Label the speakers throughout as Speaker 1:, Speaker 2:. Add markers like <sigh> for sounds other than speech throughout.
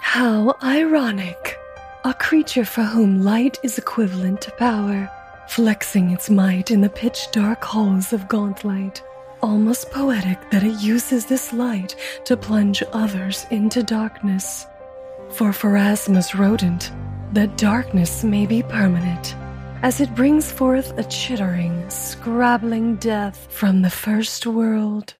Speaker 1: How ironic. A creature for whom light is equivalent to power, flexing its might in the pitch dark halls of Gauntlight. Almost poetic that it uses this light to plunge others into darkness. For Pharasma's rodent, that darkness may be permanent, as it brings forth a chittering, scrabbling death from the first world.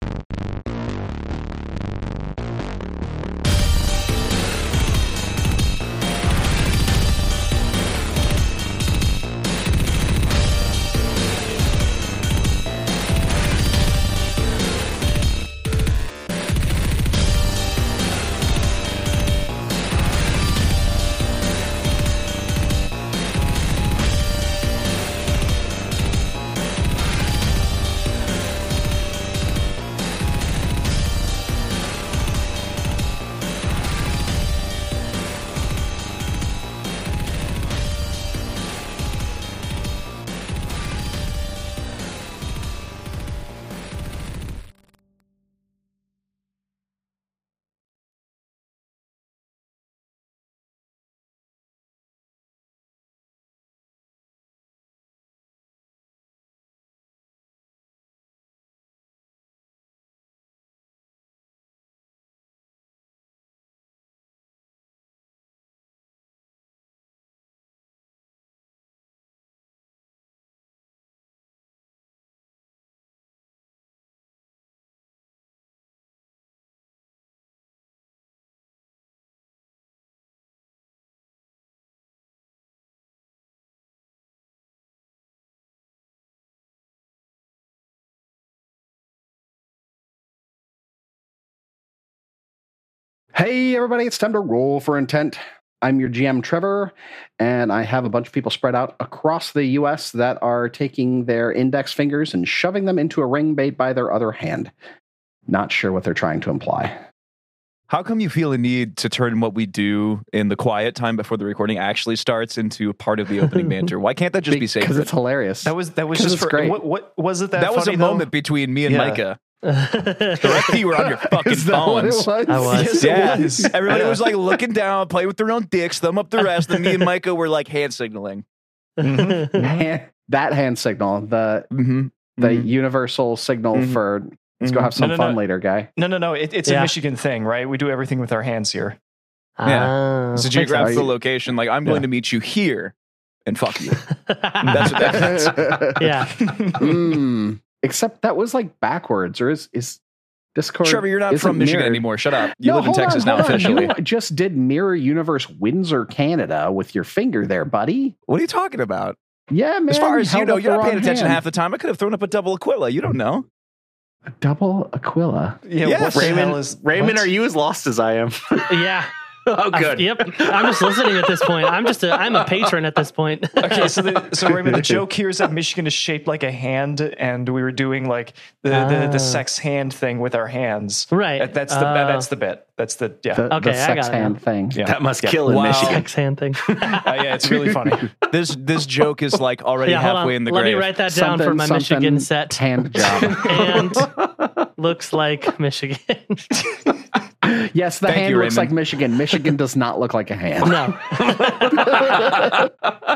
Speaker 2: Hey, everybody, it's time to roll for intent. I'm your GM, Trevor, and I have a bunch of people spread out across the US that are taking their index fingers and shoving them into a ring made by their other hand. Not sure what they're trying to imply.
Speaker 3: How come you feel a need to turn what we do in the quiet time before the recording actually starts into part of
Speaker 2: <laughs>
Speaker 3: the opening banter? Why can't that just be
Speaker 2: Because
Speaker 3: sacred?
Speaker 2: it's hilarious.
Speaker 4: That was that was
Speaker 2: 'Cause
Speaker 4: just
Speaker 2: it's
Speaker 4: for
Speaker 2: great.
Speaker 4: What, what was it that
Speaker 3: That was a
Speaker 4: funny, though?
Speaker 5: <laughs>
Speaker 3: moment between me and
Speaker 4: Yeah.
Speaker 3: Micah. The rest of you were
Speaker 2: <laughs>
Speaker 3: on your fucking
Speaker 2: Is that what it
Speaker 3: phones.
Speaker 2: was?
Speaker 4: I
Speaker 2: Yes,
Speaker 4: was.
Speaker 2: it
Speaker 3: Yeah,
Speaker 2: was.
Speaker 3: <laughs> everybody
Speaker 4: Yeah.
Speaker 3: was like looking down, playing with their own dicks, thumb up the rest, and me and Micah were like hand signaling.
Speaker 4: Mm-hmm.
Speaker 3: <laughs>
Speaker 2: Hand- that hand signal, the
Speaker 3: Mm-hmm.
Speaker 2: the universal signal
Speaker 3: Mhm.
Speaker 2: for let's go have some
Speaker 4: No, no,
Speaker 2: fun
Speaker 4: no.
Speaker 2: later, guy.
Speaker 4: no, no, no. It, it's
Speaker 5: Yeah.
Speaker 4: a Michigan thing, right? We do everything with our hands here.
Speaker 3: Yeah.
Speaker 5: <laughs> Ah,
Speaker 3: It's a
Speaker 5: makes sense.
Speaker 3: geographical location. Like I'm going to meet you here, and
Speaker 2: <laughs>
Speaker 3: fuck you. <laughs> That's what that means.
Speaker 4: <laughs>
Speaker 5: yeah.
Speaker 2: Mm. <laughs> Except that was like backwards, or is is Discord?
Speaker 3: Trevor, you're not
Speaker 2: isn't
Speaker 3: from Michigan
Speaker 2: mirrored.
Speaker 3: anymore. Shut up. You
Speaker 2: No,
Speaker 3: live in
Speaker 2: hold
Speaker 3: Texas
Speaker 2: on,
Speaker 3: now
Speaker 2: hold on.
Speaker 3: officially.
Speaker 2: You just did Mirror Universe Windsor, Canada with your finger there, buddy.
Speaker 3: What are you talking about?
Speaker 2: Yeah, man.
Speaker 3: as far as you
Speaker 2: held
Speaker 3: know,
Speaker 2: up
Speaker 3: you're
Speaker 2: the
Speaker 3: not paying
Speaker 2: wrong
Speaker 3: attention
Speaker 2: hand.
Speaker 3: half the time. I could have thrown up a double Aquila. You don't know.
Speaker 2: Double Aquila.
Speaker 4: Yeah,
Speaker 3: Yes.
Speaker 4: what the
Speaker 6: Raymond,
Speaker 4: hell is
Speaker 6: Raymond,
Speaker 4: what?
Speaker 6: are you as lost as I am?
Speaker 5: Yeah.
Speaker 6: oh,
Speaker 5: I-
Speaker 6: good.
Speaker 5: yep. I'm just listening at this point. I'm just a I'm a patron at this point. <laughs>
Speaker 4: Okay, so the, so Raymond,
Speaker 3: <laughs>
Speaker 4: the joke here is that Michigan is shaped like a hand, and we were doing like the the,
Speaker 5: Ah.
Speaker 4: the sex hand thing with our hands.
Speaker 5: Right.
Speaker 4: That, that's the
Speaker 5: Ah.
Speaker 4: that's the bit. That's the yeah.
Speaker 2: The,
Speaker 5: Okay,
Speaker 2: the
Speaker 5: I
Speaker 2: sex
Speaker 5: got it now.
Speaker 2: hand thing.
Speaker 4: Yeah.
Speaker 6: That must kill in
Speaker 3: Wow.
Speaker 6: Michigan.
Speaker 5: Sex hand thing.
Speaker 4: Uh,
Speaker 5: <laughs>
Speaker 4: yeah, it's really funny.
Speaker 3: This this joke is like already
Speaker 5: yeah, hold
Speaker 3: halfway
Speaker 5: on.
Speaker 3: in the
Speaker 5: Let
Speaker 3: grave.
Speaker 5: me write that down for my
Speaker 2: Something-
Speaker 5: Michigan set. <laughs>
Speaker 2: something Hand job. <laughs>
Speaker 5: and looks like Michigan.
Speaker 3: <laughs>
Speaker 2: yes, the
Speaker 3: Thank
Speaker 2: hand
Speaker 3: you,
Speaker 2: looks
Speaker 3: Raymond.
Speaker 2: like Michigan. Michigan does not look like a
Speaker 3: <laughs>
Speaker 2: hand.
Speaker 5: no.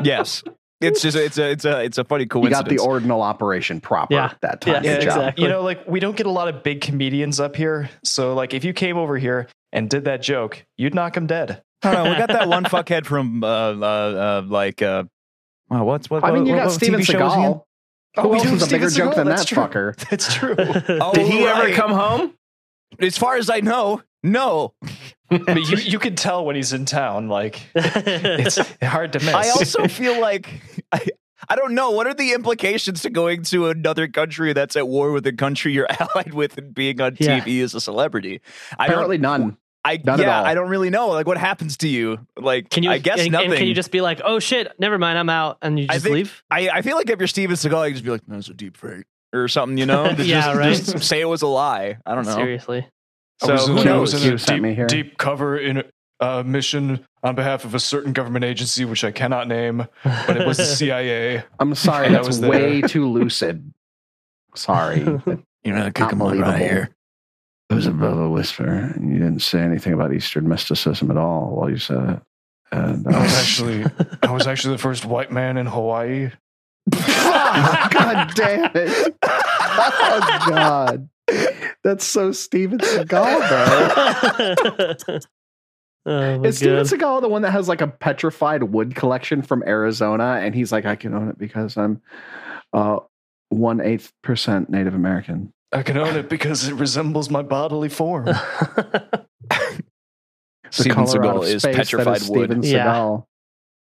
Speaker 3: yes, it's just it's a it's a it's a funny
Speaker 2: You got
Speaker 3: coincidence.
Speaker 2: the ordinal operation proper
Speaker 5: Yeah.
Speaker 2: that time.
Speaker 5: Yeah,
Speaker 2: Good job.
Speaker 5: exactly.
Speaker 4: You know, like we don't get a lot of big comedians up here, so like if you came over here and did that joke, you'd knock him dead. <laughs>
Speaker 3: I don't know, we got
Speaker 2: <laughs>
Speaker 3: that one fuckhead from uh, uh, uh like uh, wow, what's what?
Speaker 2: I mean, you
Speaker 3: what-
Speaker 2: got
Speaker 3: what
Speaker 2: Steven
Speaker 3: TV show Oh, was
Speaker 2: Seagal. Who else
Speaker 4: we do
Speaker 3: he in?
Speaker 2: is a
Speaker 4: Steven
Speaker 2: bigger joke
Speaker 4: Seagal,
Speaker 2: than
Speaker 4: that's
Speaker 2: that
Speaker 4: true.
Speaker 2: fucker? <laughs>
Speaker 4: That's true.
Speaker 3: Oh,
Speaker 6: Did he ever
Speaker 3: right.
Speaker 6: come home?
Speaker 3: As far as I know, no.
Speaker 4: but you, you can tell when he's in town. Like
Speaker 2: <laughs>
Speaker 3: <laughs>
Speaker 4: it's hard to miss. <laughs>
Speaker 3: I also feel like I, I don't know. What are the implications to going to another country that's at war with the country you're <laughs> allied with and being on
Speaker 5: Yeah.
Speaker 3: TV as a celebrity? I don't
Speaker 2: Apparently none.
Speaker 3: I
Speaker 2: None at
Speaker 3: yeah,
Speaker 2: all.
Speaker 3: I don't really know. Like, what happens to you? Like,
Speaker 5: Can you
Speaker 3: I guess
Speaker 5: and,
Speaker 3: nothing.
Speaker 5: and can you just be like, "Oh shit, never mind, I'm out." And you
Speaker 3: I
Speaker 5: just
Speaker 3: think-
Speaker 5: leave?
Speaker 3: I, I feel like if you're Steven Seagal, you just be like, "That was a deep fake," or something.
Speaker 2: <laughs>
Speaker 3: You know? Just-
Speaker 5: Yeah,
Speaker 3: just,
Speaker 5: right.
Speaker 3: just say it was a lie. I don't know.
Speaker 5: Seriously.
Speaker 3: So
Speaker 4: was in-
Speaker 3: who
Speaker 4: I was
Speaker 3: knows?
Speaker 4: in
Speaker 2: You
Speaker 4: a
Speaker 2: Oh, sent me here.
Speaker 4: deep, deep cover in a mission on behalf of a certain government agency, which I cannot name, but it
Speaker 2: <laughs>
Speaker 4: was
Speaker 5: <laughs>
Speaker 4: the
Speaker 3: <laughs>
Speaker 4: CIA.
Speaker 2: I'm sorry,
Speaker 4: And that
Speaker 2: that's
Speaker 4: was the-
Speaker 2: way too lucid. Sorry.
Speaker 3: You're not
Speaker 5: <laughs>
Speaker 2: Not
Speaker 3: cooking my
Speaker 2: believable.
Speaker 3: right here.
Speaker 2: It was a bit of a whisper. You didn't say anything about Eastern mysticism at all while you said it. And I
Speaker 4: I was
Speaker 2: was-
Speaker 4: <laughs> actually, I was actually the first white man
Speaker 2: <laughs>
Speaker 4: in Hawaii.
Speaker 2: God damn it. Oh, God. That's so Steven Seagal, though.
Speaker 5: oh my
Speaker 2: Is Steven
Speaker 5: god.
Speaker 2: Seagal the one that has like a petrified wood collection from Arizona? And he's like, I can own it because I'm uh, one eighth percent Native American.
Speaker 4: I can own it because it resembles my bodily form.
Speaker 2: The
Speaker 3: Steven
Speaker 2: color out
Speaker 3: Seagal
Speaker 2: of space
Speaker 3: is
Speaker 2: that
Speaker 3: petrified wood.
Speaker 2: Steven
Speaker 5: Yeah.
Speaker 2: Seagal.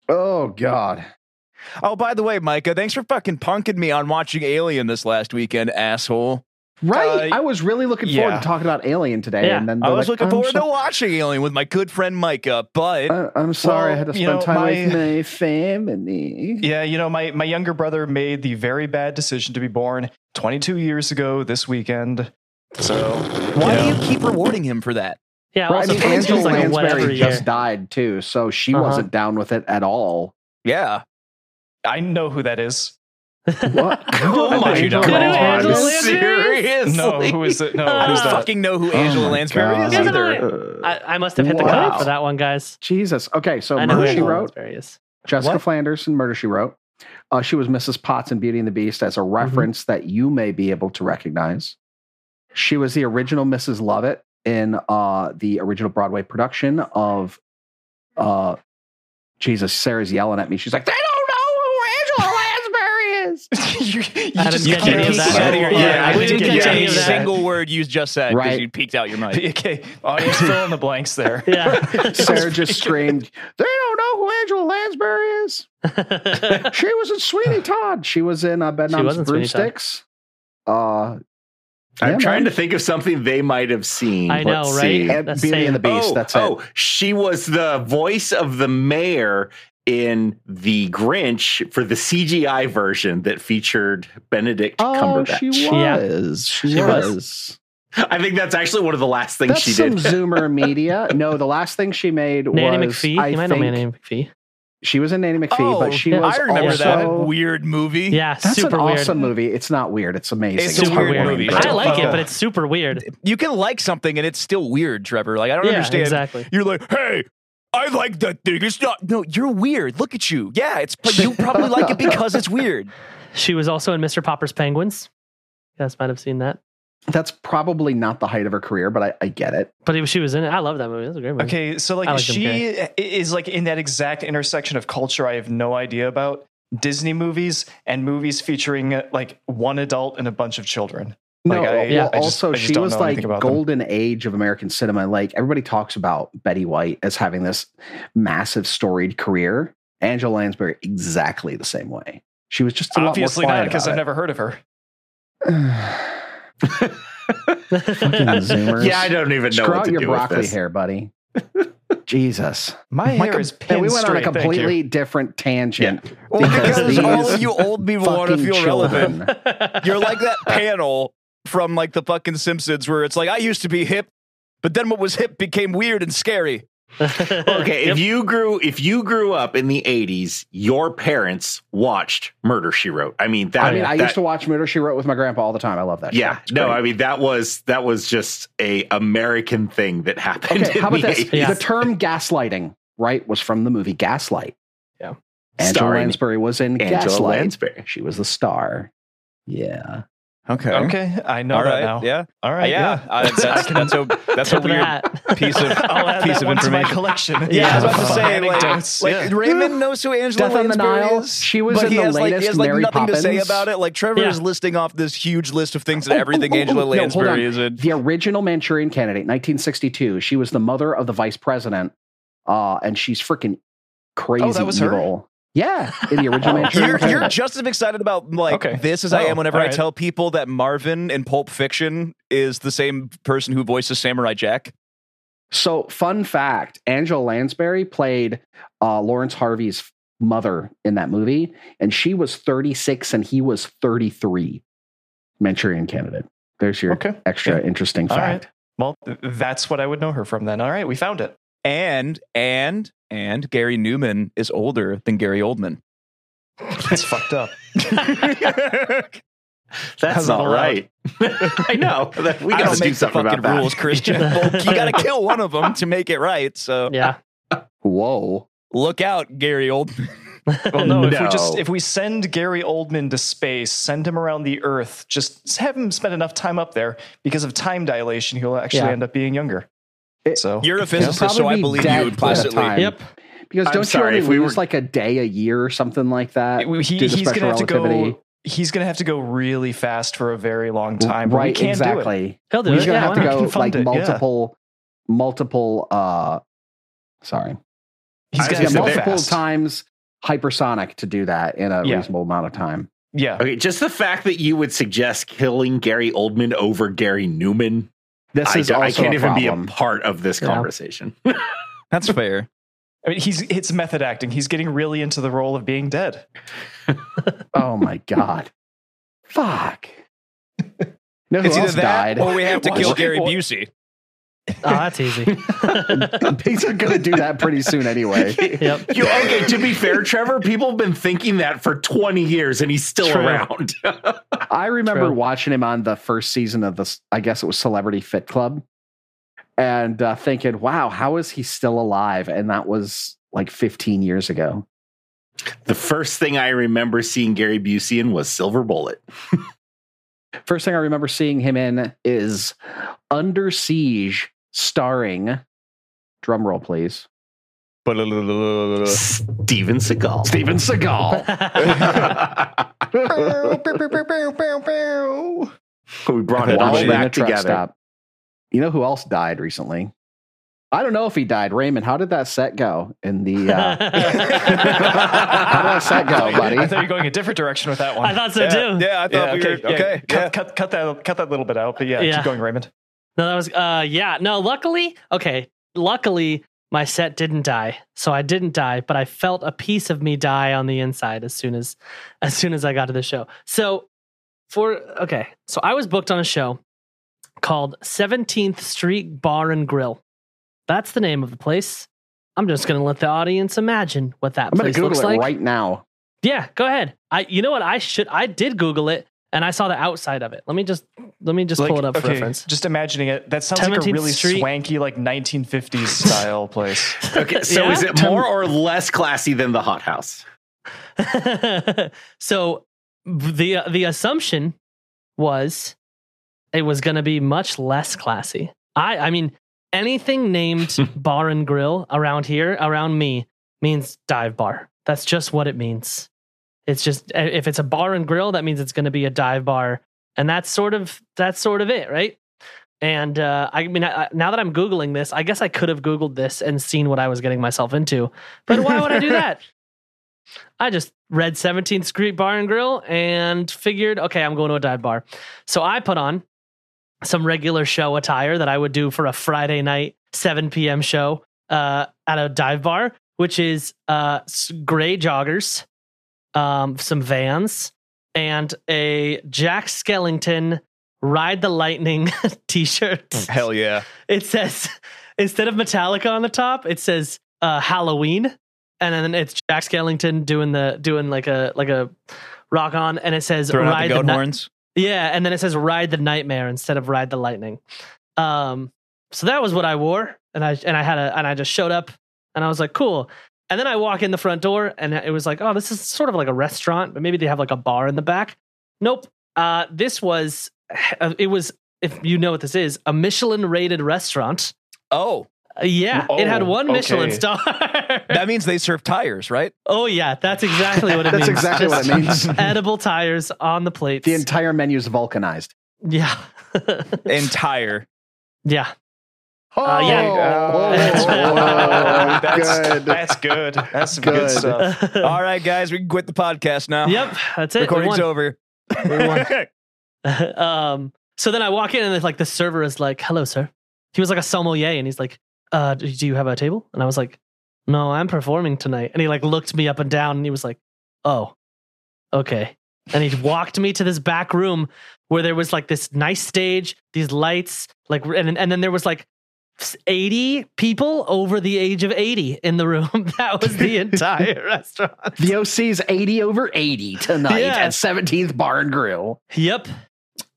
Speaker 2: Oh God!
Speaker 3: Oh, by the way, Micah, thanks for fucking punking me on watching Alien this last weekend, asshole.
Speaker 2: Right?
Speaker 4: Uh,
Speaker 2: I was really looking forward
Speaker 4: yeah.
Speaker 2: to talking about Alien today,
Speaker 5: Yeah,
Speaker 2: and then
Speaker 3: I
Speaker 2: they're
Speaker 3: was
Speaker 2: like,
Speaker 3: looking
Speaker 2: "I'm
Speaker 3: forward
Speaker 2: so- Uh,
Speaker 3: to watching Alien with my good friend Micah, but
Speaker 2: I, I'm sorry, I had to
Speaker 4: Well,
Speaker 2: spend
Speaker 4: you know,
Speaker 2: time with
Speaker 4: my-
Speaker 2: my family.
Speaker 4: Yeah, you know, my, my younger brother made the very bad decision to be born 22 years ago this weekend. So,
Speaker 3: why
Speaker 4: you know,
Speaker 3: do you keep rewarding him for that?
Speaker 5: <laughs> yeah,
Speaker 2: Well, I
Speaker 5: also
Speaker 2: mean,
Speaker 5: Paige's
Speaker 2: Angela
Speaker 5: like a whatever
Speaker 2: Lansbury
Speaker 5: year.
Speaker 2: just died too, so she
Speaker 5: Uh-huh.
Speaker 2: wasn't down with it at all.
Speaker 3: Yeah.
Speaker 4: I know who that is.
Speaker 2: What?
Speaker 5: Oh
Speaker 3: my
Speaker 2: Angela
Speaker 3: God.
Speaker 2: Lansbury?
Speaker 5: Angela Lansbury?
Speaker 3: Seriously.
Speaker 4: No, who is it? No,
Speaker 3: I <laughs>
Speaker 4: who's
Speaker 3: don't
Speaker 5: Uh,
Speaker 4: that?
Speaker 3: fucking know who
Speaker 2: Oh
Speaker 3: Angela
Speaker 2: my
Speaker 3: Lansbury
Speaker 2: God.
Speaker 3: is
Speaker 5: Doesn't
Speaker 3: either.
Speaker 5: matter. I, I must have hit the
Speaker 2: Wow.
Speaker 5: cutoff for that one, guys.
Speaker 2: uh, Jesus. Okay, so
Speaker 5: I know
Speaker 2: Murder She
Speaker 5: Angela
Speaker 2: Wrote,
Speaker 5: Lansbury
Speaker 3: <laughs>
Speaker 5: is.
Speaker 2: Jessica
Speaker 3: What?
Speaker 2: Flanders in Murder She Wrote. Uh, she was Mrs. Potts in Beauty and the Beast as a
Speaker 5: Mm-hmm.
Speaker 2: reference that you may be able to recognize. She was the original Mrs. Lovett in uh, the original Broadway production of uh, Jesus. Sarah's yelling at me. She's like, they don't
Speaker 5: <laughs>
Speaker 2: know who Angela Lansbury is.
Speaker 4: <laughs> you you
Speaker 5: I
Speaker 4: just
Speaker 5: didn't
Speaker 4: can't
Speaker 5: catch any of
Speaker 4: keep
Speaker 5: that.
Speaker 4: that out of your-
Speaker 5: Yeah,
Speaker 4: Yeah,
Speaker 5: I
Speaker 4: I
Speaker 5: didn't
Speaker 4: didn't
Speaker 5: catch
Speaker 4: get
Speaker 5: any
Speaker 4: any
Speaker 5: of
Speaker 4: of
Speaker 5: that.
Speaker 3: single word you just said because
Speaker 2: Right. E,
Speaker 3: you peeked out your mic.
Speaker 4: <laughs> Okay, audience fill in the blanks there.
Speaker 2: <laughs>
Speaker 5: Yeah.
Speaker 3: <laughs>
Speaker 2: Sarah just screamed, they don't know who Angela Lansbury is. She was
Speaker 5: <laughs>
Speaker 2: in Sweeney Todd. She was in uh,
Speaker 5: She was
Speaker 2: Bedknobs
Speaker 5: in
Speaker 2: and
Speaker 5: Sweeney Todd.
Speaker 2: Broomsticks. Uh,
Speaker 6: I'm
Speaker 2: Yeah,
Speaker 6: trying
Speaker 2: man.
Speaker 6: to think of something they might have seen.
Speaker 5: I know,
Speaker 6: Let's
Speaker 5: right?
Speaker 6: see.
Speaker 2: and
Speaker 5: That's
Speaker 2: Beauty
Speaker 5: Sam.
Speaker 2: and the Beast.
Speaker 6: oh,
Speaker 2: that's
Speaker 6: oh, she was the voice of the mayor in The Grinch for the CGI version that featured Benedict
Speaker 2: it. Oh,
Speaker 6: Cumberbatch.
Speaker 2: she was.
Speaker 5: Yeah.
Speaker 2: She,
Speaker 5: She was.
Speaker 2: was.
Speaker 6: I think that's actually one of the last things
Speaker 2: That's
Speaker 6: she
Speaker 2: some
Speaker 6: did.
Speaker 2: Zoomer media. No, the last thing she made
Speaker 5: Nanny
Speaker 2: was
Speaker 5: McPhee.
Speaker 2: I
Speaker 5: you might know
Speaker 2: think
Speaker 5: Nanny McPhee.
Speaker 2: she was in Nanny McPhee, but she
Speaker 5: yeah,
Speaker 2: was
Speaker 3: Oh, I remember
Speaker 2: also,
Speaker 3: that weird movie.
Speaker 5: Yeah,
Speaker 2: That's
Speaker 5: super
Speaker 2: an
Speaker 5: weird.
Speaker 2: awesome movie. It's not weird. It's amazing.
Speaker 3: It's a
Speaker 5: super
Speaker 3: weird
Speaker 5: weird.
Speaker 3: movie.
Speaker 5: I like it,
Speaker 4: Yeah.
Speaker 5: but it's super weird.
Speaker 3: You can like something and it's still weird, Trevor. Like I don't
Speaker 5: yeah,
Speaker 3: understand.
Speaker 5: exactly.
Speaker 3: You're like, hey, I like that thing. It's not. No, you're weird. Look at you. Yeah, it's. But you probably like it because it's weird.
Speaker 5: She was also in Mr. Popper's Penguins. You guys might have seen that,
Speaker 2: That's probably not the height of her career, but I, I get it.
Speaker 5: but it, she was in it. I love that movie. That's a great movie.
Speaker 4: Okay, so
Speaker 5: <laughs>
Speaker 4: like
Speaker 5: I like them,
Speaker 4: she i- is like in that exact intersection of culture I have no idea about Disney movies and movies featuring uh, like one adult and a bunch of children.
Speaker 2: No,
Speaker 4: Like, I-
Speaker 2: well,
Speaker 4: yeah, I just-
Speaker 2: also
Speaker 4: I just
Speaker 2: she
Speaker 4: don't
Speaker 2: was
Speaker 4: know anything
Speaker 2: like
Speaker 4: about them.
Speaker 2: golden age of American cinema. Like everybody talks about Betty White as having this massive storied career. Angela Lansbury exactly the same way. She was just a
Speaker 4: Obviously
Speaker 2: lot more
Speaker 4: not,
Speaker 2: quiet
Speaker 4: because I've
Speaker 2: about
Speaker 4: never heard of her.
Speaker 2: it. Fucking zoomers.
Speaker 6: <laughs> yeah, I don't even know
Speaker 2: Screw
Speaker 6: what
Speaker 2: out
Speaker 6: to
Speaker 2: your
Speaker 6: do
Speaker 2: broccoli
Speaker 6: with this.
Speaker 2: hair,
Speaker 6: <laughs>
Speaker 2: buddy. Jesus,
Speaker 4: My hair
Speaker 2: Micah-
Speaker 4: is
Speaker 2: and
Speaker 4: pinned
Speaker 2: we went
Speaker 4: straight.
Speaker 2: on a completely different tangent. <laughs>
Speaker 3: Well,
Speaker 2: Because
Speaker 3: because,
Speaker 2: these
Speaker 3: all of you old people want to
Speaker 2: fucking
Speaker 3: feel relevant.
Speaker 2: children.
Speaker 3: You're like that panel from like the fucking Simpsons where it's like, I used to be hip, but then what was hip became weird and scary.
Speaker 6: Okay, if you grew if you grew up in the 80s, your parents watched Murder She Wrote. I mean, <laughs> that
Speaker 2: I mean, I
Speaker 6: that-
Speaker 2: used to watch Murder She Wrote with my grandpa all the time. I love that.
Speaker 6: Yeah,
Speaker 2: show. It's
Speaker 6: no,
Speaker 2: great.
Speaker 6: I mean that was that was just a American thing that happened.
Speaker 2: Okay,
Speaker 6: in
Speaker 2: how about
Speaker 6: the
Speaker 2: this?
Speaker 6: 80s.
Speaker 5: Yeah.
Speaker 2: The term gaslighting, right, was from the movie Gaslight.
Speaker 4: Yeah.
Speaker 2: Angela
Speaker 6: Starring
Speaker 2: Lansbury was in
Speaker 6: <laughs> Angela
Speaker 2: Gaslight.
Speaker 6: Lansbury.
Speaker 2: She was the star. Yeah.
Speaker 3: Okay.
Speaker 4: Okay, I know
Speaker 3: All
Speaker 4: that
Speaker 3: right.
Speaker 4: now.
Speaker 3: Yeah.
Speaker 4: All right.
Speaker 3: yeah.
Speaker 4: Yeah. <laughs>
Speaker 3: Uh, that's, that's a that's a
Speaker 5: Tip of the
Speaker 3: weird
Speaker 5: hat.
Speaker 3: piece
Speaker 5: <laughs>
Speaker 3: of
Speaker 4: I'll add
Speaker 3: piece
Speaker 4: that
Speaker 3: of
Speaker 4: one to my
Speaker 3: information.
Speaker 4: <laughs> collection.
Speaker 3: Yeah, I was
Speaker 4: Fun
Speaker 3: about to say,
Speaker 4: anecdotes.
Speaker 3: like, like
Speaker 4: Yeah.
Speaker 3: Raymond knows who Angela
Speaker 2: Death on the
Speaker 3: Lansbury
Speaker 2: Nile.
Speaker 3: is.
Speaker 2: She was
Speaker 3: but
Speaker 2: in
Speaker 3: he
Speaker 2: the
Speaker 3: has, like, he
Speaker 2: latest
Speaker 3: has, like,
Speaker 2: Mary
Speaker 3: nothing to say
Speaker 2: Poppins.
Speaker 3: about it. Like Trevor
Speaker 5: Yeah.
Speaker 3: is listing off this huge list of things
Speaker 2: Oh,
Speaker 3: and
Speaker 2: oh,
Speaker 3: everything
Speaker 2: oh, oh,
Speaker 3: Angela
Speaker 2: no, hold on.
Speaker 3: Lansbury
Speaker 2: <laughs>
Speaker 3: is in.
Speaker 2: The original Manchurian candidate, 1962. She was the mother of the vice president. Uh, and she's freaking crazy.
Speaker 4: Oh, that was her? Oh,
Speaker 2: evil. Yeah. In the
Speaker 4: <laughs>
Speaker 2: original Manchurian
Speaker 3: You're,
Speaker 2: candidate.
Speaker 3: you're just as excited about like
Speaker 4: Okay.
Speaker 3: this as I
Speaker 4: Oh,
Speaker 3: am whenever I
Speaker 4: alright.
Speaker 3: tell people that Marvin in Pulp Fiction is the same person who voices Samurai Jack.
Speaker 2: So, fun fact Angela Lansbury played uh, Lawrence Harvey's mother in that movie, and she was 36 and he was 33. Manchurian candidate. There's your
Speaker 4: Okay.
Speaker 2: extra interesting
Speaker 4: All
Speaker 2: fact.
Speaker 4: Well, th- that's what I would know her from then. All right, we found it.
Speaker 3: And and and Gary Newman is older than Gary Oldman.
Speaker 4: It's fucked up.
Speaker 6: That's
Speaker 4: How's it
Speaker 6: not
Speaker 4: allowed?
Speaker 6: right. <laughs> I know. That- We
Speaker 3: I
Speaker 6: got
Speaker 3: don't
Speaker 6: to do
Speaker 3: make the
Speaker 6: something
Speaker 3: fucking
Speaker 6: about that.
Speaker 3: rules, Christian. Well, you got to kill one of them to make it right.
Speaker 2: <laughs>
Speaker 3: So
Speaker 5: Yeah.
Speaker 2: Whoa.
Speaker 3: look out, Gary Oldman.
Speaker 4: <laughs> Well, no, if we just
Speaker 6: No.
Speaker 4: if we send Gary Oldman to space, send him around the Earth, just have him spend enough time up there because of time dilation, he'll actually
Speaker 5: Yeah.
Speaker 4: end up being younger. so
Speaker 3: You're a
Speaker 2: He'll
Speaker 3: physicist, so
Speaker 2: probably
Speaker 3: I
Speaker 2: be
Speaker 3: believe you
Speaker 2: dead by the
Speaker 3: implicitly.
Speaker 2: time.
Speaker 5: Yep.
Speaker 2: Because
Speaker 6: I'm
Speaker 2: don't
Speaker 6: sorry,
Speaker 2: you
Speaker 6: if
Speaker 2: only
Speaker 6: we were-
Speaker 2: lose like a day a year or something like that?
Speaker 4: He-
Speaker 2: Uh, due
Speaker 4: he's
Speaker 2: special
Speaker 4: gonna have to
Speaker 2: relativity?
Speaker 4: go. He's gonna have to go really fast for a very long time. but we
Speaker 2: right?
Speaker 4: can't
Speaker 2: exactly.
Speaker 5: He'll do
Speaker 2: He's
Speaker 5: it.
Speaker 2: gonna
Speaker 5: Yeah,
Speaker 2: have
Speaker 5: why
Speaker 2: to
Speaker 5: not?
Speaker 4: We can
Speaker 2: go
Speaker 4: fund
Speaker 2: like
Speaker 4: it, yeah.
Speaker 2: multiple, multiple. uh Sorry,
Speaker 4: Do it. He's
Speaker 6: I
Speaker 2: yeah,
Speaker 4: gonna have to
Speaker 6: was gonna
Speaker 4: go
Speaker 6: say
Speaker 2: multiple
Speaker 4: fast.
Speaker 2: times hypersonic to do that in a
Speaker 4: Yeah.
Speaker 2: reasonable amount of time.
Speaker 4: Yeah,
Speaker 6: Okay, just the fact that you would suggest killing Gary Oldman over Gary Newman,
Speaker 2: This
Speaker 6: I,
Speaker 2: is
Speaker 6: do-
Speaker 2: also
Speaker 6: I can't
Speaker 2: a
Speaker 6: even
Speaker 2: problem.
Speaker 6: be a part of this
Speaker 5: Yeah.
Speaker 6: conversation. <laughs>
Speaker 3: That's fair.
Speaker 4: I mean, he's it's method acting. He's getting really into the role of being dead.
Speaker 2: oh
Speaker 6: <laughs>
Speaker 2: my god, fuck. No, who
Speaker 3: It's either
Speaker 2: else
Speaker 3: that
Speaker 2: died?
Speaker 3: or we have to
Speaker 4: Watch
Speaker 3: kill
Speaker 4: it.
Speaker 3: Gary
Speaker 4: Well-
Speaker 3: Busey.
Speaker 5: Oh, that's
Speaker 2: <laughs>
Speaker 5: easy.
Speaker 2: Pigs are going to do that pretty soon
Speaker 6: <laughs>
Speaker 2: anyway. <laughs>
Speaker 5: Yep. <laughs>
Speaker 6: You- okay, to be fair, Trevor, people have been thinking that for 20 years and he's still
Speaker 5: True.
Speaker 6: around. <laughs>
Speaker 2: I remember
Speaker 5: True.
Speaker 2: watching him on the first season of this, I guess it was Celebrity Fit Club, and uh, thinking, wow, how is he still alive? And that was like 15 years ago.
Speaker 6: the first thing I remember seeing Gary Busey in was Silver Bullet.
Speaker 2: First thing I remember seeing him in is Under Siege, starring, drum roll please,
Speaker 6: Steven Seagal.
Speaker 2: Steven <laughs> Seagal.
Speaker 5: <laughs>
Speaker 6: we brought it
Speaker 2: Watching
Speaker 6: all
Speaker 2: in a
Speaker 6: back
Speaker 2: truck
Speaker 6: together.
Speaker 2: stop. You know who else died recently? I don't know if he died. Raymond, how did that set go in the.
Speaker 5: <laughs>
Speaker 2: Uh, how did that set go, buddy?
Speaker 4: I thought you were going a different direction with that one.
Speaker 5: I thought so
Speaker 3: yeah,
Speaker 5: too.
Speaker 3: yeah, I thought
Speaker 4: Yeah,
Speaker 3: we were
Speaker 4: yeah,
Speaker 3: okay.
Speaker 4: cut,
Speaker 3: yeah.
Speaker 4: cut, cut that, cut that little bit out. But yeah,
Speaker 5: Yeah.
Speaker 4: keep going, Raymond.
Speaker 5: No, that was uh yeah. No, luckily, okay. Luckily, my set didn't die. So I didn't die, but I felt a piece of me die on the inside as soon as <laughs> as soon as I got to the show. So for okay. So I was booked on a show called 17th Street Bar and Grill. That's the name of the place. I'm just going to let the audience imagine what that
Speaker 2: I'm going
Speaker 5: place
Speaker 2: to Google
Speaker 5: looks
Speaker 2: it
Speaker 5: like.
Speaker 2: right now.
Speaker 5: Yeah, go ahead. I you know what I should I did Google it and I saw the outside of it. Let me just let me just pull it up for reference.
Speaker 4: Just imagining it. That sounds like a
Speaker 5: 17th
Speaker 4: really
Speaker 5: Street.
Speaker 4: swanky, like 1950s style place.
Speaker 6: Okay, so
Speaker 5: Yeah?
Speaker 6: is it more or less classy than the hot house?
Speaker 5: <laughs> so the the assumption was it was going to be much less classy. I I mean anything named bar and grill around here around me means dive bar. That's just what it means. It's just if it's a bar and grill that means it's going to be a dive bar and that's sort of that's sort of it, right? And uh, I mean, I, I- now that I'm googling this, I guess I could have googled this and seen what I was getting myself into. But why would I do that? I just read 17th Street Bar and Grill and figured, okay, I'm going to a dive bar. So I put on some regular show attire that I would do for a Friday night 7 p.m. show uh, at a dive bar, which is uh, s- gray joggers, um, some Vans, and a Jack Skellington Ride the Lightning <laughs> T-shirt.
Speaker 3: Hell yeah.
Speaker 5: It says <laughs> instead of Metallica on the top, it says uh, Halloween, and then it's Jack Skellington doing the doing like a like a rock on, and it says
Speaker 3: Throwing out the
Speaker 5: ride the
Speaker 3: goat
Speaker 5: Ni-
Speaker 3: horns.
Speaker 5: yeah, and then it says ride the nightmare instead of ride the lightning. Um, so that was what I wore, and I and I had a and I just showed up, and I was like, cool. And then I walk in the front door, and it was like, oh, this is sort of like a restaurant, but maybe they have like a bar in the back. Nope. Uh, this was <sighs> it was if you know what this is a Michelin rated restaurant.
Speaker 3: Oh,
Speaker 5: Uh, yeah, it had
Speaker 4: Oh,
Speaker 5: one Michelin
Speaker 4: okay.
Speaker 5: star. <laughs>
Speaker 3: that means they serve tires, right?
Speaker 5: oh yeah, that's exactly what it
Speaker 2: <laughs> That's
Speaker 5: means.
Speaker 2: exactly what
Speaker 5: <laughs>
Speaker 2: it
Speaker 5: Just
Speaker 2: means.
Speaker 5: Edible tires on the plates.
Speaker 2: The entire menu is vulcanized.
Speaker 5: yeah. <laughs>
Speaker 3: Entire.
Speaker 5: yeah.
Speaker 2: Oh,
Speaker 5: Uh, <laughs> yeah.
Speaker 4: <laughs>
Speaker 5: <laughs>
Speaker 2: oh,
Speaker 5: Oh,
Speaker 4: that's
Speaker 5: <laughs>
Speaker 2: good.
Speaker 4: That's good. That's some good,
Speaker 2: Good.
Speaker 4: stuff.
Speaker 3: All right, guys, we can quit the podcast now.
Speaker 5: Uh, Yep, that's it. We
Speaker 3: Recording's
Speaker 5: won.
Speaker 3: over.
Speaker 5: We won. <laughs> um, so then I walk in and it's like the server is like, "Hello, sir." He was like a sommelier, and he's like, uh, "Do do you have a table?" And I was like, "No, I'm performing tonight." And he like looked me up and down, and he was like, "Oh, okay." And he walked me to this back room where there was like this nice stage, these lights, like, and and then there was like 80 people over the age of 80 in the room. <laughs> That was the entire restaurant.
Speaker 2: The OC's 80 over 80 tonight
Speaker 5: Yeah.
Speaker 2: at 17th Bar and Grill.
Speaker 5: Yep.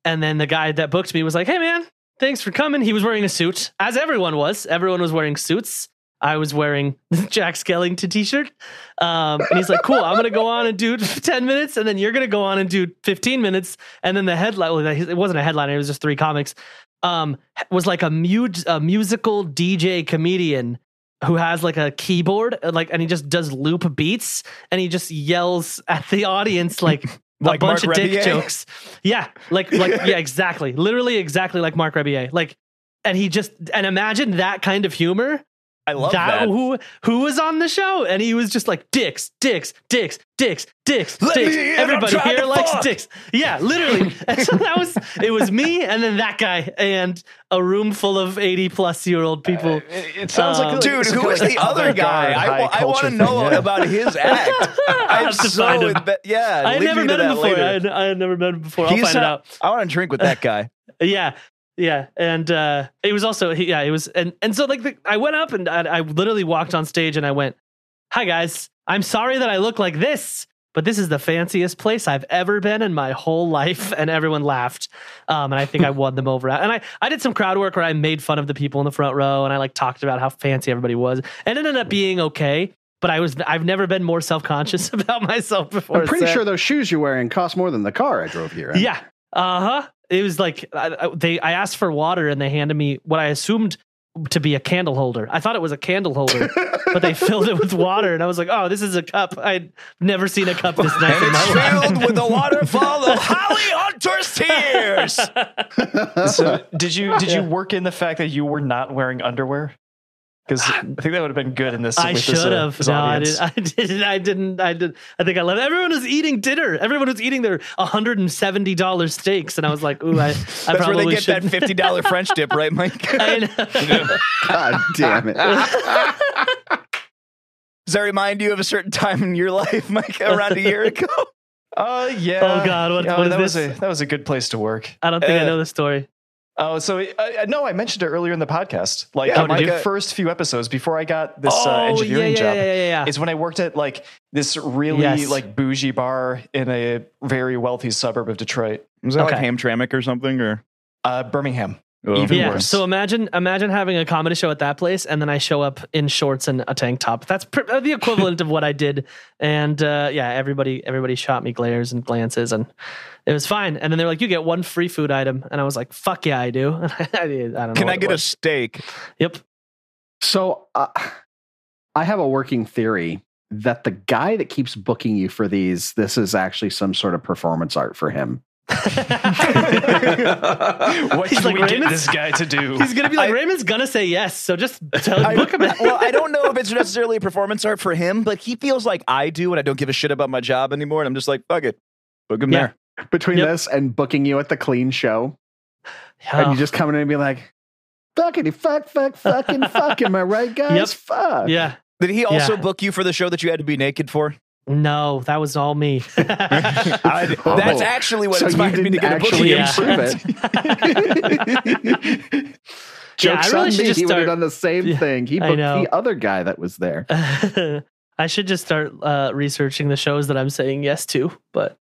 Speaker 5: And then the guy that booked me was like, hey, man, thanks for coming. He was wearing a suit, as everyone was. Everyone was wearing suits. I was wearing <laughs> the Jack Skellington t shirt. Um, and he's like, cool, I'm going to go on and do <laughs> 10 minutes, and then you're going to go on and do 15 minutes. And then the headline, well, it wasn't a headliner, it was just three comics, um, was like a, mute, a musical DJ comedian who has like a keyboard, uh, like, and he just does loop beats and he just yells at the audience,
Speaker 3: <laughs>
Speaker 5: like,
Speaker 3: Like
Speaker 5: a bunch
Speaker 3: Mark
Speaker 5: of dick
Speaker 3: Rebier?
Speaker 5: jokes. Yeah. Like,
Speaker 3: <laughs>
Speaker 5: like, yeah, exactly. Literally, exactly like Mark Rebier. Like, and he just, and imagine that kind of humor
Speaker 3: <laughs> I love
Speaker 5: that,
Speaker 3: that.
Speaker 5: who who was on the show and he was just like dicks dicks dicks dicks dicks
Speaker 3: Let
Speaker 5: dicks
Speaker 3: me in, I'm
Speaker 5: everybody
Speaker 3: trying
Speaker 5: here
Speaker 3: to
Speaker 5: likes
Speaker 3: fuck.
Speaker 5: dicks yeah
Speaker 3: <laughs>
Speaker 5: literally and so that was it was me and then that guy and a room full of 80 plus year old people
Speaker 4: It, it sounds like
Speaker 5: Um,
Speaker 4: like
Speaker 3: Dude,
Speaker 4: it's
Speaker 3: who
Speaker 4: like
Speaker 5: <laughs>
Speaker 3: was the
Speaker 4: an
Speaker 3: other guy?
Speaker 4: avant-garde
Speaker 3: I,
Speaker 4: high
Speaker 3: wa- I want
Speaker 4: culture
Speaker 3: to know
Speaker 4: thing, yeah.
Speaker 3: about
Speaker 5: <laughs>
Speaker 3: his act.
Speaker 5: I'll
Speaker 3: I'm
Speaker 5: have to
Speaker 3: so
Speaker 5: find him.
Speaker 3: imbe- yeah,
Speaker 5: I had
Speaker 3: leave
Speaker 5: never
Speaker 3: me to
Speaker 5: met
Speaker 3: that
Speaker 5: him before.
Speaker 3: later.
Speaker 5: I had, I had never met him before. I'll
Speaker 3: He's
Speaker 5: find it
Speaker 3: a-
Speaker 5: out.
Speaker 3: I want to drink with that guy.
Speaker 5: Yeah, yeah, and uh, it was also he- yeah, it was and and so like the, I went up and I, I literally walked on stage and I went, "Hi guys, I'm sorry that I look like this, but this is the fanciest place I've ever been in my whole life," <laughs> and everyone laughed, um, and I think I won them over. And I I did some crowd work where I made fun of the people in the front row and I like talked about how fancy everybody was, and it ended up being okay. But I was I've never been more self conscious <laughs> about myself before.
Speaker 2: I'm pretty
Speaker 5: so-
Speaker 2: sure those shoes you're wearing cost more than the car I drove here. in.
Speaker 5: <laughs> yeah. Uh huh. It was like I, I- they. I asked for water and they handed me what I assumed to be a candle holder. I thought it was a candle holder, but
Speaker 4: <laughs>
Speaker 5: they filled it with water, and I was like, "Oh, this is a cup. I'd never seen a cup this nice in my life."
Speaker 3: Filled with a waterfall
Speaker 5: <laughs>
Speaker 3: of Holly Hunter's tears.
Speaker 5: <laughs>
Speaker 4: so did you did you work in the fact that you were not wearing underwear? Because I think that would have been good in this.
Speaker 5: I
Speaker 4: with this, uh,
Speaker 5: should have.
Speaker 4: this
Speaker 5: No, I
Speaker 4: audience.
Speaker 5: didn't. I didn't. <laughs> I didn't. I did. I think I left. Everyone was eating dinner. Everyone was eating their hundred and seventy dollars steaks, and I was like, "Ooh, I, I
Speaker 3: That's
Speaker 5: probably
Speaker 3: where they get
Speaker 5: should."
Speaker 3: that fifty dollar French dip,
Speaker 5: <laughs>
Speaker 3: right, Mike?
Speaker 4: <laughs>
Speaker 2: God damn it.
Speaker 3: Does that remind you of a certain time in your life, Mike, around a
Speaker 5: <laughs>
Speaker 3: year ago?
Speaker 4: Uh, yeah.
Speaker 5: Oh, God, what-
Speaker 4: Yeah,
Speaker 5: what is
Speaker 4: that
Speaker 5: this?
Speaker 4: was a that was a good place to work.
Speaker 5: I don't think I
Speaker 3: Uh,
Speaker 5: know the story.
Speaker 4: Oh, so I- I, no, I mentioned it earlier in the podcast. Like
Speaker 3: Yeah,
Speaker 4: on my
Speaker 3: Mike, uh,
Speaker 4: first few episodes before I got this uh,
Speaker 5: Oh, yeah,
Speaker 4: engineering
Speaker 5: yeah,
Speaker 4: job,
Speaker 5: yeah, yeah, yeah.
Speaker 4: is when I worked at like this really
Speaker 5: Yes.
Speaker 4: like bougie bar in a very wealthy suburb of Detroit,
Speaker 3: Was that
Speaker 5: Okay.
Speaker 3: like Hamtramck or something, or
Speaker 4: uh, Birmingham.
Speaker 3: Oh.
Speaker 4: Even
Speaker 5: yeah.
Speaker 4: worse.
Speaker 5: So imagine imagine having a comedy show at that place, and then I show up in shorts and a tank top. That's pr- uh, the equivalent of what I did. And uh, yeah, everybody everybody shot me glares and glances, and it was fine. And then they're like, "You get one free food item," and I was like, "Fuck yeah, I do." <laughs> And I, did- I don't know.
Speaker 3: can
Speaker 5: what
Speaker 3: I
Speaker 5: it
Speaker 3: get a
Speaker 5: was.
Speaker 3: steak?
Speaker 5: Yep. <laughs>
Speaker 2: So uh, I have a working theory that the guy that keeps booking you for these, this is actually some sort of performance art for him.
Speaker 4: what
Speaker 5: He's
Speaker 4: can
Speaker 5: like,
Speaker 4: we get
Speaker 5: "Raymond's-
Speaker 4: this guy to do?
Speaker 5: He's gonna be like,
Speaker 3: I-
Speaker 5: Raymond's gonna say yes. So just tell
Speaker 3: I-
Speaker 5: book him. in."
Speaker 3: <laughs> well, I don't know if it's necessarily a performance art for him, but he feels like I do, and I don't give a shit about my job anymore. And I'm just like, fuck it, book him
Speaker 5: Yeah.
Speaker 3: there.
Speaker 2: Between
Speaker 5: Yep.
Speaker 2: this and booking you at the clean show, and
Speaker 5: Oh,
Speaker 2: you just coming in and be like, fuckity fuck, fuck, fucking
Speaker 5: <laughs>
Speaker 2: fuck. Am I right, guys?
Speaker 5: Yep.
Speaker 2: <laughs> Fuck.
Speaker 5: yeah.
Speaker 3: Did he also
Speaker 5: Yeah.
Speaker 3: book you for the show that you had to be naked for?
Speaker 5: No, that was all me. <laughs>
Speaker 3: I-
Speaker 2: Oh. <laughs>
Speaker 3: That's actually what
Speaker 2: So you
Speaker 3: inspired me to
Speaker 2: didn't
Speaker 3: get a booking.
Speaker 2: actually
Speaker 5: Yeah.
Speaker 2: improve
Speaker 5: <laughs>
Speaker 2: it. Jokes
Speaker 5: I really
Speaker 2: on
Speaker 5: should
Speaker 2: me.
Speaker 5: just
Speaker 2: he would
Speaker 5: start-
Speaker 2: have done the same
Speaker 5: Yeah,
Speaker 2: thing. He
Speaker 5: I
Speaker 2: booked
Speaker 5: know.
Speaker 2: the other guy that was there.
Speaker 5: <laughs> I should just start uh, researching the shows that I'm saying yes to, but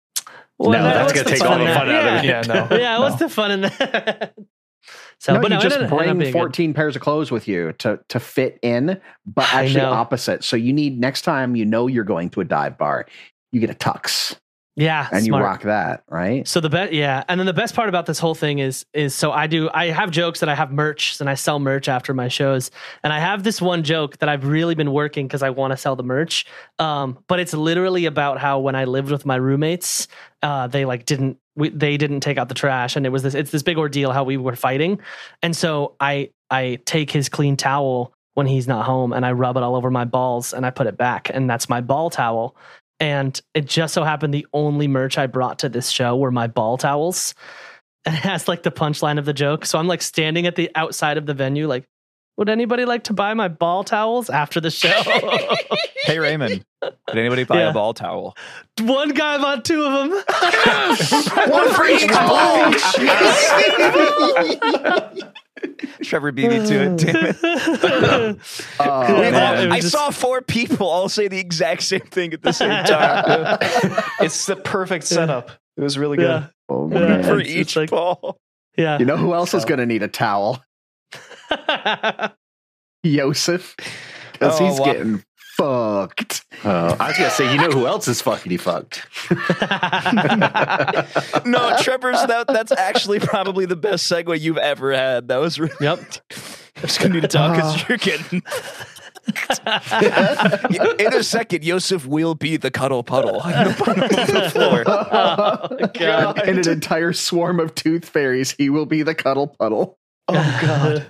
Speaker 5: Well,
Speaker 6: No,
Speaker 5: that- what's
Speaker 6: that's gonna
Speaker 5: the
Speaker 6: take all the
Speaker 5: in
Speaker 6: fun
Speaker 5: that?
Speaker 6: out of it.
Speaker 4: <laughs> yeah, no.
Speaker 5: Yeah, yeah what's
Speaker 4: no.
Speaker 5: the fun in that? <laughs> so,
Speaker 2: no,
Speaker 5: but
Speaker 2: you
Speaker 5: no, it ended-
Speaker 2: just
Speaker 5: ended up
Speaker 2: bring
Speaker 5: being good.
Speaker 2: 14 pairs of clothes with you to, to fit in, but
Speaker 5: I
Speaker 2: actually
Speaker 5: know.
Speaker 2: opposite. So you need next time you know you're going to a dive bar, you get a tux
Speaker 5: Yeah,
Speaker 2: and
Speaker 5: smart.
Speaker 2: you rock that, right?
Speaker 5: So the best, yeah, and then the best part about this whole thing is, is so I do, I have jokes that I have merch and I sell merch after my shows, and I have this one joke that I've really been working because I want to sell the merch, um, but it's literally about how when I lived with my roommates, uh, they like didn't, we, they didn't take out the trash, and it was this, it's this big ordeal how we were fighting, and so I, I take his clean towel when he's not home and I rub it all over my balls and I put it back, and that's my ball towel and it just so happened the only merch I brought to this show were my ball towels. <laughs> And it has like the punchline of the joke. So I'm like standing at the outside of the venue, like, would anybody like to buy my ball towels after the
Speaker 3: <laughs>
Speaker 5: show?
Speaker 3: <laughs> Hey Raymond, did anybody buy
Speaker 5: Yeah.
Speaker 3: a ball towel?
Speaker 5: One guy bought two of them.
Speaker 2: One for each ball.
Speaker 3: <laughs> Trevor beat me to
Speaker 5: <laughs>
Speaker 3: it. <laughs> Damn it.
Speaker 2: Uh,
Speaker 3: We've all-
Speaker 5: man.
Speaker 3: I saw four people all say the exact same thing at the same time
Speaker 4: <laughs>
Speaker 3: <laughs>
Speaker 4: it's the perfect setup. It was really good.
Speaker 5: <laughs> yeah,
Speaker 2: oh,
Speaker 5: Yeah.
Speaker 2: man.
Speaker 3: for
Speaker 5: It's- it's
Speaker 3: each
Speaker 5: like-
Speaker 3: ball.
Speaker 5: yeah.
Speaker 2: You know who else is going to need a towel? <laughs> Yosef. Because
Speaker 3: Oh,
Speaker 2: he's
Speaker 3: wow.
Speaker 2: getting fucked.
Speaker 6: Uh, I was gonna say, you know who else is fuckity fucked?
Speaker 3: No, Trevor's that, that's actually probably the best segue you've ever had. That was <laughs> really
Speaker 5: <laughs> yep.
Speaker 3: I'm just gonna need to talk because you're <laughs> getting in a second, Yosef will be the cuddle puddle on the
Speaker 5: <laughs>
Speaker 3: bottom of <laughs> the floor.
Speaker 5: Oh, Uh,
Speaker 2: And, and an entire swarm of tooth fairies, he will be the cuddle puddle.
Speaker 5: Oh god.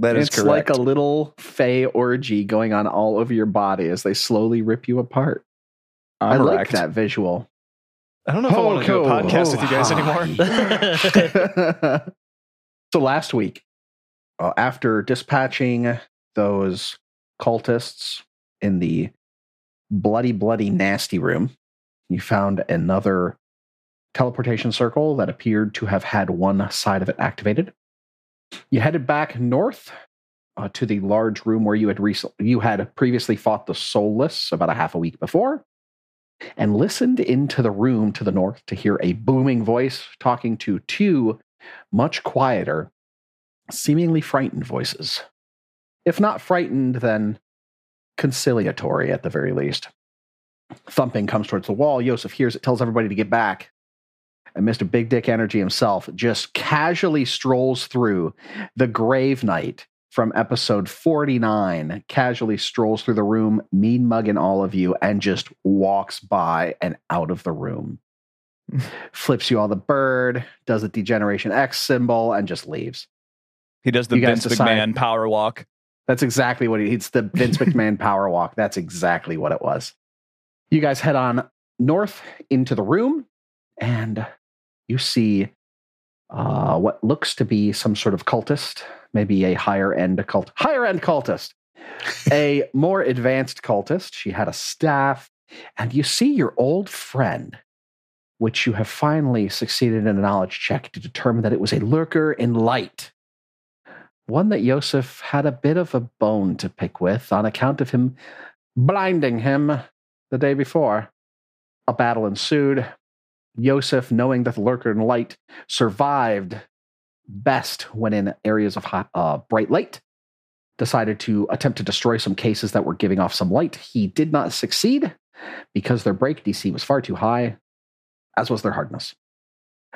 Speaker 3: That
Speaker 2: it's like a little fey orgy going on all over your body as they slowly rip you apart. i like that visual.
Speaker 4: I don't know if I want to do a podcast with you guys anymore.
Speaker 2: <laughs> so last week, uh, after dispatching those cultists in the bloody, bloody, nasty room, you found another teleportation circle that appeared to have had one side of it activated. You headed back north uh, to the large room where you had rec- you had previously fought the soulless about a half a week before and listened into the room to the north to hear a booming voice talking to two much quieter, seemingly frightened voices. If not frightened, then conciliatory at the very least. Thumping comes towards the wall. Yosef hears it, tells everybody to get back. And Mr. Big Dick Energy himself just casually strolls through the Grave Knight from episode 49, casually strolls through the room, mean mugging all of you, and just walks by and out of the room. Flips you all the bird, does a Degeneration X symbol, and just leaves.
Speaker 3: He does the
Speaker 2: You guys
Speaker 3: Vince
Speaker 2: decide.
Speaker 3: McMahon power walk.
Speaker 2: That's exactly what he, it's the Vince McMahon power walk. That's exactly what it was. You guys head on north into the room and you see uh, what looks to be some sort of cultist, maybe a higher end cult, higher end cultist, a more advanced cultist. She had a staff and you see your old friend, which you have finally succeeded in a knowledge check to determine that it was a lurker in light one that Yosef had a bit of a bone to pick with on account of him blinding him the day before. A battle ensued. Yosef, knowing that the lurker in light survived best when in areas of hot, uh, bright light, decided to attempt to destroy some cases that were giving off some light. He did not succeed because their break DC was far too high, as was their hardness.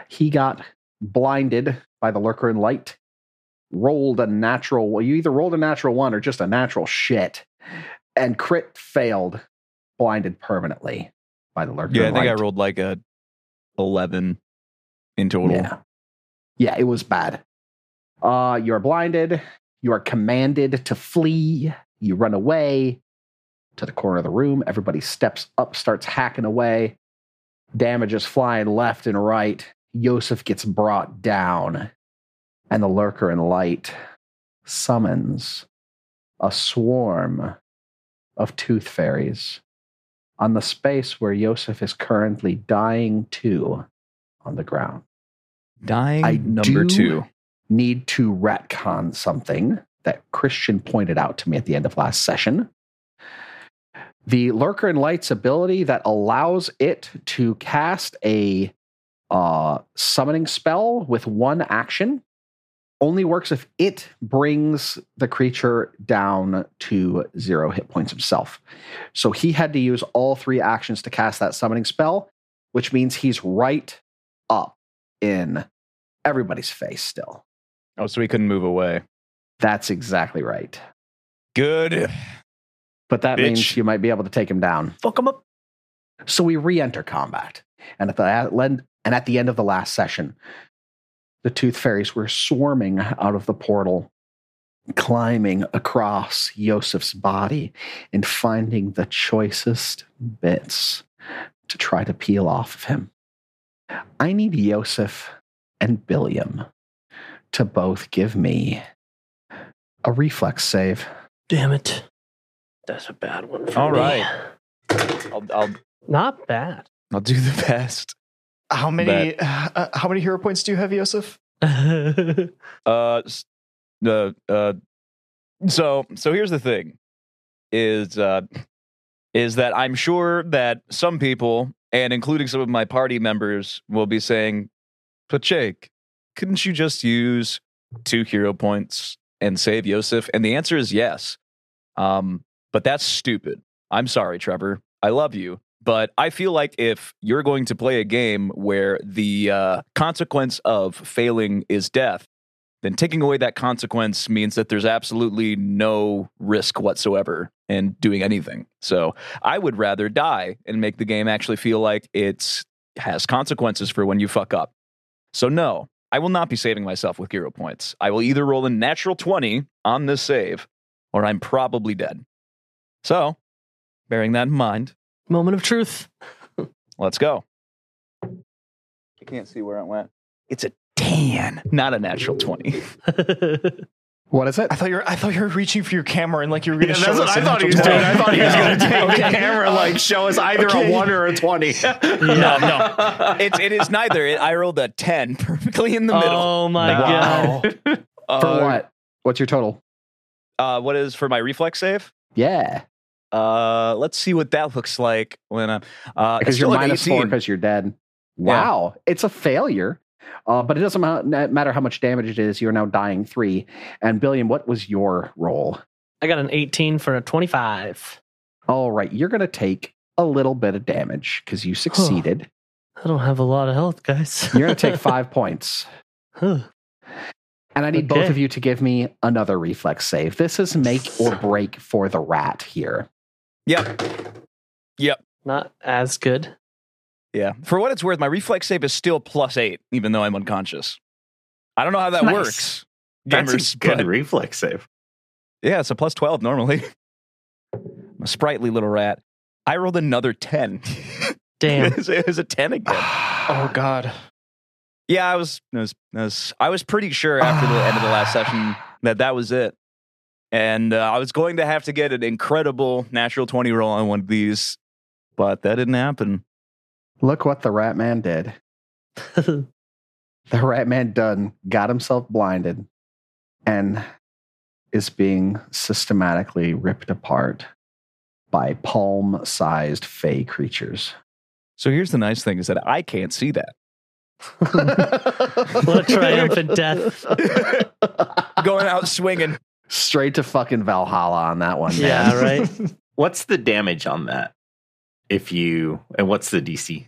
Speaker 2: He got blinded by the lurker in light rolled a natural well you either rolled a natural one or just a natural shit and crit failed blinded permanently by the lurker
Speaker 3: Yeah, I think I
Speaker 2: light.
Speaker 3: rolled like a eleven in total.
Speaker 2: yeah yeah it was bad uh you're blinded you are commanded to flee you run away to the corner of the room everybody steps up starts hacking away damage is flying left and right Yosef gets brought down and the lurker in light summons a swarm of tooth fairies on the space where Yosef is currently dying to on the ground.
Speaker 3: Dying
Speaker 2: I
Speaker 3: number
Speaker 2: do-
Speaker 3: two.
Speaker 2: Need to retcon something that Christian pointed out to me at the end of last session. The lurker in light's ability that allows it to cast a uh, summoning spell with one action only works if it brings the creature down to zero hit points himself. So he had to use all three actions to cast that summoning spell, which means he's right up in everybody's face still.
Speaker 3: Oh, so he couldn't move away.
Speaker 2: That's exactly right.
Speaker 3: Good.
Speaker 2: But that
Speaker 3: Bitch.
Speaker 2: means you might be able to take him down.
Speaker 3: Fuck him up.
Speaker 2: So we re-enter combat, and at the a- end, and at the end of the last session, the tooth fairies were swarming out of the portal, climbing across Yosef's body, and finding the choicest bits to try to peel off of him. I need Yosef and Billiam to both give me a reflex save.
Speaker 5: Damn it. That's a bad one for
Speaker 3: All
Speaker 5: me.
Speaker 3: right. I'll, I'll
Speaker 5: Not bad. <laughs>
Speaker 3: I'll do the best.
Speaker 4: How many uh, how many hero points do you have, Yosef?
Speaker 5: That's
Speaker 3: Uh, s- uh, uh, so so here's the thing, is uh, is that I'm sure that some people, and including some of my party members, will be saying, "But Jake, couldn't you just use two hero points and save Yosef?" And the answer is yes, um, but that's stupid. I'm sorry, Trevor. I love you. But I feel like if you're going to play a game where the uh, consequence of failing is death, then taking away that consequence means that there's absolutely no risk whatsoever in doing anything. So I would rather die and make the game actually feel like it has consequences for when you fuck up. So, no, I will not be saving myself with hero points. I will either roll a natural 20 on this save or I'm probably dead. So, bearing that in mind,
Speaker 5: Moment of truth.
Speaker 3: Let's go. I can't see where it went. It's a tan, not a natural 20.
Speaker 5: <laughs>
Speaker 2: What is it?
Speaker 4: I thought you were I thought you were reaching for your camera and like you were gonna
Speaker 6: Yeah,
Speaker 4: show
Speaker 6: that's what
Speaker 4: us
Speaker 6: I
Speaker 4: a
Speaker 6: thought he was
Speaker 4: natural
Speaker 6: doing. I thought he
Speaker 4: <laughs>
Speaker 6: was
Speaker 4: talent.
Speaker 6: going to take
Speaker 4: Okay.
Speaker 6: the camera, like show us either
Speaker 4: Okay.
Speaker 6: a one or a twenty. <laughs>
Speaker 4: No, no.
Speaker 3: It's, it is neither. It, I rolled a 10 <laughs> perfectly in the middle.
Speaker 5: Oh my
Speaker 4: Wow.
Speaker 5: god.
Speaker 3: Uh,
Speaker 2: For what? What's your total?
Speaker 3: Uh, what is for my reflex save?
Speaker 2: Yeah,
Speaker 3: Uh, let's see what that looks like when I'm. Uh,
Speaker 2: because
Speaker 3: it's
Speaker 2: you're
Speaker 3: still an
Speaker 2: minus four
Speaker 3: 18.
Speaker 2: because you're dead. Wow, it's a failure. Uh, but it doesn't ma- na- matter how much damage it is. You're now dying three. And Billion, what was your roll?
Speaker 5: I got an 18 for a 25.
Speaker 2: All right, you're going to take a little bit of damage because you succeeded.
Speaker 5: I don't have a lot of health, guys.
Speaker 2: you're going to take five points.
Speaker 5: <laughs> Huh.
Speaker 2: And I need both
Speaker 5: Okay.
Speaker 2: of you to give me another reflex save. This is make
Speaker 3: <laughs>
Speaker 2: or break for the rat here.
Speaker 3: Yep.
Speaker 5: Not as good.
Speaker 3: Yeah. For what it's worth, my reflex save is still plus eight, even though I'm unconscious. I don't know how that
Speaker 5: Nice.
Speaker 3: works.
Speaker 6: That's
Speaker 3: Gamers,
Speaker 6: a good
Speaker 3: but-
Speaker 6: reflex save.
Speaker 3: Yeah, it's a plus 12 normally. <laughs> I'm a sprightly little rat. I rolled another <laughs> 10.
Speaker 5: Damn. <laughs>
Speaker 3: it, <laughs> was, it was a 10 again.
Speaker 4: <laughs> Oh <laughs> god.
Speaker 3: yeah, I was, I was, I was, I was pretty sure after the end of
Speaker 4: <sighs>
Speaker 3: the last session that that was it. And uh, I was going to have to get an incredible natural 20 roll on one of these, but that didn't happen.
Speaker 2: Look what the rat man did. The rat man done got himself blinded and is being systematically ripped apart by palm sized fey creatures.
Speaker 3: So here's the nice thing is that I can't see that.
Speaker 2: what
Speaker 5: a triumphant death.
Speaker 3: Going
Speaker 4: <laughs>
Speaker 3: out swinging.
Speaker 2: Straight to fucking Valhalla on that one. man.
Speaker 5: yeah, right?
Speaker 6: What's the damage on that? If you and what's the DC?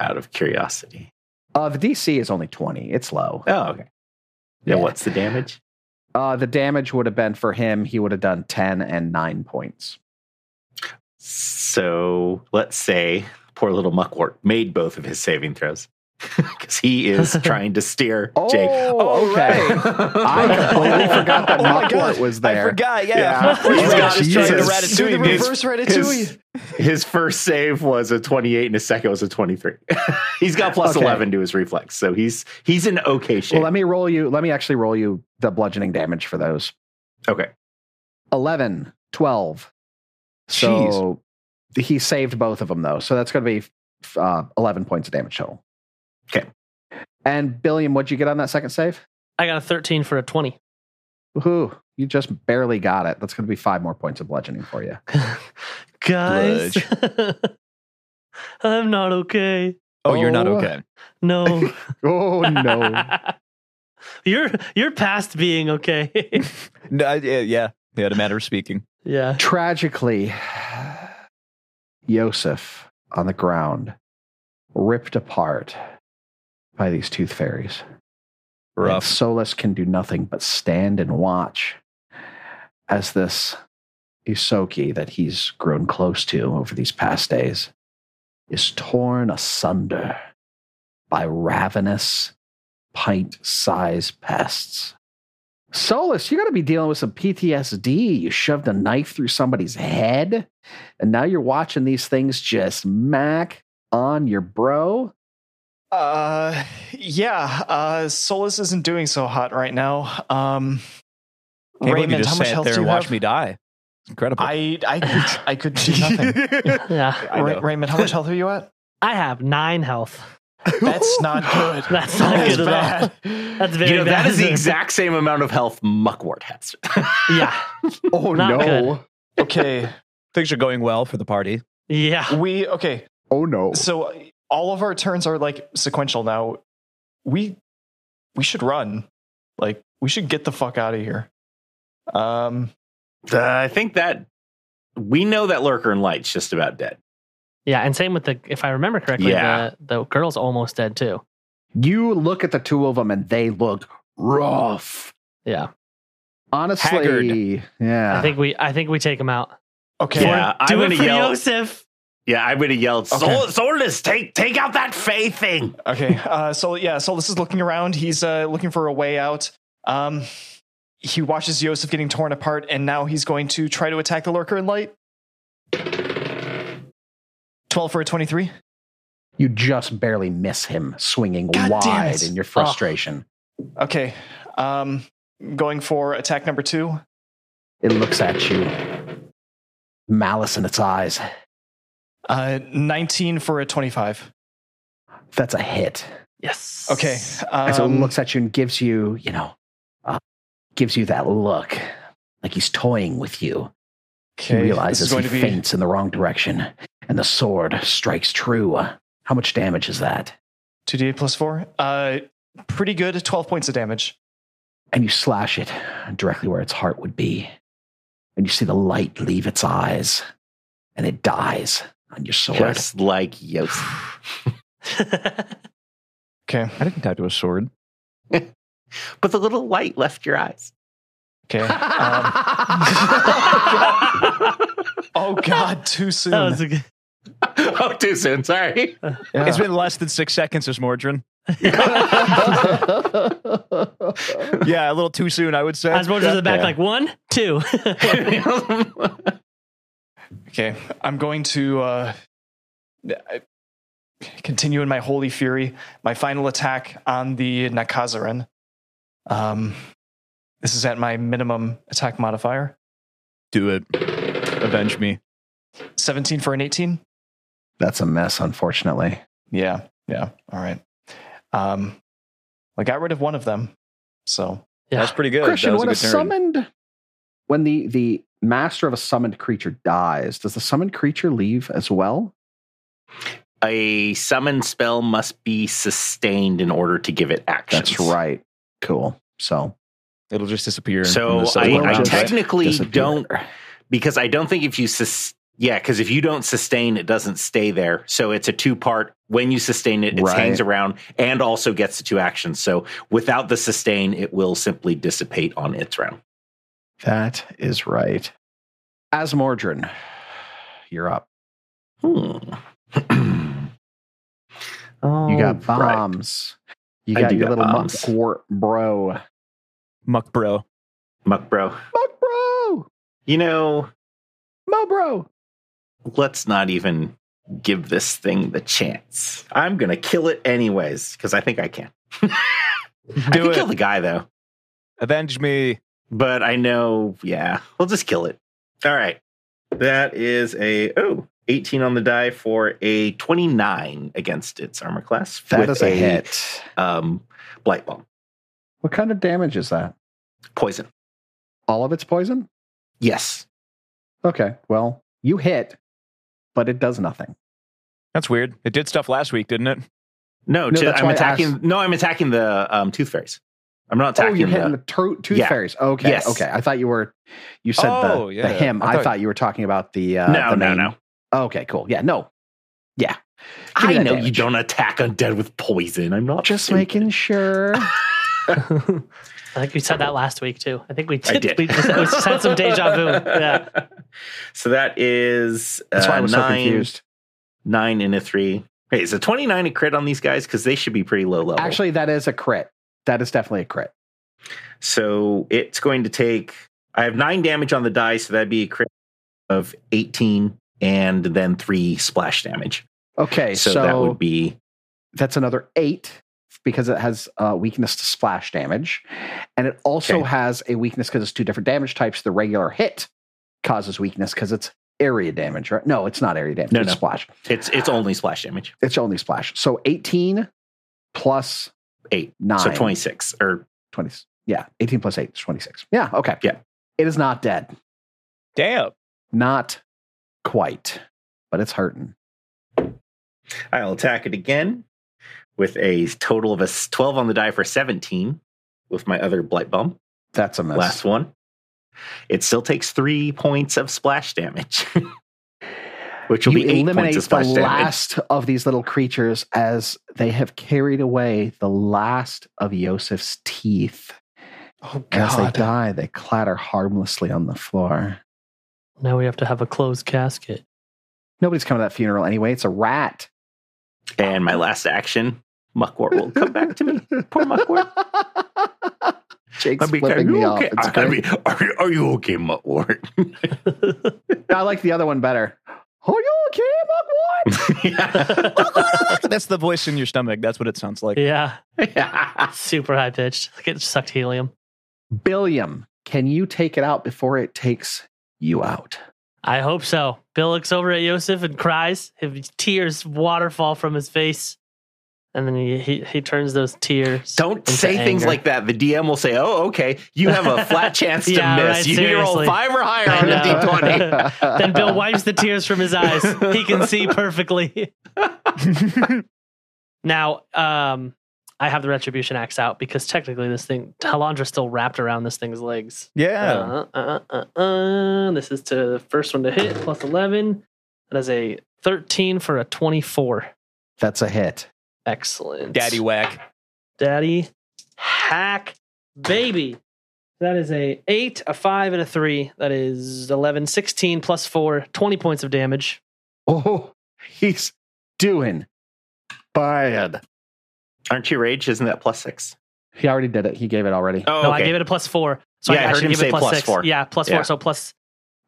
Speaker 6: Out of curiosity.
Speaker 2: Uh, the DC is only 20, it's low.
Speaker 6: Oh, okay.
Speaker 2: Yeah.
Speaker 6: And what's the damage?
Speaker 2: Uh, the damage would have been for him, he would have done 10 and 9 points.
Speaker 6: So let's say poor little muckwort made both of his saving throws <laughs> because he is trying to steer Jake. <laughs>
Speaker 2: Oh, okay. I completely forgot <laughs> that
Speaker 3: Oh my
Speaker 2: Muckwort was there.
Speaker 3: I forgot. Yeah.
Speaker 6: Yeah.
Speaker 3: He's
Speaker 2: Oh,
Speaker 3: got his trying to
Speaker 6: Jesus.
Speaker 4: Do the
Speaker 3: ratatouille.
Speaker 6: His-
Speaker 4: reverse ratatouille.
Speaker 6: his, his first save was a 28 and his second was a 23 <laughs> he's got plus
Speaker 2: Okay.
Speaker 6: 11 to his reflex so he's he's in okay shape
Speaker 2: Well, let me roll you. Let me actually roll you the bludgeoning damage for those
Speaker 6: okay
Speaker 2: 11, 12. So he saved both of them, though. So that's going to be uh, 11 points of damage total.
Speaker 6: Okay.
Speaker 2: And Billiam, what'd you get on that second save?
Speaker 5: I got a 13 for a 20.
Speaker 2: Woohoo. You just barely got it. That's going to be five more points of bludgeoning for
Speaker 6: <laughs>
Speaker 2: you.
Speaker 5: <laughs> guys, <laughs> I'm not okay.
Speaker 3: Oh, you're not
Speaker 2: Oh.
Speaker 3: okay.
Speaker 5: No.
Speaker 2: Oh, no.
Speaker 5: <laughs> you're you're past being okay. <laughs>
Speaker 3: No, I- yeah, yeah. They had a matter of speaking.
Speaker 5: yeah.
Speaker 2: <laughs> Tragically, Yosef on the ground, ripped apart by these tooth fairies. And
Speaker 3: Rough.
Speaker 2: Solus can do nothing but stand and watch as this Isoki that he's grown close to over these past days is torn asunder by ravenous, pint sized pests. Solus, you're going to be dealing with some PTSD. You shoved a knife through somebody's head, and now you're watching these things just mac on your bro.
Speaker 4: Uh, yeah. Uh, Solus isn't doing so hot right now. Um,
Speaker 3: Can't believe you
Speaker 4: Raymond,
Speaker 3: just
Speaker 4: how much
Speaker 3: sat
Speaker 4: health
Speaker 3: there
Speaker 4: do
Speaker 3: and
Speaker 4: you
Speaker 3: watch
Speaker 4: have?
Speaker 3: me die. It's incredible.
Speaker 4: I I could,
Speaker 6: <laughs>
Speaker 4: I could do nothing.
Speaker 5: Yeah.
Speaker 3: I know.
Speaker 4: Ra- Raymond, how much health are you at?
Speaker 5: I have nine health.
Speaker 4: That's not good.
Speaker 5: <laughs>
Speaker 6: <laughs>
Speaker 5: That's not
Speaker 4: That's
Speaker 5: good at all.
Speaker 4: bad.
Speaker 5: That's very
Speaker 6: you know,
Speaker 5: bad.
Speaker 6: that is the exact same amount of health Muckwort has.
Speaker 5: yeah.
Speaker 2: Oh
Speaker 5: Not
Speaker 2: no.
Speaker 5: good.
Speaker 4: Okay,
Speaker 3: Things are going well for the party.
Speaker 5: Yeah.
Speaker 4: we okay.
Speaker 2: Oh no.
Speaker 4: So all of our turns are like sequential now. We we should run. Like we should get the fuck out of here. Um.
Speaker 6: Uh, I think that we know that Lurker and Light's just about dead.
Speaker 5: Yeah. And same with the, if I remember correctly,
Speaker 6: Yeah.
Speaker 5: the, the girl's almost dead too.
Speaker 2: You look at the two of them and they look rough.
Speaker 5: Yeah.
Speaker 2: Honestly,
Speaker 3: Haggard.
Speaker 2: yeah.
Speaker 5: I think we, I think we take him out.
Speaker 4: Okay.
Speaker 6: Yeah, I
Speaker 5: Do
Speaker 6: would
Speaker 5: it
Speaker 6: have
Speaker 5: for
Speaker 6: yelled.
Speaker 5: Yosef.
Speaker 6: Yeah, I would have yelled.
Speaker 4: Okay.
Speaker 6: Sol Solus, take take out that Fey thing.
Speaker 4: Okay. Uh, so yeah. So this is looking around. He's uh, looking for a way out. Um, he watches Yosef getting torn apart, and now he's going to try to attack the lurker in light. Twelve for a twenty-three.
Speaker 2: you just barely miss him swinging
Speaker 4: God damn
Speaker 2: wide
Speaker 4: it.
Speaker 2: in your frustration.
Speaker 4: Okay. Um, going for attack number two.
Speaker 2: It looks at you, malice in its eyes.
Speaker 4: Uh, Nineteen for a twenty-five.
Speaker 2: That's a hit.
Speaker 5: Yes. <laughs>
Speaker 4: Okay. Um,
Speaker 2: And so it looks at you and gives you, you know, uh, gives you that look like he's toying with you. he
Speaker 4: okay, this
Speaker 2: realizes
Speaker 4: is
Speaker 2: he
Speaker 4: going to be
Speaker 2: faints in the wrong direction, and the sword strikes true. How much damage is that?
Speaker 4: two d eight plus four. Uh, pretty good. Twelve points of damage.
Speaker 2: and you slash it directly where its heart would be. And you see the light leave its eyes and it dies on your sword.
Speaker 6: Just like Yosef.
Speaker 4: Okay.
Speaker 3: I didn't die to a sword.
Speaker 6: But the little light left your eyes.
Speaker 5: <laughs>
Speaker 4: Okay. Um, oh God. Too soon.
Speaker 5: That was a good.
Speaker 6: <laughs>
Speaker 5: <laughs>
Speaker 6: oh, too soon. Sorry.
Speaker 4: Yeah.
Speaker 3: It's been less than six seconds, this Mordrin. Yeah, a little too soon, I would say.
Speaker 5: I was going to the back,
Speaker 6: Yeah.
Speaker 5: like one, two.
Speaker 4: Okay, I'm going to uh, continue in my holy fury. My final attack on the Nakazarin. Um, this is at my minimum attack modifier.
Speaker 3: Do it. Avenge me.
Speaker 4: 17 for an 18.
Speaker 2: That's a mess, unfortunately.
Speaker 4: Yeah, yeah. All right. Um, I got rid of one of them. So
Speaker 5: Yeah.
Speaker 3: That's pretty good.
Speaker 2: Christian,
Speaker 3: that was
Speaker 2: when
Speaker 3: a
Speaker 2: a,
Speaker 3: good turn.
Speaker 2: summoned when the, the master of a summoned creature dies, does the summoned creature leave as well?
Speaker 6: A summon spell must be sustained in order to give it action.
Speaker 2: That's right. Cool. So
Speaker 3: It'll just disappear.
Speaker 6: So
Speaker 3: from the
Speaker 6: I,
Speaker 3: second
Speaker 6: I
Speaker 3: round,
Speaker 2: just-
Speaker 3: right?
Speaker 6: technically
Speaker 2: disappear.
Speaker 6: don't because I don't think if you sus- yeah, because if you don't sustain, it doesn't stay there. So it's a two part. When you sustain it, it
Speaker 2: Right.
Speaker 6: hangs around and also gets the two actions. So without the sustain, it will simply dissipate on its round.
Speaker 2: That is right. Asmordran, you're up.
Speaker 6: Hmm.
Speaker 2: You got
Speaker 6: All Oh, right.
Speaker 2: bombs. <clears throat> You
Speaker 6: I
Speaker 2: got
Speaker 6: do
Speaker 2: your
Speaker 6: got
Speaker 2: little
Speaker 6: bombs.
Speaker 2: muckwort bro.
Speaker 3: <laughs> Muck bro.
Speaker 6: Muck bro.
Speaker 2: Muck bro!
Speaker 6: You know,
Speaker 2: Mo bro!
Speaker 6: let's not even give this thing the chance. I'm gonna kill it anyways because I think I can. <laughs> I
Speaker 3: Do
Speaker 6: can kill
Speaker 3: it.
Speaker 6: the guy though.
Speaker 3: Avenge me.
Speaker 6: but I know, yeah, <laughs> we'll just kill it. All right. That is a, oh, 18 on the die for a 29 against its armor class.
Speaker 2: That
Speaker 6: with
Speaker 2: is a hit.
Speaker 6: Um, Blight Bomb.
Speaker 2: What kind of damage is that?
Speaker 6: Poison.
Speaker 2: All of its poison?
Speaker 6: Yes.
Speaker 2: Okay, well, you hit, but it does nothing. Oh,
Speaker 3: That's weird. It did stuff last week, didn't it?
Speaker 6: No,
Speaker 2: No,
Speaker 6: to-
Speaker 2: that's
Speaker 6: I'm
Speaker 2: why I
Speaker 6: attacking.
Speaker 2: asked.
Speaker 6: No, I'm attacking the um, Tooth Fairies. I'm not attacking
Speaker 2: oh, you're hitting
Speaker 6: the.
Speaker 2: the, to- tooth
Speaker 6: Yeah.
Speaker 2: fairies. Okay,
Speaker 6: Yes.
Speaker 2: okay. I thought you were, you said
Speaker 3: Oh,
Speaker 2: the,
Speaker 3: yeah.
Speaker 2: the him.
Speaker 3: I
Speaker 2: I thought,
Speaker 3: thought-
Speaker 2: you were talking about the. Uh,
Speaker 6: no,
Speaker 2: the
Speaker 6: no,
Speaker 2: main-
Speaker 6: no.
Speaker 2: Okay, cool. Yeah, no. Yeah. Give me
Speaker 6: I
Speaker 2: that
Speaker 6: know you
Speaker 2: damage.
Speaker 6: don't attack undead with poison. I'm not.
Speaker 2: Just
Speaker 6: stupid.
Speaker 2: making sure.
Speaker 5: I think we said that last week too. I think we did.
Speaker 6: I did.
Speaker 5: We, just, we just had some deja
Speaker 6: <laughs>
Speaker 5: vu. Yeah.
Speaker 6: So that is.
Speaker 2: That's why
Speaker 6: uh,
Speaker 2: I was so
Speaker 6: nine,
Speaker 2: confused.
Speaker 6: nine and a three. Hey, is a 29 a crit on these guys? Because they should be pretty low level.
Speaker 2: Actually, that is a crit. That is definitely a crit.
Speaker 6: so it's going to take, I have nine damage on the die, so that'd be a crit of 18 and then three splash damage.
Speaker 2: Okay,
Speaker 6: so,
Speaker 2: so,
Speaker 6: that would be,
Speaker 2: that's another eight because it has uh, weakness to splash damage. And it also
Speaker 6: Okay.
Speaker 2: has a weakness because it's two different damage types. The regular hit causes weakness because it's area damage, right? No, it's not area damage.
Speaker 6: No,
Speaker 2: it's
Speaker 6: no.
Speaker 2: splash.
Speaker 6: It's it's only splash damage.
Speaker 2: It's only splash. So 18 plus
Speaker 6: Eight.
Speaker 2: Nine.
Speaker 6: So twenty six or
Speaker 2: 20. Yeah, 18 plus 8 is 26. Yeah, okay.
Speaker 6: Yeah.
Speaker 2: It is not dead.
Speaker 3: Damn. <laughs>
Speaker 2: Not quite, but it's hurting.
Speaker 6: I'll attack it again with a total of a s- twelve on the die for seventeen with my other blight bomb.
Speaker 2: That's a mess.
Speaker 6: Last one. It still takes three points of splash damage, <laughs> which will
Speaker 2: you
Speaker 6: be eight
Speaker 2: eliminate
Speaker 6: points of splash
Speaker 2: the
Speaker 6: damage.
Speaker 2: last of these little creatures as they have carried away the last of Yosef's teeth.
Speaker 4: Oh
Speaker 2: And As they
Speaker 4: god.
Speaker 2: die, they clatter harmlessly on the floor.
Speaker 5: Now we have to have a closed casket.
Speaker 2: Nobody's coming to that funeral anyway. It's a rat.
Speaker 6: And my last action, Muckwort will come back to <laughs> me. Poor Muckwort.
Speaker 2: <laughs> Jake's
Speaker 6: I'll be like,
Speaker 2: flipping me off.
Speaker 6: okay?
Speaker 2: It's
Speaker 6: I- I
Speaker 2: great.
Speaker 6: mean, are, you, are you okay, Muckwort? <laughs>
Speaker 2: I like the other one better. Are you okay, Mugwort?
Speaker 6: yeah.
Speaker 3: That's the voice in your stomach. That's what it sounds like.
Speaker 5: Yeah,
Speaker 6: yeah.
Speaker 5: super high pitched. Like it sucked helium.
Speaker 2: Billiam, can you take it out before it takes you out?
Speaker 5: I hope so. Bill looks over at Yosef and cries. His tears waterfall from his face, and then he he, he turns those tears.
Speaker 6: Don't
Speaker 5: into
Speaker 6: say things
Speaker 5: anger.
Speaker 6: like that. The DM will say, "Oh, okay, you have a <laughs> flat chance to
Speaker 5: Yeah,
Speaker 6: miss.
Speaker 5: right,
Speaker 6: you need to roll
Speaker 5: seriously.
Speaker 6: five or higher
Speaker 5: I
Speaker 6: on
Speaker 5: know.
Speaker 6: <laughs> the
Speaker 5: <laughs> Oh,
Speaker 2: <laughs>
Speaker 5: Then Bill wipes the tears from his eyes. He can see perfectly. now, um, I have the retribution axe out because technically this thing, Halandra's still wrapped around this thing's legs.
Speaker 4: Oh.
Speaker 3: Yeah.
Speaker 5: Uh, uh, uh, uh. This is to the first one to hit, plus 11. That is a 13 for a 24.
Speaker 2: That's a hit.
Speaker 5: Excellent.
Speaker 3: Daddy whack.
Speaker 5: Daddy. Hack. Baby. That is a 8, a 5, and a 3. That is 11, 16 plus 4, 20 points of damage.
Speaker 2: Oh, he's doing bad.
Speaker 6: twenty. Aren't you rage? Isn't that plus six?
Speaker 2: He already did it. He gave it already.
Speaker 6: Oh,
Speaker 5: No, I gave it a plus 4. So
Speaker 6: Yeah, I
Speaker 5: I,
Speaker 6: heard
Speaker 5: should
Speaker 6: him
Speaker 5: give
Speaker 6: say
Speaker 5: it plus
Speaker 6: plus
Speaker 5: 6.
Speaker 6: four.
Speaker 5: Yeah, plus
Speaker 6: Yeah.
Speaker 5: 4. So plus,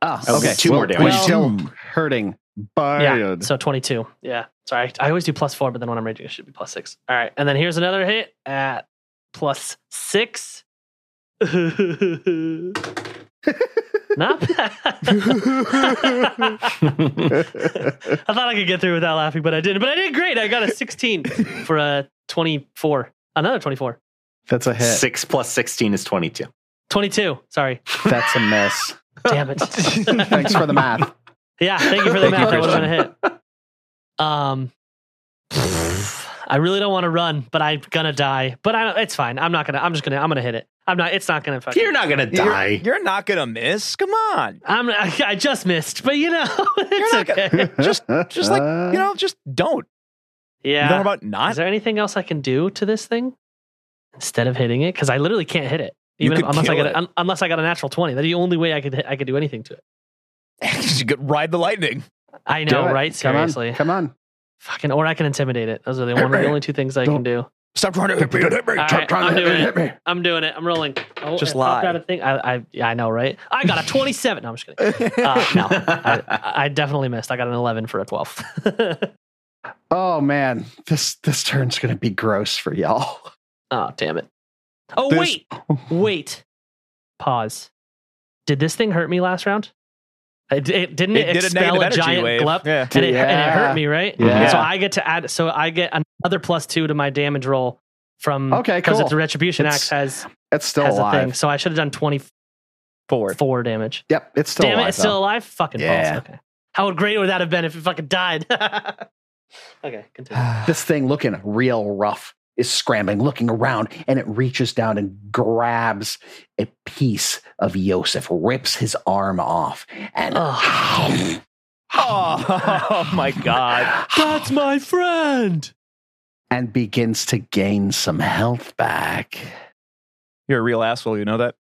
Speaker 2: Ah,
Speaker 6: Okay, two more damage.
Speaker 2: We're still
Speaker 5: hmm.
Speaker 3: Well-
Speaker 2: hurting.
Speaker 5: yeah,
Speaker 2: Bad.
Speaker 5: so 22. Yeah. Sorry. I always do plus 4, but then when I'm raging, it should be plus 6. All right. And then here's another hit at plus <laughs> 6. Not bad. <laughs>
Speaker 6: <laughs>
Speaker 5: I thought I could get through without laughing, but I didn't. But I did great. I got a 16 for a 24. Another 24.
Speaker 2: That's
Speaker 5: <laughs>
Speaker 2: a hit.
Speaker 6: Six plus sixteen is twenty-two.
Speaker 5: 22. Sorry.
Speaker 2: That's a miss.
Speaker 5: Damn it.
Speaker 2: Thanks for
Speaker 5: <laughs>
Speaker 2: the math.
Speaker 5: yeah. Thank you for the
Speaker 2: Thank
Speaker 5: math.
Speaker 2: you,
Speaker 5: That would have been a hit. Um, <sighs> I really don't want to run, but I'm gonna die. But I, don't- it's fine. I'm not gonna. I'm just gonna. I'm gonna hit it. I'm not. It's not gonna. Fucking,
Speaker 6: You're not gonna die.
Speaker 3: You're not gonna miss. Come on.
Speaker 5: I'm. <laughs> I, I just missed, but you know, <laughs> it's
Speaker 3: not
Speaker 5: okay.
Speaker 3: Just- Just like you know, just don't. You know
Speaker 5: yeah.
Speaker 3: about
Speaker 5: Is
Speaker 3: not.
Speaker 5: there anything else I can do to this thing instead of hitting it? Because I literally can't hit it.
Speaker 3: You
Speaker 5: Even if,
Speaker 3: could
Speaker 5: unless I
Speaker 3: kill
Speaker 5: got
Speaker 3: it.
Speaker 5: un- unless I got a natural twenty, that's the only way I could hit- I could do anything to it.
Speaker 3: <laughs> you could ride the lightning.
Speaker 5: I
Speaker 2: Do
Speaker 5: know,
Speaker 2: it.
Speaker 5: right?
Speaker 2: Come on.
Speaker 5: Seriously,
Speaker 2: Come on.
Speaker 5: fucking, or I can intimidate it. Those are the one, the only two things I can do.
Speaker 3: Stop trying to hit me. Hit me.
Speaker 5: All
Speaker 2: Stop
Speaker 5: right,
Speaker 2: trying
Speaker 5: I'm
Speaker 2: to hit me,
Speaker 5: doing it.
Speaker 2: hit me.
Speaker 5: I'm doing it. I'm rolling. Oh,
Speaker 3: Just
Speaker 5: it popped
Speaker 3: lie.
Speaker 5: out a thing. I, I, yeah, I know, right? I got a twenty-seven. No, I'm just kidding. Uh, no, I, I definitely missed. I got an eleven for a twelve.
Speaker 2: <laughs>
Speaker 5: <laughs>
Speaker 2: Oh man, this this turn's gonna be gross for y'all.
Speaker 5: Oh, damn it. Oh,
Speaker 2: <laughs>
Speaker 3: This-
Speaker 5: wait. Wait. Pause. Did this thing hurt me last round? It, it didn't it,
Speaker 3: It did a
Speaker 5: expel
Speaker 3: negative
Speaker 5: a,
Speaker 3: energy
Speaker 5: giant
Speaker 3: wave.
Speaker 5: glup
Speaker 3: Yeah.
Speaker 5: and, it, and it
Speaker 2: Yeah.
Speaker 5: hurt me, right?
Speaker 2: Yeah.
Speaker 5: So I get to add so I get another plus 2 to my damage roll from
Speaker 2: Okay,
Speaker 5: because
Speaker 2: cool.
Speaker 5: it's a retribution
Speaker 2: It's
Speaker 5: axe has
Speaker 2: It's still
Speaker 5: has a thing.
Speaker 2: alive.
Speaker 5: So I should have done 24
Speaker 3: Four.
Speaker 5: damage.
Speaker 2: Yep, it's still
Speaker 5: Damn
Speaker 2: alive.
Speaker 5: it, it's still
Speaker 2: though.
Speaker 5: alive. Fucking
Speaker 2: Yeah.
Speaker 5: false. Okay. How great would that have been if it fucking died? <laughs> okay,
Speaker 2: <sighs>
Speaker 5: continue. <laughs>
Speaker 2: this thing looking real rough is scrambling, looking around, and it reaches down and grabs a piece of Yosef, rips his arm off, and <laughs>
Speaker 5: Ugh.
Speaker 3: Oh my god.
Speaker 5: That's my friend.
Speaker 2: and begins to gain some health back.
Speaker 3: You're a real asshole, you know that?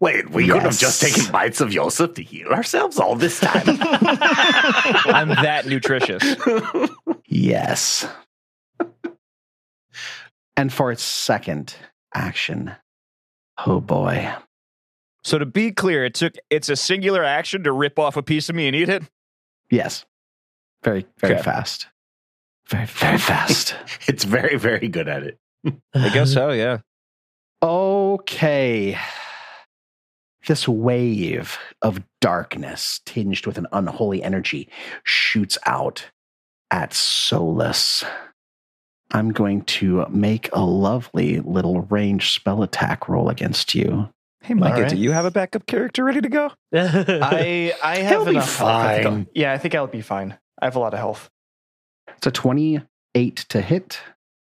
Speaker 6: Wait, we could have just
Speaker 2: Yes.
Speaker 6: taken bites of Yosef to heal ourselves all
Speaker 5: <laughs>
Speaker 6: this time. <laughs>
Speaker 3: I'm that nutritious.
Speaker 2: Yes. <laughs> and for its second action, oh boy.
Speaker 3: So to be clear, it took it's a singular action to rip off a piece of me and eat it.
Speaker 2: Yes. Very, very
Speaker 3: Okay.
Speaker 2: fast. Very, very fast.
Speaker 6: it's very, very good at it.
Speaker 3: I guess so, yeah.
Speaker 2: okay. This wave of darkness, tinged with an unholy energy, shoots out at Solus. I'm going to make a lovely little range spell attack roll against you.
Speaker 3: Hey, Micah,
Speaker 4: All right.
Speaker 3: do you have a backup character ready to go?
Speaker 4: I I have
Speaker 2: He'll be
Speaker 4: enough health, I think I'll-
Speaker 2: fine.
Speaker 4: yeah, I think I'll be fine. I have a lot of health.
Speaker 2: It's a 28 to hit.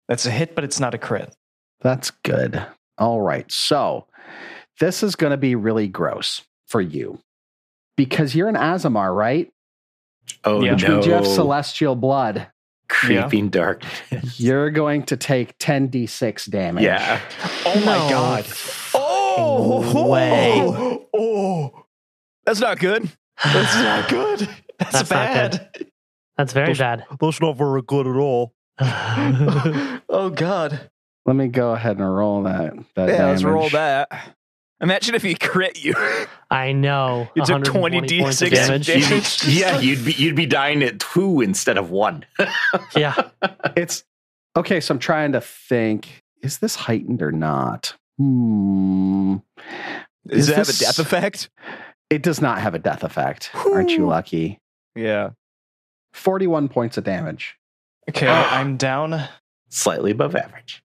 Speaker 4: That's a hit, but it's not a crit.
Speaker 2: That's good. All right. So this is going to be really gross for you because you're an Azamar, right?
Speaker 6: Oh
Speaker 4: Yeah.
Speaker 2: Which
Speaker 6: no!
Speaker 2: means you have celestial blood.
Speaker 6: Creeping darkness.
Speaker 2: You're going to take 10d6 damage.
Speaker 6: Yeah.
Speaker 4: Oh my
Speaker 5: No
Speaker 4: god.
Speaker 3: Oh,
Speaker 5: way.
Speaker 4: Oh, oh,
Speaker 3: that's not good.
Speaker 4: <laughs> that's not good. That's,
Speaker 5: That's not
Speaker 4: bad.
Speaker 5: That's very bad.
Speaker 7: That's not very good at all.
Speaker 4: oh god.
Speaker 2: Let me go ahead and roll that. that
Speaker 3: yeah, let's roll
Speaker 2: damage.
Speaker 3: that. Imagine if he crit <laughs> you.
Speaker 5: <laughs> I know.
Speaker 3: You took
Speaker 5: 120
Speaker 3: 20
Speaker 5: points of
Speaker 3: D6
Speaker 5: damage.
Speaker 3: damage.
Speaker 6: <laughs> yeah, you'd be you'd be dying at two instead of one.
Speaker 5: <laughs> yeah.
Speaker 2: It's okay. So I'm trying to think is this heightened or not? Hmm.
Speaker 3: Does
Speaker 2: Is
Speaker 3: it have a
Speaker 2: this-
Speaker 3: death effect?
Speaker 2: It does not have a death effect. Aren't you
Speaker 3: Whew.
Speaker 2: lucky?
Speaker 3: Yeah.
Speaker 2: 41 points of damage.
Speaker 4: Okay, I'm down.
Speaker 6: Slightly above average.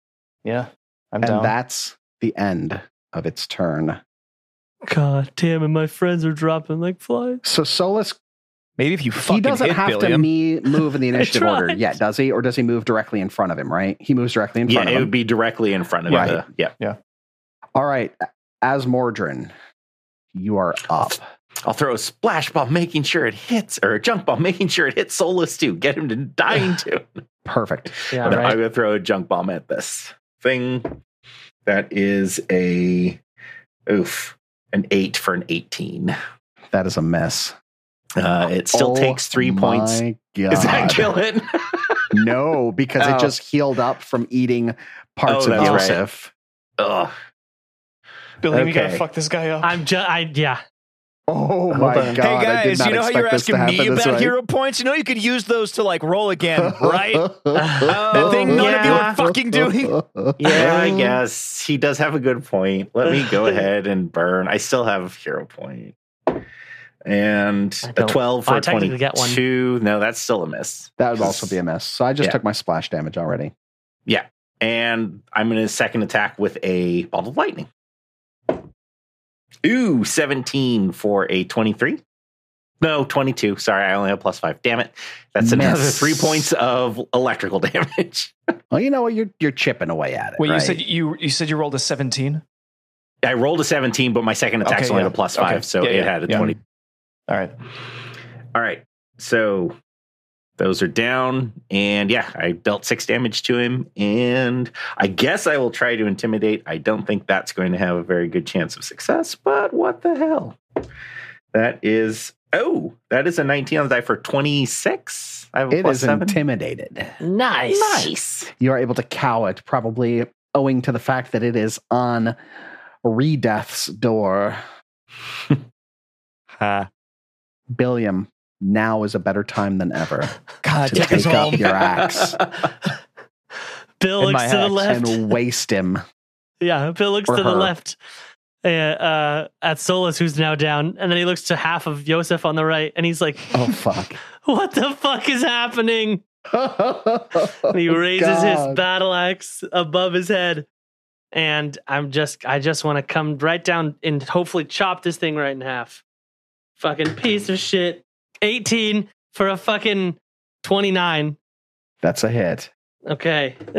Speaker 4: Yeah. I'm
Speaker 2: and
Speaker 4: down.
Speaker 2: that's the end of its turn.
Speaker 5: God damn it. My friends are dropping like flies.
Speaker 2: So Solus,
Speaker 3: Maybe if you fucking
Speaker 2: he doesn't
Speaker 3: hit
Speaker 2: have to
Speaker 3: Billiam.
Speaker 2: me move in the initiative order
Speaker 5: tried.
Speaker 2: yet, does he? Or does he move directly in front of him, right? He moves directly in front of
Speaker 6: Yeah, it
Speaker 2: him.
Speaker 6: would be directly in front of
Speaker 2: Right.
Speaker 6: the yeah.
Speaker 2: All right. As Mordrin, you are up.
Speaker 6: I'll throw a splash ball, making sure it hits, or a junk ball, <laughs> making sure it hits Solus too. Get him to dying too.
Speaker 2: Perfect.
Speaker 5: Yeah,
Speaker 6: No,
Speaker 5: right.
Speaker 6: I'm gonna throw a junk bomb at this thing. That is a oof, an eight for an eighteen.
Speaker 2: That is a miss.
Speaker 6: Uh, it still
Speaker 2: Oh
Speaker 6: takes three points. <laughs>
Speaker 2: My God.
Speaker 6: Does that kill it? <laughs>
Speaker 2: <laughs> No, because
Speaker 6: Oh.
Speaker 2: it just healed up from eating parts
Speaker 6: Oh,
Speaker 2: of
Speaker 6: that's right.
Speaker 2: Yosef.
Speaker 6: Ugh.
Speaker 4: Billy, we gotta
Speaker 6: okay.
Speaker 4: fuck this guy up.
Speaker 5: I'm just, I, yeah.
Speaker 2: Oh
Speaker 6: Hold
Speaker 2: my
Speaker 6: on. Hey,
Speaker 2: god!
Speaker 3: hey
Speaker 2: I did
Speaker 3: guys,
Speaker 2: not
Speaker 3: you know how
Speaker 2: expect
Speaker 3: you're
Speaker 2: this to
Speaker 3: asking me
Speaker 2: happen this
Speaker 3: about
Speaker 2: way.
Speaker 3: hero points? You know you could use those to like roll <laughs> again,
Speaker 2: <laughs>
Speaker 3: right?
Speaker 5: That
Speaker 3: thing none
Speaker 5: of you are
Speaker 3: fucking doing.
Speaker 6: Yeah, I guess he does have a good point. Let me
Speaker 5: <laughs>
Speaker 6: go ahead and burn. I still have hero point. And
Speaker 5: I
Speaker 6: a
Speaker 5: don't-
Speaker 6: 12 for
Speaker 5: I
Speaker 6: a
Speaker 5: technically get one.
Speaker 6: 22. No, that's still a miss.
Speaker 2: That would also be a miss. So I just
Speaker 6: Yeah.
Speaker 2: took my splash damage already.
Speaker 6: And I'm going to second attack with a bolt of lightning. Ooh, 17 for a 23. No, 22. Sorry, I only have plus five. Damn it. That's another
Speaker 2: Miss.
Speaker 6: three points of electrical <laughs> damage.
Speaker 2: Well, you know what? You're you're chipping away at it.
Speaker 4: Wait, you
Speaker 2: right?
Speaker 4: said you you said you rolled a 17?
Speaker 6: I rolled a 17, but my second attack's
Speaker 4: Okay,
Speaker 6: only
Speaker 4: yeah.
Speaker 6: a plus
Speaker 4: Okay.
Speaker 6: five. So
Speaker 4: Yeah,
Speaker 6: it
Speaker 4: yeah,
Speaker 6: had a
Speaker 4: yeah.
Speaker 6: 20.
Speaker 4: All right.
Speaker 6: All right. So those are down. And yeah, I dealt six damage to him. And I guess I will try to intimidate. I don't think that's going to have a very good chance of success, but what the hell? That is, oh, that is a 19 on the die for 26. I have a
Speaker 2: it
Speaker 6: plus
Speaker 2: is
Speaker 6: seven. <laughs>
Speaker 2: intimidated.
Speaker 5: Nice.
Speaker 6: nice.
Speaker 2: You are able to cow it, probably owing to the fact that it is on Redeath's door.
Speaker 3: Ha.
Speaker 2: Billiam, now is a better time than ever
Speaker 4: <laughs> God,
Speaker 2: to
Speaker 4: take us
Speaker 2: take up
Speaker 4: home.
Speaker 2: your
Speaker 4: <laughs>
Speaker 2: axe
Speaker 5: Bill
Speaker 3: In
Speaker 5: looks
Speaker 3: my
Speaker 5: to the
Speaker 3: axe
Speaker 5: left.
Speaker 2: and waste him.
Speaker 5: Yeah, Bill looks
Speaker 2: Or
Speaker 5: to the
Speaker 2: her.
Speaker 5: left uh, uh, at Solus, who's now down, and then he looks to half of Yosef on the right, and he's like,
Speaker 2: Oh fuck!
Speaker 5: <laughs> "What the fuck is happening?" And <laughs> he
Speaker 2: Oh,
Speaker 5: raises
Speaker 2: God.
Speaker 5: his battle axe above his head, and I'm just, I just want to come right down and hopefully chop this thing right in half. Fucking piece of shit. 18 for a fucking 29.
Speaker 2: That's a hit.
Speaker 5: Okay. <laughs>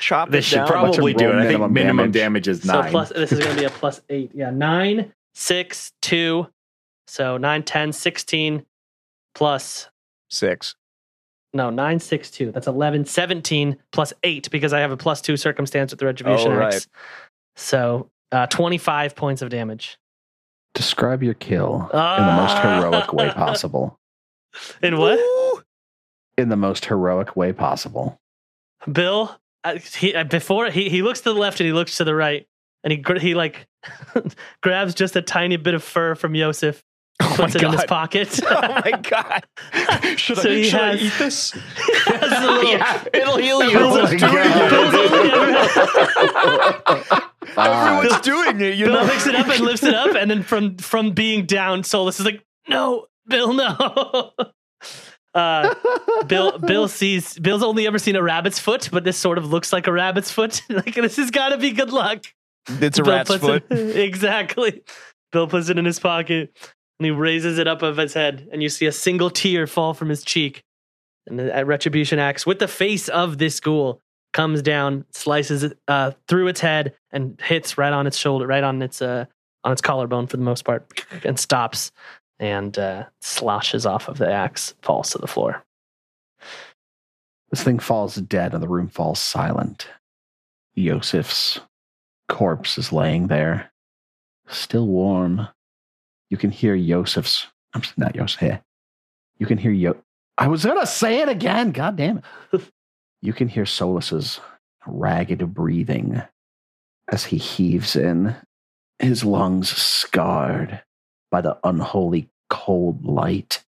Speaker 3: Chop
Speaker 6: This
Speaker 3: it
Speaker 6: should
Speaker 3: down.
Speaker 2: What's
Speaker 6: probably
Speaker 2: your
Speaker 6: do
Speaker 2: roll
Speaker 6: it. I think
Speaker 2: minimum
Speaker 6: minimum
Speaker 2: damage?
Speaker 6: damage, is
Speaker 5: So
Speaker 6: nine.
Speaker 5: plus this is going to be a plus eight. Yeah, nine, six, two. So nine, ten, sixteen, plus
Speaker 3: Six.
Speaker 5: no nine, six, two. That's 11, 17, plus eight because I have a plus two circumstance with the retribution
Speaker 3: Oh, right.
Speaker 5: axe. So uh, twenty five points of damage
Speaker 2: Describe your kill in the most
Speaker 4: Ah.
Speaker 2: heroic way possible.
Speaker 5: in what?
Speaker 2: In the most heroic way possible.
Speaker 5: Bill, uh, he, uh, before he, he looks to the left and he looks to the right, and he gr- he like <laughs> grabs just a tiny bit of fur from Yosef,
Speaker 3: Oh my
Speaker 5: puts it in his
Speaker 3: god.
Speaker 5: pocket.
Speaker 3: <laughs>
Speaker 4: <laughs>
Speaker 3: Oh
Speaker 5: <laughs>
Speaker 3: my god.
Speaker 4: Should,
Speaker 5: So
Speaker 4: I,
Speaker 5: he
Speaker 4: should
Speaker 5: has-
Speaker 4: I eat <laughs> this?
Speaker 5: Has a little-
Speaker 6: yeah, it'll heal you.
Speaker 2: Oh my
Speaker 5: Bill's
Speaker 2: God.
Speaker 5: only ever had-
Speaker 2: God.
Speaker 3: Everyone's doing it, you
Speaker 5: Bill
Speaker 3: know.
Speaker 5: picks it up and lifts it up, and then from from being down, Solus is like, "No, Bill, no." <laughs> Uh, Bill Bill sees Bill's only ever seen a rabbit's foot, but this sort of looks like a rabbit's foot. <laughs> like this has got to be good luck.
Speaker 3: It's a
Speaker 5: Bill
Speaker 3: rat's
Speaker 5: puts
Speaker 3: foot.
Speaker 5: It, <laughs> exactly. Bill puts it in his pocket and he raises it up of his head, and you see a single tear fall from his cheek. And the uh, retribution axe, with the face of this ghoul, comes down, slices it uh, through its head, and hits right on its shoulder, right on its uh, on its collarbone for the most part, and stops and uh, sloshes off of the axe, falls to the floor.
Speaker 2: This thing falls dead and the room falls silent. Yosef's corpse is laying there, still warm. You can hear Yosef's. I'm s- not Yosef. eh. You can hear Yo. I was going to say it again. God damn it. you can hear Solus's ragged breathing as he heaves in, his lungs scarred by the unholy cold light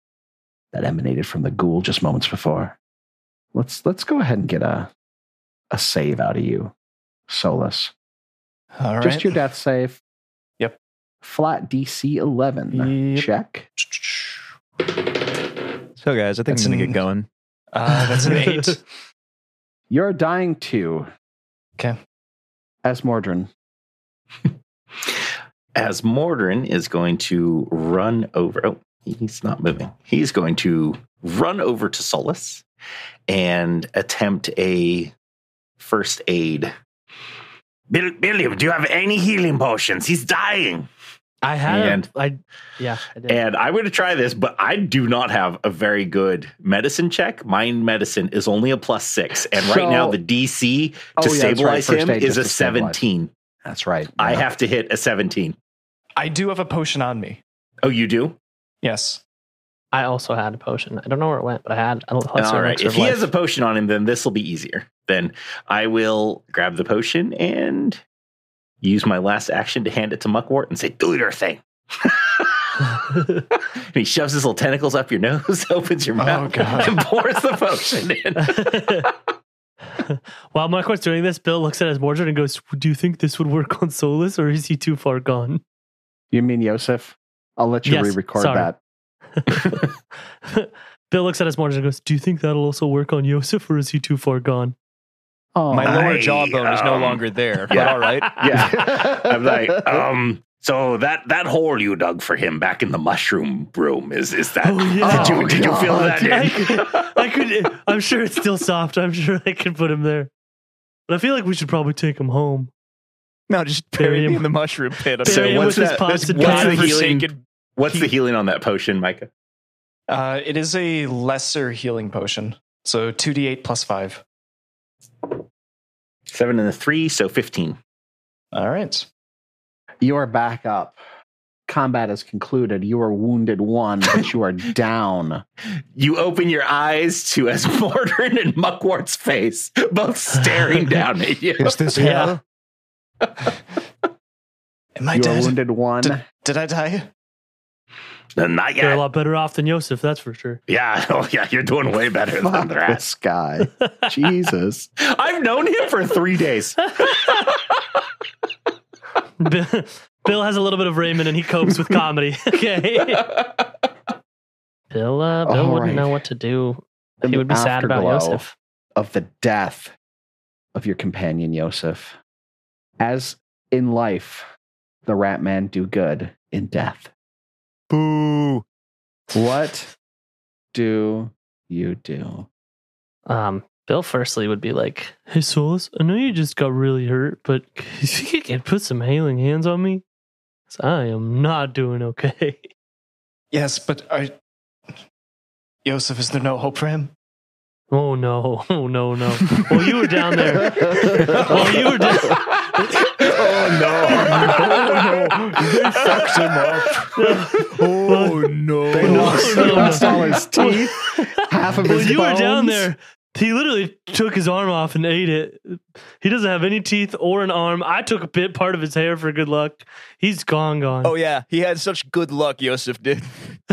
Speaker 2: that emanated from the ghoul just moments before let's let's go ahead and get a a save out of you, Solus.
Speaker 4: All right.
Speaker 2: Just your death save.
Speaker 4: Yep.
Speaker 2: Flat DC eleven.
Speaker 4: Yep.
Speaker 2: Check.
Speaker 3: So, guys, I think
Speaker 4: That's
Speaker 3: I'm gonna
Speaker 4: an-
Speaker 3: get going.
Speaker 4: Uh, that's an eight.
Speaker 2: You're dying two.
Speaker 4: Okay.
Speaker 2: As Mordrin.
Speaker 6: As Mordrin is going to run over. Oh, he's not moving. He's going to run over to Solus and attempt a first aid. Bill, Billiam, do you have any healing potions? He's dying.
Speaker 5: I had, a-
Speaker 6: And-
Speaker 5: I yeah, I did.
Speaker 6: And I'm going to try this, but I do not have a very good medicine check. My medicine is only a plus six. And right
Speaker 2: So-
Speaker 6: now, the DC
Speaker 2: Oh, yeah,
Speaker 6: to
Speaker 2: that's right.
Speaker 6: stabilize
Speaker 2: First
Speaker 6: him
Speaker 2: aid
Speaker 6: is
Speaker 2: just
Speaker 6: a
Speaker 2: to stabilize.
Speaker 6: 17.
Speaker 2: That's right.
Speaker 6: I
Speaker 2: Yeah.
Speaker 6: have to hit a 17.
Speaker 4: I do have a potion on me.
Speaker 6: Oh, you do?
Speaker 4: Yes.
Speaker 5: I also had a potion. I don't know where it went, but I had. I don't,
Speaker 6: All right. If he has a potion on him, then this will be easier. Then I will grab the potion and use my last action to hand it to Muckwort and say, "Do your thing." <laughs> and he shoves his little tentacles up your nose, <laughs> opens your
Speaker 4: Oh,
Speaker 6: mouth,
Speaker 4: God.
Speaker 6: <laughs> and pours the potion in.
Speaker 5: <laughs> While Marquard's doing this, Bill looks at his wardrobe and goes, "Do you think this would work on Solus, or is he too far gone?" <laughs>
Speaker 2: You mean Yosef? I'll let you
Speaker 5: Yes,
Speaker 2: re-record
Speaker 5: sorry.
Speaker 2: that.
Speaker 5: Bill looks at his wardrobe and goes, "Do you think that'll also work on Yosef, or is he too far gone?"
Speaker 2: Oh
Speaker 3: My lower
Speaker 6: I,
Speaker 3: jawbone is no
Speaker 6: um,
Speaker 3: longer there, but
Speaker 6: yeah.
Speaker 3: all right.
Speaker 4: Ah.
Speaker 6: <laughs>
Speaker 2: yeah.
Speaker 6: I'm like, um. So that that hole you dug for him back in the mushroom room is is that?
Speaker 5: Oh, yeah.
Speaker 6: Did you did you feel
Speaker 5: God.
Speaker 6: that in?
Speaker 5: <laughs> I could. I'm sure it's still soft. I'm sure I could put him there, but I feel like we should probably take him home.
Speaker 3: <laughs> No, just
Speaker 5: Bury
Speaker 3: bury me
Speaker 5: him.
Speaker 3: in the mushroom pit. I'm
Speaker 5: Bury
Speaker 3: sorry.
Speaker 5: him
Speaker 6: what's
Speaker 5: with his
Speaker 6: that-
Speaker 5: pots and
Speaker 6: what's the
Speaker 3: <laughs>
Speaker 5: pans.
Speaker 6: healing-
Speaker 3: Godforsaken-
Speaker 6: What's the healing on that potion, Micah?
Speaker 4: Uh, it is a lesser healing potion. So 2d8 plus 5.
Speaker 6: Seven and a three, so fifteen.
Speaker 4: All right.
Speaker 2: <laughs> you are back up. Combat is concluded. You are wounded one, but
Speaker 4: <laughs>
Speaker 2: you are down.
Speaker 6: You open your eyes to as <laughs> Mordrin and Muckwart's face, both
Speaker 2: <laughs>
Speaker 6: staring down at you.
Speaker 3: Is this
Speaker 5: Yeah.
Speaker 4: Am I
Speaker 2: you are
Speaker 4: dead?
Speaker 2: wounded one.
Speaker 4: Did- Did I die?
Speaker 6: Uh, Not
Speaker 5: They're a
Speaker 6: yet.
Speaker 5: lot better off than Yosef, that's for sure. <laughs>
Speaker 6: Yeah, <laughs> oh yeah, you're doing way better
Speaker 2: <laughs>
Speaker 6: than
Speaker 2: Fuck
Speaker 6: the rest.
Speaker 2: this
Speaker 6: <laughs>
Speaker 2: guy. Jesus.
Speaker 6: I've known him for
Speaker 2: <laughs>
Speaker 6: three days.
Speaker 5: Bill, Bill has a little bit of Raymond and he copes with comedy. <laughs> okay. Bill, uh, Bill
Speaker 2: All
Speaker 5: wouldn't
Speaker 2: right.
Speaker 5: know what to do.
Speaker 2: In
Speaker 5: he
Speaker 2: the
Speaker 5: would be sad about
Speaker 2: afterglow
Speaker 5: Yosef.
Speaker 2: Of the death of your companion Yosef. As in life, the rat man do good in death.
Speaker 7: Boo.
Speaker 2: What do you do?
Speaker 5: Um, Bill firstly would be like, "Hey Solus, I know you just got really hurt, but <laughs> if you could put some healing hands on me, 'cause I am not doing okay." <laughs>
Speaker 4: Yes, but are. Yosef, is there no hope for him?
Speaker 5: Oh no! <laughs> Oh no! No! Well, you were down
Speaker 7: <laughs>
Speaker 5: there. Well, you were down.
Speaker 6: oh
Speaker 7: Oh, no.
Speaker 4: <laughs>
Speaker 7: They fucked him up.
Speaker 5: <laughs>
Speaker 7: Oh, no.
Speaker 2: They lost, <laughs>
Speaker 5: no, no.
Speaker 2: lost all
Speaker 5: <laughs>
Speaker 2: his teeth, half of
Speaker 5: Well,
Speaker 2: his
Speaker 5: you were down
Speaker 2: bones.
Speaker 5: there. He literally took his arm off and ate it. He doesn't have any teeth or an arm. I took a bit part of his hair for good luck. He's gone, gone.
Speaker 3: Oh yeah, he had such good luck. Yosef did.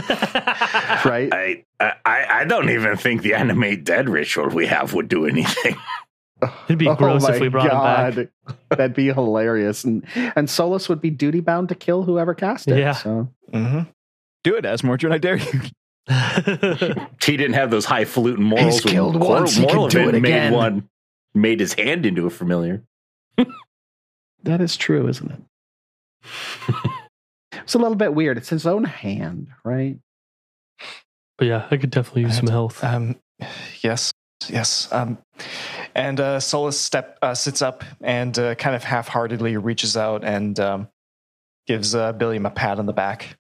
Speaker 2: Right?
Speaker 6: I, I I don't even think the animate dead ritual we have would do anything.
Speaker 5: <laughs>
Speaker 6: <laughs>
Speaker 5: It'd
Speaker 2: Oh
Speaker 5: be gross if we brought him back.
Speaker 2: back. That'd be hilarious. And and Solus would be duty bound to kill whoever cast it.
Speaker 5: Yeah.
Speaker 2: So
Speaker 4: Mm-hmm.
Speaker 3: Do it, Asmortune. I dare you.
Speaker 6: He didn't have those highfalutin morals.
Speaker 2: He's
Speaker 6: when
Speaker 2: killed
Speaker 6: Mor-
Speaker 2: once, he can
Speaker 6: Morlven
Speaker 2: do it again.
Speaker 6: Made one, made his hand into a familiar.
Speaker 2: that is true, isn't it?
Speaker 5: <laughs>
Speaker 2: It's a little bit weird. It's his own hand, right?
Speaker 5: <laughs> but yeah, I could definitely use some health.
Speaker 4: Um, yes, yes. Um, and uh, Solus step uh, sits up and uh, kind of half-heartedly reaches out and um, gives uh, Billiam a pat on the back.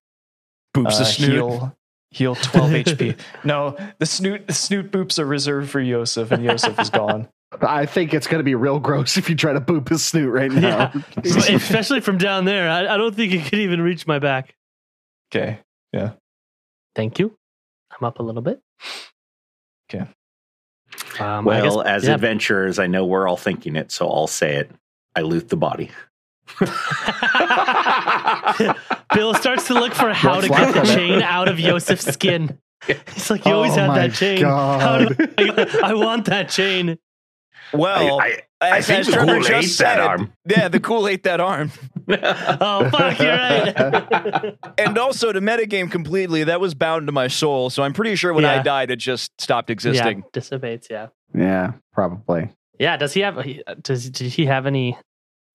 Speaker 3: Boops
Speaker 4: uh,
Speaker 3: the snoot.
Speaker 4: Heal, heal 12
Speaker 5: <laughs>
Speaker 4: HP. No, the snoot, the snoot boops are reserved for Yosef, and Yosef
Speaker 5: <laughs>
Speaker 4: is gone.
Speaker 2: I think it's going to be real gross if you try to boop his snoot right now.
Speaker 5: Yeah. <laughs>
Speaker 2: <laughs>
Speaker 5: Especially from down there. I, I don't think it could even reach my back.
Speaker 4: Okay.
Speaker 5: Thank you. I'm up a little bit.
Speaker 4: Okay.
Speaker 5: Um, I guess-
Speaker 6: well, as
Speaker 5: yeah.
Speaker 6: adventurers, I know we're all thinking it, so I'll say it. I loot
Speaker 2: <laughs>
Speaker 6: the body.
Speaker 5: <laughs> Bill starts to look for how to get the chain out of Yosef's skin. He's like, you always
Speaker 2: Oh
Speaker 5: had
Speaker 2: my
Speaker 5: that chain. How do <laughs> I, I want that chain.
Speaker 3: Well,
Speaker 6: I, I
Speaker 3: as,
Speaker 6: think
Speaker 3: as
Speaker 6: the
Speaker 3: Trevor
Speaker 6: ghoul
Speaker 3: just
Speaker 6: ate that
Speaker 5: <laughs>
Speaker 3: said,
Speaker 6: arm.
Speaker 3: yeah, the cool ate that arm.
Speaker 2: <laughs>
Speaker 5: Oh fuck, you're right.
Speaker 3: And also to metagame completely, that was bound to my soul. So I'm pretty sure when I
Speaker 5: Yeah.
Speaker 3: died, it just stopped
Speaker 5: yeah,
Speaker 3: existing.
Speaker 5: dissipates. Yeah,
Speaker 2: yeah, probably.
Speaker 5: yeah. Does he have? he- uh, Does did he have any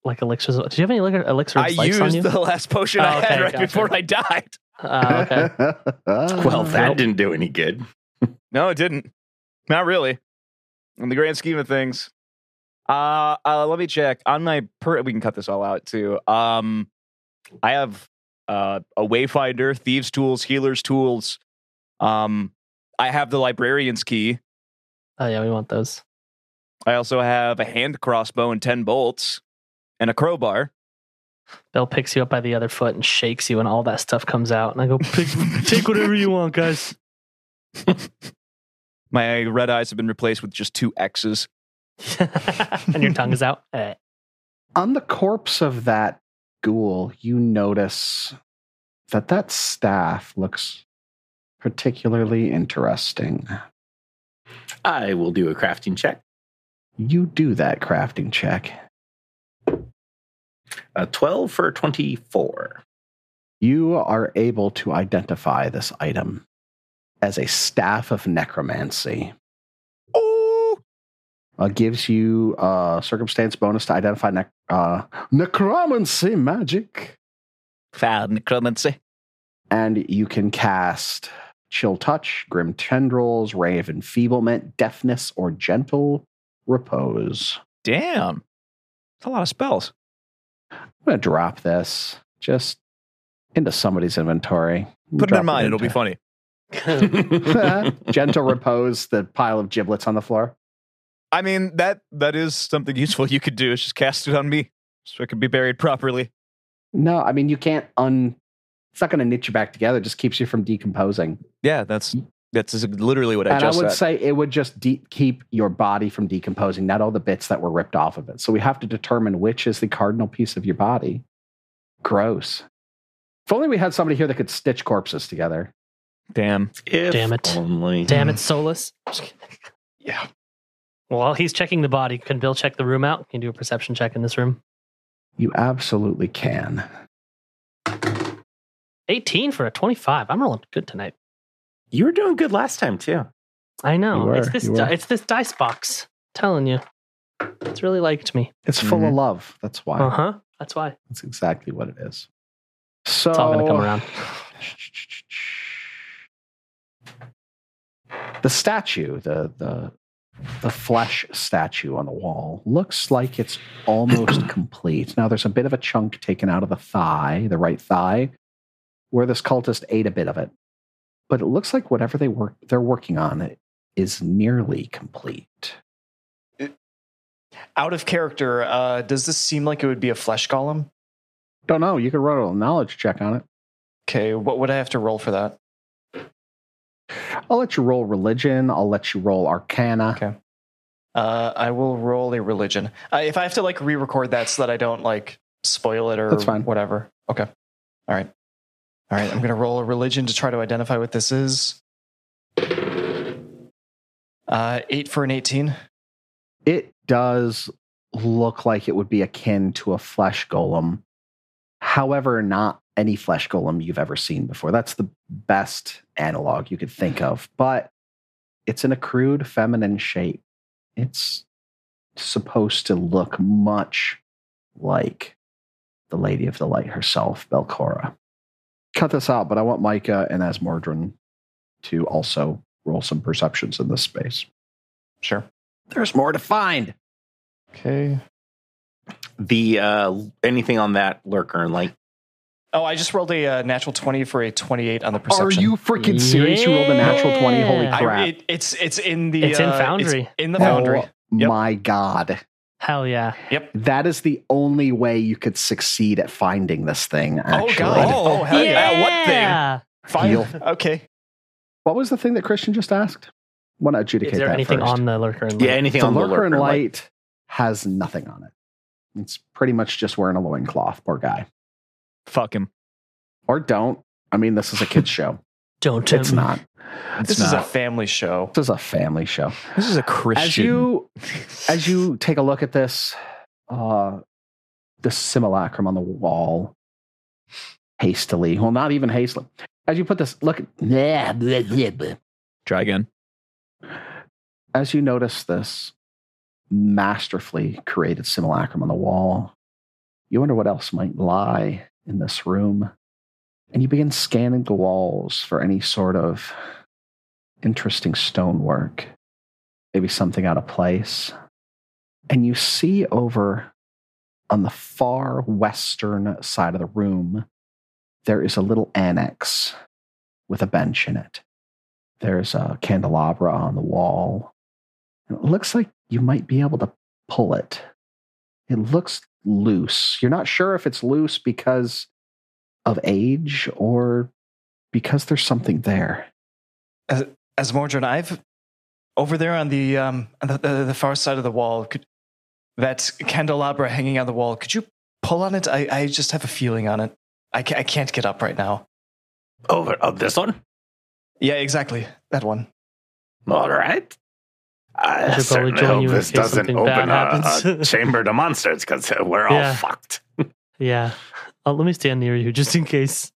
Speaker 5: like elixirs? Did you have any elixir? elixir of
Speaker 3: I
Speaker 5: spikes on you?
Speaker 3: used the last potion
Speaker 5: Oh,
Speaker 3: I had
Speaker 5: okay,
Speaker 3: right
Speaker 5: gotcha.
Speaker 3: before I died.
Speaker 5: Oh,
Speaker 3: <laughs>
Speaker 5: okay.
Speaker 6: well, that
Speaker 5: Nope.
Speaker 6: didn't do any good.
Speaker 3: No, it didn't. Not really. In the grand scheme of things. Uh, uh let me check. On my per we can cut this all out too. Um I have uh a wayfinder, thieves tools, healers tools. Um I have the librarian's key.
Speaker 5: Oh yeah, we want those.
Speaker 3: I also have a hand crossbow and 10 bolts and a crowbar.
Speaker 5: Bill picks you up by the other foot and shakes you, and all that stuff comes out. And I go,
Speaker 3: <laughs>
Speaker 5: Pick, take whatever you want, guys. <laughs>
Speaker 3: My red eyes have been replaced with just two X's.
Speaker 5: and your tongue is out. Eh.
Speaker 2: <laughs> on the corpse of that ghoul, you notice that that staff looks particularly interesting.
Speaker 6: I will do a crafting check.
Speaker 2: You do that crafting check.
Speaker 6: A 12
Speaker 5: <laughs>
Speaker 6: for 24.
Speaker 2: You are able to identify this item as a staff of necromancy.
Speaker 3: Oh,
Speaker 2: Uh, gives you uh, circumstance bonus to identify nec- uh, necromancy magic.
Speaker 3: found necromancy.
Speaker 2: and you can cast Chill Touch, Grim Tendrils, Ray of Enfeeblement, Deafness, or Gentle Repose.
Speaker 3: Damn. That's a lot of spells.
Speaker 2: I'm going to drop this just into somebody's inventory.
Speaker 3: Put it
Speaker 2: Drop
Speaker 3: in mine, it'll
Speaker 2: into-
Speaker 3: be funny.
Speaker 2: <laughs>
Speaker 3: <laughs>
Speaker 2: Gentle Repose, the pile of giblets on the floor.
Speaker 3: I mean that that is something <laughs> useful you could do. Is just cast it on me, so it could be buried properly.
Speaker 2: No, I mean, you can't un. It's not going to knit you back together. It just keeps you from decomposing.
Speaker 3: Yeah, that's that's is literally what I
Speaker 2: and I
Speaker 3: just
Speaker 2: would
Speaker 3: said.
Speaker 2: say it would just de- keep your body from decomposing, not all the bits that were ripped off of it. So we have to determine which is the cardinal piece of your body. Gross. If only we had somebody here that could stitch corpses together.
Speaker 3: Damn.
Speaker 6: If
Speaker 5: Damn it.
Speaker 6: Only.
Speaker 5: Damn it, Solus.
Speaker 4: Mm. Yeah.
Speaker 5: Well, while he's checking the body, can Bill check the room out? Can you do a perception check in this room?
Speaker 2: You absolutely can.
Speaker 5: 18 for a 25. I'm rolling good tonight.
Speaker 6: You were doing good last time, too.
Speaker 5: I know.
Speaker 2: You
Speaker 5: it's
Speaker 2: were,
Speaker 5: this
Speaker 2: you were.
Speaker 5: di- it's this dice box. telling you. It's really liked me.
Speaker 2: It's full of
Speaker 3: Mhm.
Speaker 2: love. That's why.
Speaker 5: Mm-hmm. Uh-huh. That's why.
Speaker 2: That's exactly what it is. So
Speaker 5: It's all gonna
Speaker 2: Oh.
Speaker 5: come around.
Speaker 2: <sighs> The statue, the the the flesh statue on the wall looks like it's almost complete. Now there's a bit of a chunk taken out of the thigh, the right thigh, where this cultist ate a bit of it. But it looks like whatever they work they're working on is nearly complete.
Speaker 4: Out of character, uh, does this seem like it would be a flesh golem?
Speaker 2: Don't know. You could roll a knowledge check on it.
Speaker 4: Okay, what would I have to roll for that?
Speaker 2: I'll let you roll religion. I'll let you roll arcana.
Speaker 4: Okay. Uh, I will roll a religion. Uh, if I have to like re-record that so that I don't like spoil it or
Speaker 2: That's fine.
Speaker 4: whatever. Okay. All right. All right. I'm gonna roll a religion to try to identify what this is. Uh, eight for an eighteen.
Speaker 2: It does look like it would be akin to a flesh golem. However, not any flesh golem you've ever seen before. That's the best analog you could think of. But it's in a crude feminine shape. It's supposed to look much like the Lady of the Light herself, Belcora. Cut this out, but I want Micah and Asmordran to also roll some perceptions in this space.
Speaker 4: Sure.
Speaker 2: There's more to find.
Speaker 4: Okay.
Speaker 6: The uh, anything on that lurker and like
Speaker 4: Oh, I just rolled a uh, natural twenty for a twenty-eight on the perception.
Speaker 2: Are you freaking serious? You rolled a natural 20. Holy
Speaker 5: Yeah.
Speaker 4: I-
Speaker 2: crap.
Speaker 4: it- it's it's in the
Speaker 5: It's in
Speaker 4: uh,
Speaker 5: Foundry.
Speaker 4: in the
Speaker 2: Oh,
Speaker 4: foundry. Yep.
Speaker 2: My God.
Speaker 5: Hell yeah.
Speaker 4: Yep.
Speaker 2: That is the only way you could succeed at finding this thing. Actually.
Speaker 4: Oh god. Oh, hell yeah.
Speaker 5: yeah.
Speaker 4: What thing? Fine.
Speaker 2: Deal.
Speaker 4: Okay.
Speaker 2: What was the thing that Christian just asked? Want to adjudicate
Speaker 5: Is there
Speaker 2: that
Speaker 5: anything
Speaker 2: first.
Speaker 5: on the lurker? And
Speaker 6: yeah
Speaker 5: Lurker?
Speaker 6: anything
Speaker 2: the
Speaker 6: on
Speaker 2: lurker,
Speaker 6: the lurker
Speaker 2: and
Speaker 6: and like-
Speaker 2: light has nothing on it. It's pretty much just wearing a loincloth, poor guy.
Speaker 3: Fuck him.
Speaker 2: Or don't. I mean, this is a kids show.
Speaker 5: Don't tempt
Speaker 2: It's
Speaker 5: me.
Speaker 2: not.
Speaker 3: It's
Speaker 4: this is a
Speaker 3: not.
Speaker 4: family show.
Speaker 2: This is a family show.
Speaker 3: this is a Christian.
Speaker 2: As
Speaker 3: <laughs>
Speaker 2: you as you take a look at this, uh, the simulacrum on the wall, hastily. Well, not even hastily. As you put this, look. <laughs> Blah, blah, blah, blah.
Speaker 3: try again.
Speaker 2: as you notice this masterfully created simulacrum on the wall, you wonder what else might lie in this room. And you begin scanning the walls for any sort of interesting stonework, maybe something out of place. And you see over on the far western side of the room, there is a little annex with a bench in it. There's a candelabra on the wall. And It looks like you might be able to pull it. It looks loose. You're not sure if it's loose because of age or because there's something there.
Speaker 4: As Mordred, I've over there on the um on the, the, the far side of the wall. Could, that candelabra hanging on the wall. Could you pull on it? I, I just have a feeling on it. I, ca- I can't get up right now.
Speaker 6: over oh, this one.
Speaker 4: Yeah, exactly. That one.
Speaker 6: All right. I
Speaker 5: should probably
Speaker 6: certainly
Speaker 5: join
Speaker 6: hope
Speaker 5: you in
Speaker 6: this
Speaker 5: case
Speaker 6: doesn't
Speaker 5: something bad
Speaker 6: open a, a
Speaker 5: happens. <laughs>
Speaker 6: chamber to monsters because we're all
Speaker 5: Yeah.
Speaker 6: fucked.
Speaker 5: Yeah. Oh, let me stand near you just in
Speaker 4: <laughs>
Speaker 5: case.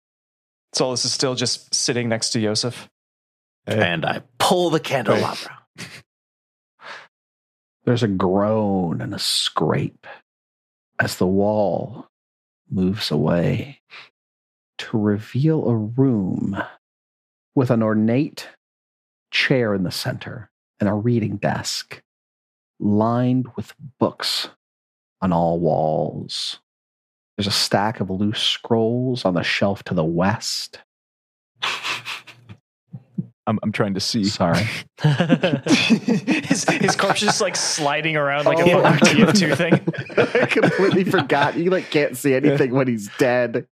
Speaker 4: Solus is still just sitting next to <laughs> Yosef.
Speaker 6: And I pull the candelabra.
Speaker 2: There's a groan and a scrape as the wall moves away to reveal a room with an ornate chair in the center and a reading desk lined with books on all walls. There's a stack of loose scrolls on the shelf to the <laughs> west.
Speaker 3: I'm, I'm trying to see.
Speaker 2: Sorry.
Speaker 4: his, his corpse is just like sliding around like
Speaker 2: Oh,
Speaker 4: a
Speaker 2: I
Speaker 4: fucking TF2 thing.
Speaker 2: I <laughs> completely forgot. You like can't see anything when he's dead.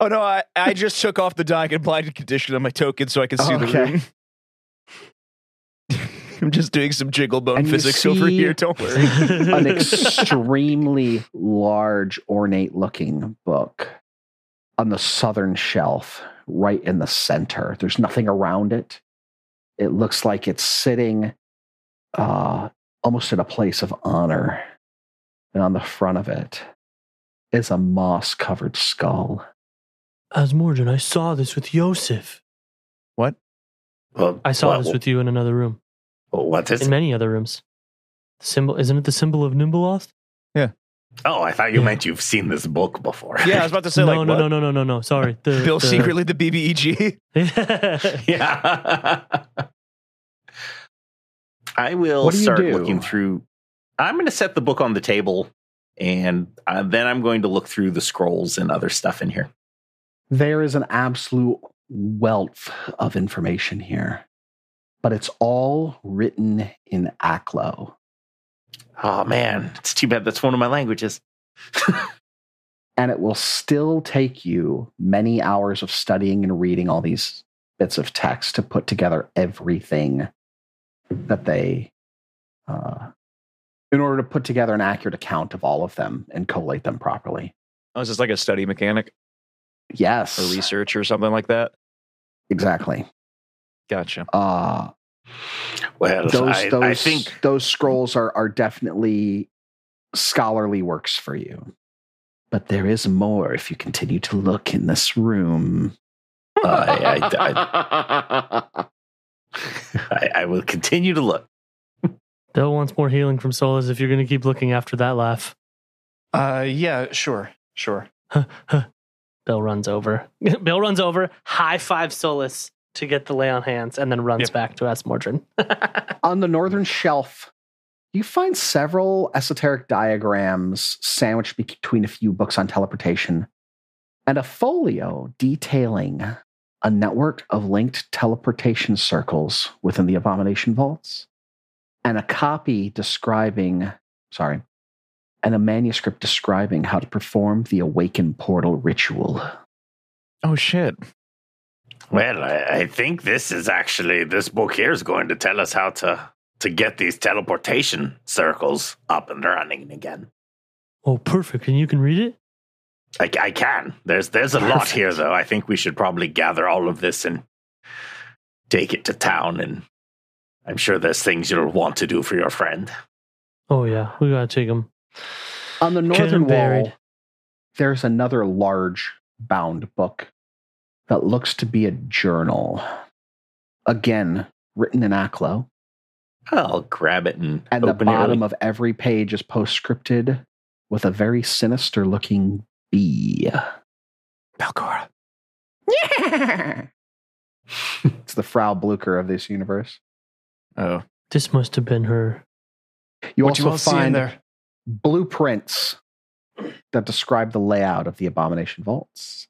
Speaker 3: Oh no, I, I just took off the dying and blinded condition on my token so I can see the
Speaker 2: <laughs> Okay.
Speaker 3: room. I'm just doing some jiggle bone
Speaker 2: And you
Speaker 3: physics over
Speaker 2: see-
Speaker 3: here.
Speaker 5: <laughs>
Speaker 3: Don't worry.
Speaker 2: an extremely large, ornate looking book on the southern shelf, right in the center. There's nothing around it. It looks like it's sitting uh, almost in a place of honor. And on the front of it is a moss covered skull.
Speaker 5: As Morgan, I saw this with Yosef.
Speaker 6: <laughs> Well,
Speaker 5: I saw
Speaker 6: what-
Speaker 5: this with you in another room,
Speaker 6: What is
Speaker 5: in many other rooms. The symbol isn't it the symbol of Nimbleoth?
Speaker 6: Oh, I thought you
Speaker 5: Yeah.
Speaker 6: meant you've seen this book before.
Speaker 3: yeah, I was about to say
Speaker 5: no,
Speaker 3: like
Speaker 5: no,
Speaker 3: what?
Speaker 5: no, no, no, no, no. Sorry, the,
Speaker 3: <laughs> Bill
Speaker 5: the-
Speaker 3: secretly the E <laughs> BBEG.
Speaker 6: <laughs> yeah. I will
Speaker 2: What do you
Speaker 6: start
Speaker 2: do?
Speaker 6: looking through. I'm going to set the book on the table, and uh, then I'm going to look through the scrolls and other stuff in here.
Speaker 2: There is an absolute wealth of information here, but it's all written in Aklo.
Speaker 6: Oh man, it's too bad that's one of my languages.
Speaker 2: and it will still take you many hours of studying and reading all these bits of text to put together everything that they uh, in order to put together an accurate account of all of them and collate them properly
Speaker 3: Oh, is this like a study mechanic
Speaker 2: yes
Speaker 3: or research or something like that?
Speaker 2: exactly
Speaker 3: Gotcha.
Speaker 2: uh,
Speaker 8: Well,
Speaker 2: Those
Speaker 8: I,
Speaker 2: those
Speaker 8: I think
Speaker 2: those scrolls are are definitely scholarly works for you. But there is more if you continue to look in this room.
Speaker 6: uh,
Speaker 8: I, I,
Speaker 2: <laughs>
Speaker 8: I, I will continue to look.
Speaker 9: <laughs> Bill wants more healing from Solas if you're going to keep looking after that laugh.
Speaker 4: Uh, yeah, sure, sure.
Speaker 9: Bill runs over. <laughs> Bill runs over, high five Solas to get the lay on hands, and then runs
Speaker 4: Yep.
Speaker 9: back to Asmordran. <laughs>
Speaker 2: on the northern shelf, you find several esoteric diagrams sandwiched between a few books on teleportation and a folio detailing a network of linked teleportation circles within the abomination vaults and a copy describing sorry and a manuscript describing how to perform the awaken portal ritual
Speaker 3: Oh shit!
Speaker 8: Well, I, I think this is actually this book here is going to tell us how to to get these teleportation circles up and running again.
Speaker 9: Oh, perfect. And you can read it?
Speaker 8: I, I can. There's there's a lot here though. I think we should probably gather all of this and take it to town. And I'm sure there's things you'll want to do for your friend.
Speaker 9: Oh, yeah. We got to take him.
Speaker 2: On
Speaker 3: Um,
Speaker 2: the
Speaker 9: Get 'em
Speaker 2: northern wall,
Speaker 9: buried.
Speaker 2: there's another large bound book that looks to be a journal. Again, written in Aklo,
Speaker 8: I'll grab it and,
Speaker 2: and the
Speaker 8: open it.
Speaker 2: bottom of every page is postscripted with a very sinister looking bee.
Speaker 3: Belcora.
Speaker 2: <laughs> It's the Frau Blucher of this universe.
Speaker 3: Oh,
Speaker 9: This must have been her.
Speaker 2: You
Speaker 4: What do you
Speaker 2: also
Speaker 4: all see in
Speaker 2: find
Speaker 4: there?
Speaker 2: blueprints that describe the layout of the Abomination Vaults.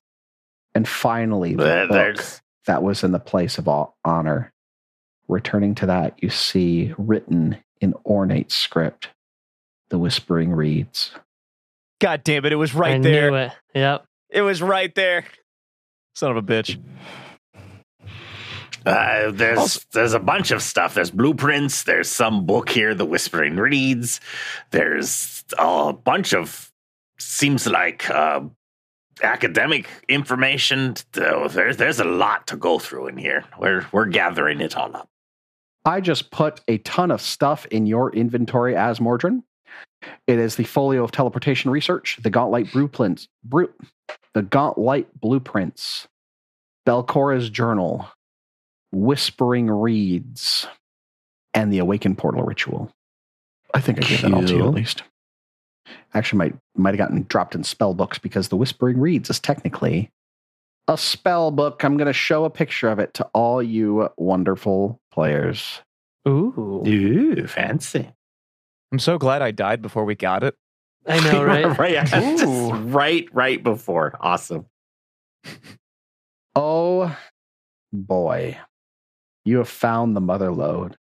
Speaker 2: And finally, the
Speaker 8: There-
Speaker 2: book.
Speaker 8: there's
Speaker 2: that was in the place of all honor. Returning to that, you see written in ornate script, the whispering reads.
Speaker 3: god damn it! It was
Speaker 9: I
Speaker 3: right
Speaker 9: Knew
Speaker 3: there.
Speaker 9: it. Yep.
Speaker 3: It was right there. Son of a bitch.
Speaker 8: uh, there's there's a bunch of stuff. There's blueprints. There's some book here, The Whispering Reeds. There's a bunch of seems like uh, academic information. So There's there's a lot to go through in here. We're we're gathering it all up.
Speaker 2: I just put a ton of stuff in your inventory as Mordrin. It is the folio of teleportation research, the Gauntlet blueprints, bru- the Gauntlet blueprints, Belcora's journal, whispering reads, and the awaken portal ritual. I think I gave that all to you at
Speaker 8: Cool.
Speaker 2: least. Actually, might might have gotten dropped in spell books because the whispering reads is technically a spell book. I'm going to show a picture of it to all you wonderful players.
Speaker 9: Ooh.
Speaker 8: Ooh, fancy!
Speaker 3: I'm so glad I died before we got it.
Speaker 9: I
Speaker 8: <laughs>
Speaker 3: <laughs>
Speaker 9: know, right?
Speaker 8: right, I- just
Speaker 9: Ooh.
Speaker 8: right, right before. Awesome.
Speaker 2: Oh boy. You have found the mother load.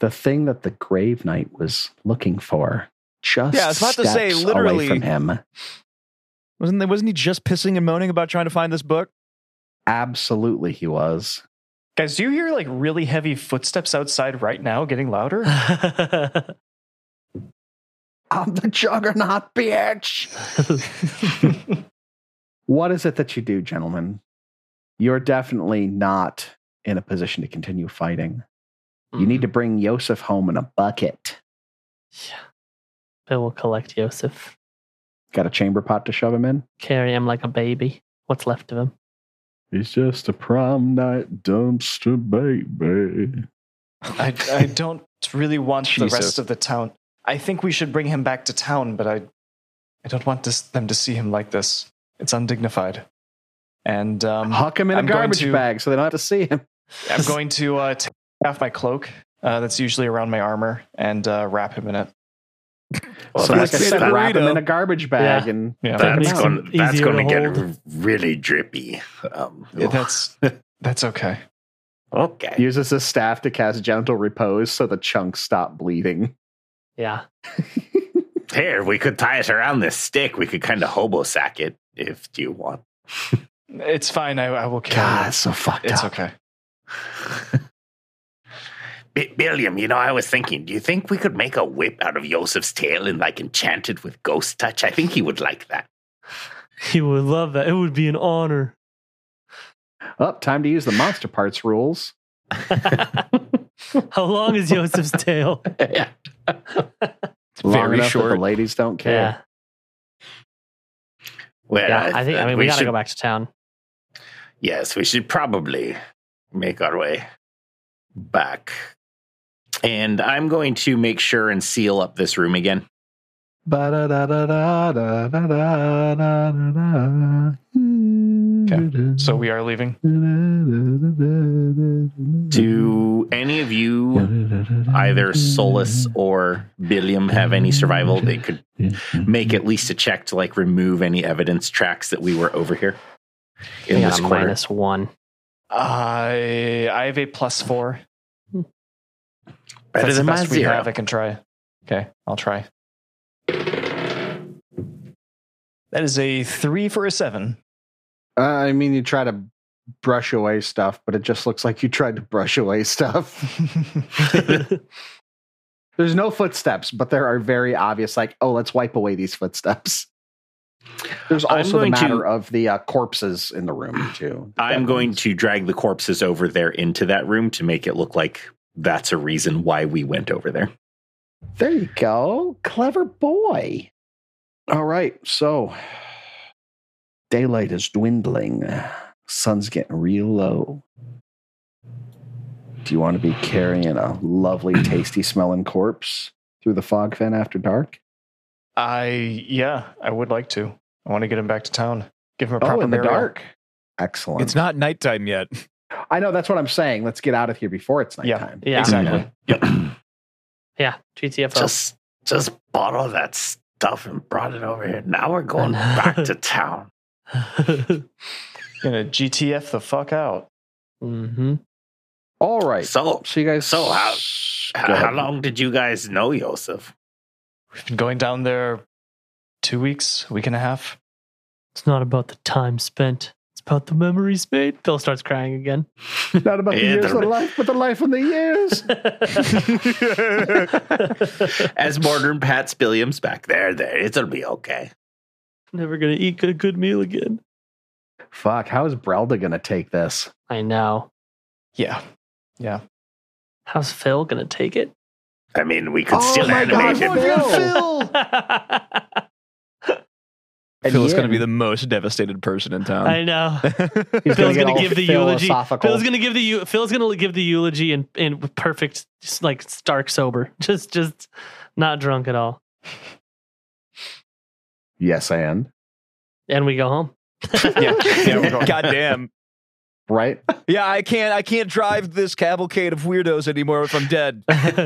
Speaker 2: The thing that the grave knight was looking for. Just
Speaker 3: Yeah, I was about to
Speaker 2: steps
Speaker 3: say,
Speaker 2: away
Speaker 3: literally-
Speaker 2: from him.
Speaker 3: Wasn't there, Wasn't he just pissing and moaning about trying to find this <laughs> book?
Speaker 2: Absolutely he was.
Speaker 4: Guys, do you hear like really heavy footsteps outside right now getting louder?
Speaker 2: I'm the juggernaut, bitch.
Speaker 9: <laughs>
Speaker 3: <laughs>
Speaker 2: What is it that you do, gentlemen? You're definitely not in a position to continue fighting. You
Speaker 5: Mm.
Speaker 3: Mm-hmm.
Speaker 2: need to bring Yosef home in a bucket.
Speaker 9: Yeah. Bill will collect Yosef,
Speaker 2: Got a chamber pot to shove him in?
Speaker 9: carry him like a baby. What's left of him?
Speaker 5: He's just a prom night dumpster baby.
Speaker 4: I,
Speaker 2: <laughs>
Speaker 4: I don't really want the
Speaker 3: Jesus.
Speaker 4: rest of the town. I think we should bring him back to town, but I, I don't want this, them to see him like this. It's undignified. And um,
Speaker 2: Huck him in a
Speaker 4: I'm going
Speaker 2: garbage
Speaker 4: to-
Speaker 2: bag so they don't have to see him.
Speaker 4: I'm
Speaker 5: <laughs>
Speaker 4: going to uh, take off my cloak uh, that's usually around my armor and uh, wrap him in it.
Speaker 8: Well,
Speaker 2: so,
Speaker 8: that's,
Speaker 2: like I said,
Speaker 8: that-
Speaker 2: wrap him
Speaker 3: burrito.
Speaker 2: in a garbage bag and
Speaker 4: Yeah,
Speaker 9: That makes
Speaker 8: that's going
Speaker 9: him
Speaker 8: that's
Speaker 9: easier
Speaker 8: going to
Speaker 9: to
Speaker 8: get
Speaker 9: hold.
Speaker 8: r- really drippy. Um,
Speaker 2: <laughs>
Speaker 4: that's that's okay.
Speaker 8: okay.
Speaker 2: uses his staff to cast gentle repose so the chunks stop bleeding.
Speaker 9: Yeah.
Speaker 8: Here, we could tie it around this stick. We could kind of hobo sack it if you want.
Speaker 4: It's fine. I, I will carry.
Speaker 2: God,
Speaker 4: it.
Speaker 2: it's so fucked
Speaker 4: It's
Speaker 2: up.
Speaker 4: okay.
Speaker 8: B- Billiam, you know, I was thinking, do you think we could make a whip out of Yosef's tail and like enchant it with ghost touch? I think he would like that.
Speaker 9: He would love that. It would be an honor.
Speaker 2: Oh, Up, time to use the monster parts rules.
Speaker 5: How long is Joseph's tail?
Speaker 6: yeah.
Speaker 2: Long
Speaker 3: very
Speaker 2: enough that
Speaker 3: short.
Speaker 2: the ladies don't care.
Speaker 6: Well,
Speaker 5: yeah. I think. I mean, we, gotta
Speaker 6: should,
Speaker 5: go back to town.
Speaker 6: Yes, we should probably make our way back. And I'm going to make sure and seal up this room again.
Speaker 2: Okay.
Speaker 4: So we are leaving.
Speaker 6: Do any of you, either Solus or Billiam, have any survival that could make at least a check to like remove any evidence tracks that we were over here in
Speaker 5: I got
Speaker 6: this
Speaker 5: a
Speaker 6: corner?
Speaker 5: minus one.
Speaker 4: I I have a plus four.
Speaker 6: Better
Speaker 4: That's the
Speaker 6: than my
Speaker 4: best we
Speaker 6: zero.
Speaker 4: have. I can try. Okay, I'll try. That is a three for
Speaker 2: <laughs>
Speaker 4: a seven. <laughs>
Speaker 2: Uh, I mean, you try to brush away stuff, but it just looks like you tried to brush away stuff. <laughs> There's no footsteps, but there are very obvious, like, oh, let's wipe away these footsteps. There's
Speaker 6: I'm
Speaker 2: also the
Speaker 6: going to-
Speaker 2: matter of the uh, corpses in the room too.
Speaker 6: I'm going to drag the corpses over there into that room to make it look like that's a reason why we went over there.
Speaker 2: There you go, clever boy. All right, so daylight is dwindling. Sun's getting real low. Do you want to be carrying a lovely, tasty smelling corpse through the fog fin after dark?
Speaker 4: I yeah, I would like to. I want to get him back to town. Give him a proper
Speaker 2: Oh, in the
Speaker 4: burial.
Speaker 2: dark. Excellent.
Speaker 3: <laughs> It's not nighttime yet.
Speaker 2: I know that's what I'm saying. Let's get out of here before it's
Speaker 4: Yeah.
Speaker 2: nighttime.
Speaker 5: Yeah.
Speaker 4: Exactly.
Speaker 5: Yeah. GTFO. <laughs>
Speaker 6: Just just bottle that stuff and brought it over here. Now we're <laughs> going back to town.
Speaker 4: Gonna GTF the fuck out.
Speaker 5: hmm
Speaker 2: All right. So,
Speaker 6: So
Speaker 2: you guys.
Speaker 6: So how-
Speaker 2: Go
Speaker 6: h- how
Speaker 2: ahead.
Speaker 6: long did you guys know Yosef?
Speaker 4: We've been going down there two weeks, week and a half.
Speaker 5: It's not about the time spent. It's about the memories made. Phil starts crying again. <laughs>
Speaker 2: Not about the
Speaker 6: Yeah,
Speaker 2: years
Speaker 6: the-
Speaker 2: of life, but the life of the years.
Speaker 6: As modern Pat Spilliams back there, there it'll be okay.
Speaker 5: Never gonna eat a good meal again.
Speaker 2: Fuck. How is Brelda gonna take this?
Speaker 5: I know.
Speaker 4: Yeah. Yeah.
Speaker 5: How's Phil gonna take it?
Speaker 6: I mean, we could
Speaker 2: Oh
Speaker 6: still
Speaker 2: my God,
Speaker 6: animate
Speaker 2: what
Speaker 6: it.
Speaker 2: Phil! Oh.
Speaker 5: <laughs> I
Speaker 2: And
Speaker 3: Phil is
Speaker 2: yeah.
Speaker 3: going to be the most devastated person in <laughs> town.
Speaker 5: know.
Speaker 2: <laughs> He's
Speaker 5: Phil's
Speaker 2: get
Speaker 5: gonna
Speaker 2: all
Speaker 5: give the eulogy.
Speaker 2: philosophical.
Speaker 5: Phil's gonna give the eu- Phil's gonna give the eulogy in in perfect, just like stark sober, <laughs> just just not drunk at all,
Speaker 2: yes, and
Speaker 5: and we go
Speaker 2: <laughs>
Speaker 5: home.
Speaker 4: Yeah. yeah
Speaker 3: <laughs>
Speaker 4: we're going.
Speaker 3: Goddamn.
Speaker 2: right.
Speaker 3: Yeah, I can't. I can't drive this cavalcade of weirdos anymore if I'm dead.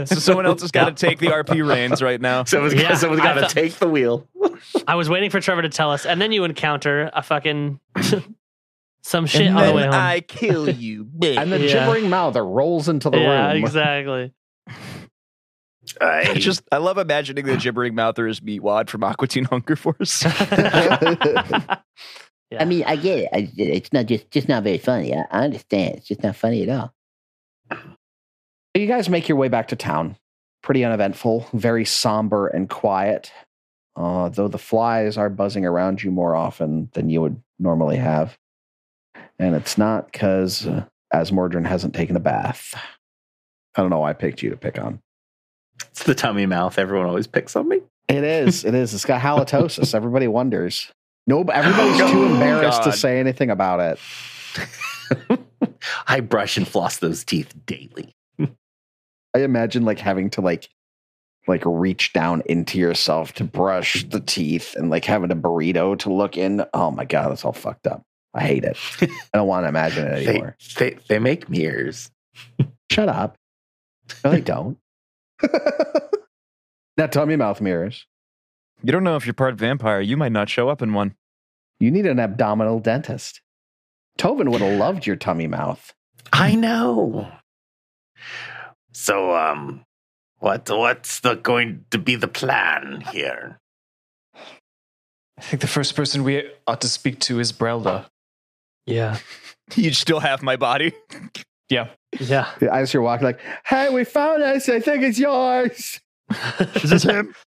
Speaker 3: So someone else has got to take the RP reins right now.
Speaker 6: Someone's
Speaker 5: Yeah,
Speaker 6: got someone's
Speaker 5: I
Speaker 6: got to
Speaker 5: thought-
Speaker 6: take the wheel.
Speaker 5: I was waiting for Trevor to tell us, and then you encounter a fucking <laughs> some shit
Speaker 3: and
Speaker 5: on the
Speaker 3: then
Speaker 5: way home.
Speaker 3: I kill you, <laughs> bitch.
Speaker 2: And
Speaker 5: <laughs>
Speaker 2: the
Speaker 5: Yeah.
Speaker 2: gibbering mouther rolls into the
Speaker 5: yeah,
Speaker 2: room.
Speaker 5: exactly.
Speaker 6: <laughs> I
Speaker 3: I just I love imagining the gibbering mouther as Meatwad from Aqua Teen Hunger Force.
Speaker 2: <laughs>
Speaker 5: Yeah.
Speaker 10: I mean, I get it. I, it's not just just not very funny. I, I understand. It's just not funny at all.
Speaker 2: You guys make your way back to town. Pretty uneventful, very somber and quiet. Uh, though the flies are buzzing around you more often than you would normally have. And it's not because uh, Asmordran hasn't taken a bath. I don't know why I picked you to pick on.
Speaker 6: it's the tummy mouth. Everyone always picks on me. <laughs>
Speaker 2: It is. It is. It's got <laughs> halitosis. Everybody wonders. No, but <laughs> everybody's too
Speaker 6: Oh,
Speaker 2: embarrassed to
Speaker 3: God.
Speaker 2: say anything about it.
Speaker 6: I brush and floss those teeth daily.
Speaker 2: I imagine like having to like like reach down into yourself to brush the teeth and like having a burrito to look in. Oh my god, that's all fucked up. I hate it. I don't want to imagine
Speaker 5: <laughs>
Speaker 2: it
Speaker 6: They,
Speaker 2: anymore.
Speaker 6: they they make mirrors.
Speaker 2: Shut up. No, they don't.
Speaker 5: <laughs>
Speaker 2: now tell me mouth mirrors.
Speaker 3: <laughs> you don't know if you're part vampire. You might not show up in <laughs> one.
Speaker 2: You need an abdominal dentist. Tovin would have loved your tummy mouth.
Speaker 6: I know. So um, what what's the going to be the plan here?
Speaker 4: I think the first person we ought to speak to is Brelda.
Speaker 5: yeah,
Speaker 3: You still have my <laughs> body.
Speaker 4: Yeah.
Speaker 5: yeah.
Speaker 2: As you're walking, like, hey, we found this. I think it's yours.
Speaker 3: Is this him?
Speaker 5: <laughs>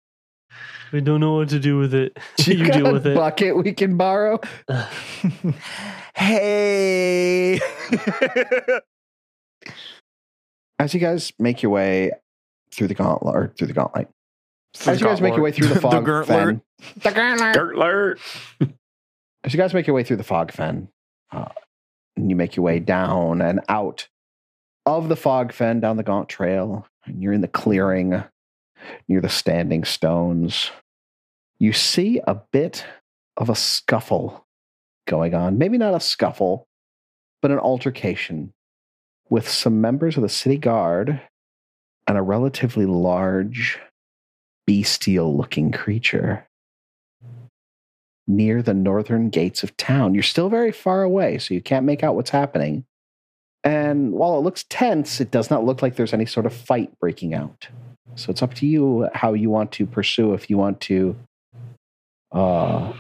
Speaker 5: We don't know what to do with it. you
Speaker 2: got
Speaker 5: deal
Speaker 2: a
Speaker 5: with it.
Speaker 2: Bucket we can borrow.
Speaker 3: <laughs> Hey.
Speaker 2: As you guys make your way through the gauntlet, or through the gauntlet,
Speaker 4: Through
Speaker 2: as
Speaker 4: <laughs> the
Speaker 2: you guys make your
Speaker 4: Gauntlet.
Speaker 2: way through the fog
Speaker 4: Gertler.
Speaker 2: fen, Uh.
Speaker 6: Dirtler.
Speaker 2: as you guys make your way through the fog fen, uh, and you make your way down and out of the fog fen down the gaunt trail, and you're in the clearing near the standing stones. You see a bit of a scuffle going on. Maybe not a scuffle, but an altercation with some members of the city guard and a relatively large, bestial looking creature near the northern gates of town. You're still very far away, so you can't make out what's happening. And while it looks tense, it does not look like there's any sort of fight breaking out. So it's up to you how you want to pursue if you want to uh,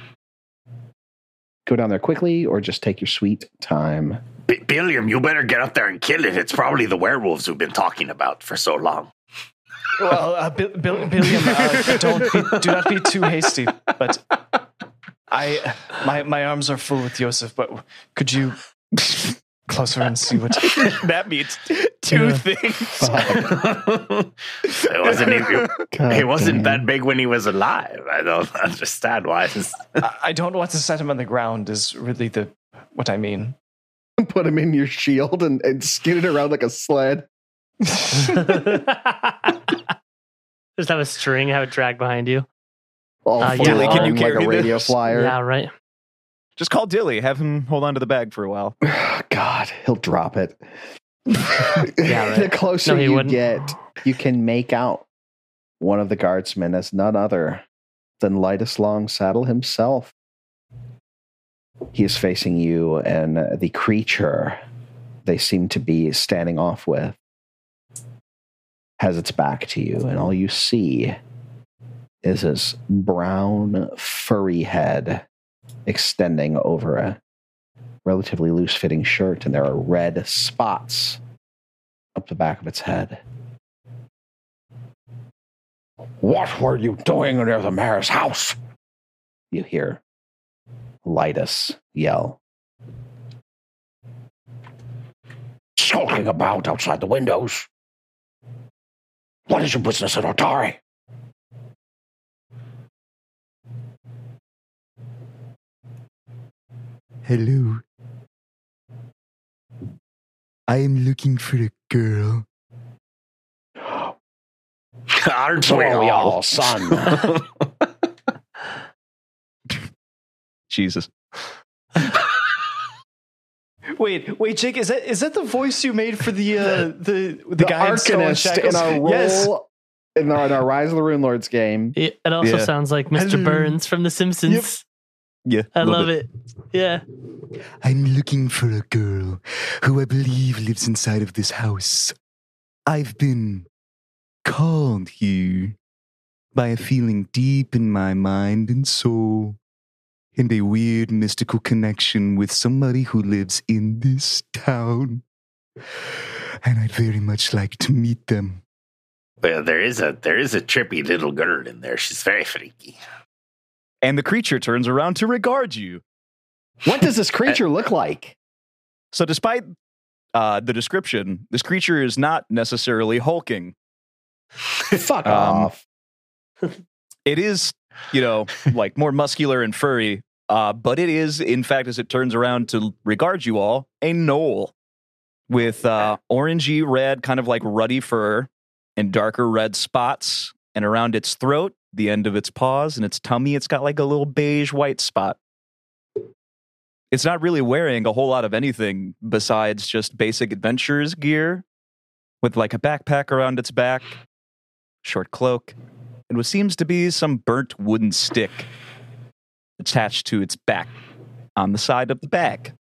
Speaker 2: go down there quickly or just take your sweet time.
Speaker 6: B- Billiam, you better get up there and kill it. It's probably the werewolves we've been talking about for so long.
Speaker 4: Well, uh, Bill, Bill, Billiam, uh, don't be, do not be too hasty. But I, my, my arms are full with Yosef. But could you closer and see <laughs> what?
Speaker 3: that means two
Speaker 4: Yeah.
Speaker 3: things.
Speaker 6: <laughs> it wasn't even, he wasn't that big when he was alive. I don't <laughs> understand why. It's-
Speaker 4: I, I don't want to set him on the ground. Is really the what I mean.
Speaker 2: <laughs> Put him in your shield and, and skid it around like a sled.
Speaker 5: <laughs> Just have a string, have it drag behind you.
Speaker 2: All
Speaker 5: Uh, yeah.
Speaker 2: forlorn,
Speaker 5: Dilly, can you
Speaker 2: like
Speaker 3: carry
Speaker 2: a radio
Speaker 3: this?
Speaker 2: flyer.
Speaker 5: Yeah, right.
Speaker 3: Just call Dilly. Have him hold on to the bag for a while.
Speaker 2: <sighs> God, he'll drop it.
Speaker 5: <laughs>
Speaker 2: <laughs>
Speaker 5: right.
Speaker 2: the closer
Speaker 5: No, he
Speaker 2: you
Speaker 5: wouldn't.
Speaker 2: get, you can make out one of the guardsmen as none other than Lightest Long Saddle himself. He is facing you and the creature they seem to be standing off with has its back to you, and all you see is this brown, furry head extending over a relatively loose fitting shirt, and there are red spots up the back of its head. What were you doing near the mayor's house? You hear Lytus yell. Skulking about outside the windows. What is your business at Otari?
Speaker 7: Hello. I am looking for a girl.
Speaker 6: Aren't
Speaker 2: So
Speaker 6: we
Speaker 2: are we
Speaker 6: all?
Speaker 2: all, <laughs> son.
Speaker 3: Jesus.
Speaker 4: <laughs> Wait, wait, Jake, is that is that the voice you made for the uh, the the, guy in
Speaker 2: Arcanist
Speaker 4: Skull
Speaker 2: in our role
Speaker 4: Yes,
Speaker 2: in, our, in our Rise of the Rune Lords game.
Speaker 5: It, it also
Speaker 3: Yeah.
Speaker 5: sounds like Mr.
Speaker 7: Hello.
Speaker 5: Burns from The Simpsons.
Speaker 3: Yeah.
Speaker 5: I love it. Yeah.
Speaker 7: I'm looking for a girl who I believe lives inside of this house. I've been called here by a feeling deep in my mind and soul, and a weird mystical connection with somebody who lives in this town. And I'd very much like to meet them.
Speaker 6: Well, there is a there is a trippy little girl in there. She's very freaky.
Speaker 3: And the creature turns around to regard you.
Speaker 2: What does <laughs> this creature look <laughs> like?
Speaker 3: So, despite uh, the description, this creature is not necessarily hulking.
Speaker 2: Fuck
Speaker 3: Um,
Speaker 2: off.
Speaker 3: It is, you know, like more muscular and furry, uh, but it is, in fact, as it turns around to regard you all, a knoll with uh, orangey red, kind of like ruddy fur and darker red spots. And around its throat, the end of its paws, and its tummy, it's got like a little beige white spot. It's not really wearing a whole lot of anything besides just basic adventurer's gear with like a backpack around its back, short cloak, and what seems to be some burnt wooden stick attached to its back on the side of the bag.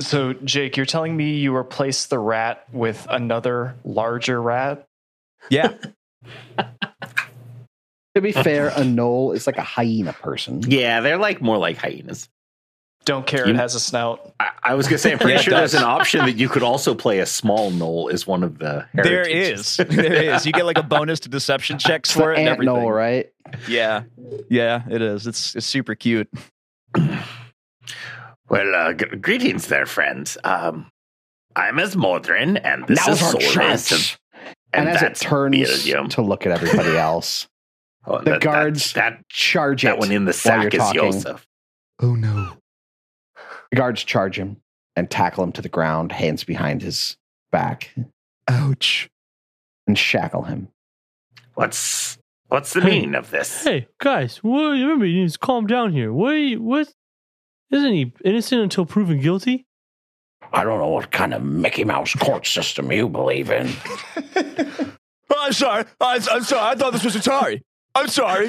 Speaker 4: So, Jake, you're telling me you replaced the rat with another larger rat?
Speaker 3: Yeah.
Speaker 8: <laughs>
Speaker 2: To be fair, a knoll is like a hyena person.
Speaker 6: Yeah, they're like more like hyenas.
Speaker 4: Don't care.
Speaker 6: You-
Speaker 4: It has a snout.
Speaker 6: I, I was gonna say, I'm pretty
Speaker 3: Yeah, it
Speaker 6: sure there's
Speaker 3: does.
Speaker 6: an option that you could also play a small knoll as one of the.
Speaker 3: there
Speaker 6: heritages.
Speaker 3: is.
Speaker 6: <laughs>
Speaker 3: There is. You get like a bonus to deception checks
Speaker 2: It's
Speaker 3: for
Speaker 2: the
Speaker 3: it
Speaker 2: ant
Speaker 3: and everything.
Speaker 2: knoll, right?
Speaker 3: Yeah. Yeah, it is. It's it's super cute.
Speaker 6: Well, uh, g- greetings, there, friends. Um,
Speaker 8: I'm Asmodrin, and this is Solis. of-
Speaker 11: And, as it
Speaker 8: that's
Speaker 11: turns
Speaker 8: Belgium.
Speaker 11: to look at everybody else,
Speaker 8: Oh,
Speaker 11: the guards
Speaker 8: That, that,
Speaker 11: charge
Speaker 8: that
Speaker 11: it.
Speaker 8: one in the
Speaker 11: while you're
Speaker 8: sack is
Speaker 11: talking.
Speaker 8: Yosef.
Speaker 7: Oh no.
Speaker 11: The guards charge him and tackle him to the ground, hands behind his back,
Speaker 7: Ouch.
Speaker 11: and shackle him.
Speaker 8: What's what's the
Speaker 9: Hey.
Speaker 8: meaning of
Speaker 5: <laughs>
Speaker 8: this?
Speaker 9: Hey guys, what, remember you need to calm down here. What? Are you, what? Isn't he innocent until proven guilty?
Speaker 11: I don't know what kind of Mickey Mouse court system you believe in.
Speaker 3: Oh, I'm sorry. I, I'm sorry. I thought this was Atari. I'm sorry.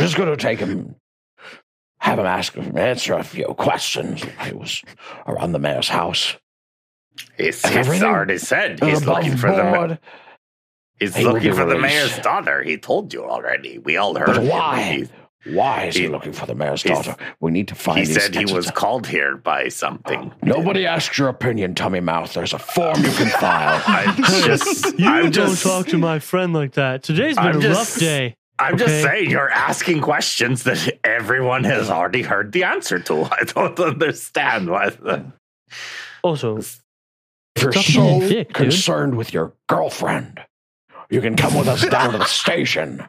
Speaker 11: Just going to take him, have him ask him, answer a few questions. I was around the mayor's house.
Speaker 8: He's,
Speaker 11: Everything
Speaker 8: he's already said he's
Speaker 11: above
Speaker 8: looking for the ma-
Speaker 11: board.
Speaker 8: he's
Speaker 11: He will
Speaker 8: looking
Speaker 11: be
Speaker 8: for the
Speaker 11: released.
Speaker 8: mayor's daughter. He told you already. We all heard.
Speaker 11: But
Speaker 8: him.
Speaker 11: why? Why is he,
Speaker 8: he-
Speaker 11: looking for the mayor's
Speaker 8: he's-
Speaker 11: daughter? We need to
Speaker 8: He,
Speaker 11: find.
Speaker 8: he
Speaker 11: these
Speaker 8: said he
Speaker 11: kids.
Speaker 8: was called here by something.
Speaker 11: <gasps> Nobody asked your opinion, Tummy Mouth. There's a form <laughs> you can
Speaker 6: <laughs>
Speaker 11: file.
Speaker 8: <laughs> I'm just.
Speaker 9: You
Speaker 8: I'm
Speaker 9: don't
Speaker 8: just.
Speaker 9: talk to my friend like that. Today's been
Speaker 8: I'm
Speaker 9: a
Speaker 8: just-
Speaker 9: rough day.
Speaker 8: I'm
Speaker 9: okay.
Speaker 8: just saying you're asking questions that everyone has already heard the answer to. <laughs> I don't understand why. The,
Speaker 9: Also,
Speaker 11: If you're
Speaker 9: Stop
Speaker 11: so
Speaker 9: being a dick, dude.
Speaker 11: concerned with your girlfriend, you can come with us down to the station.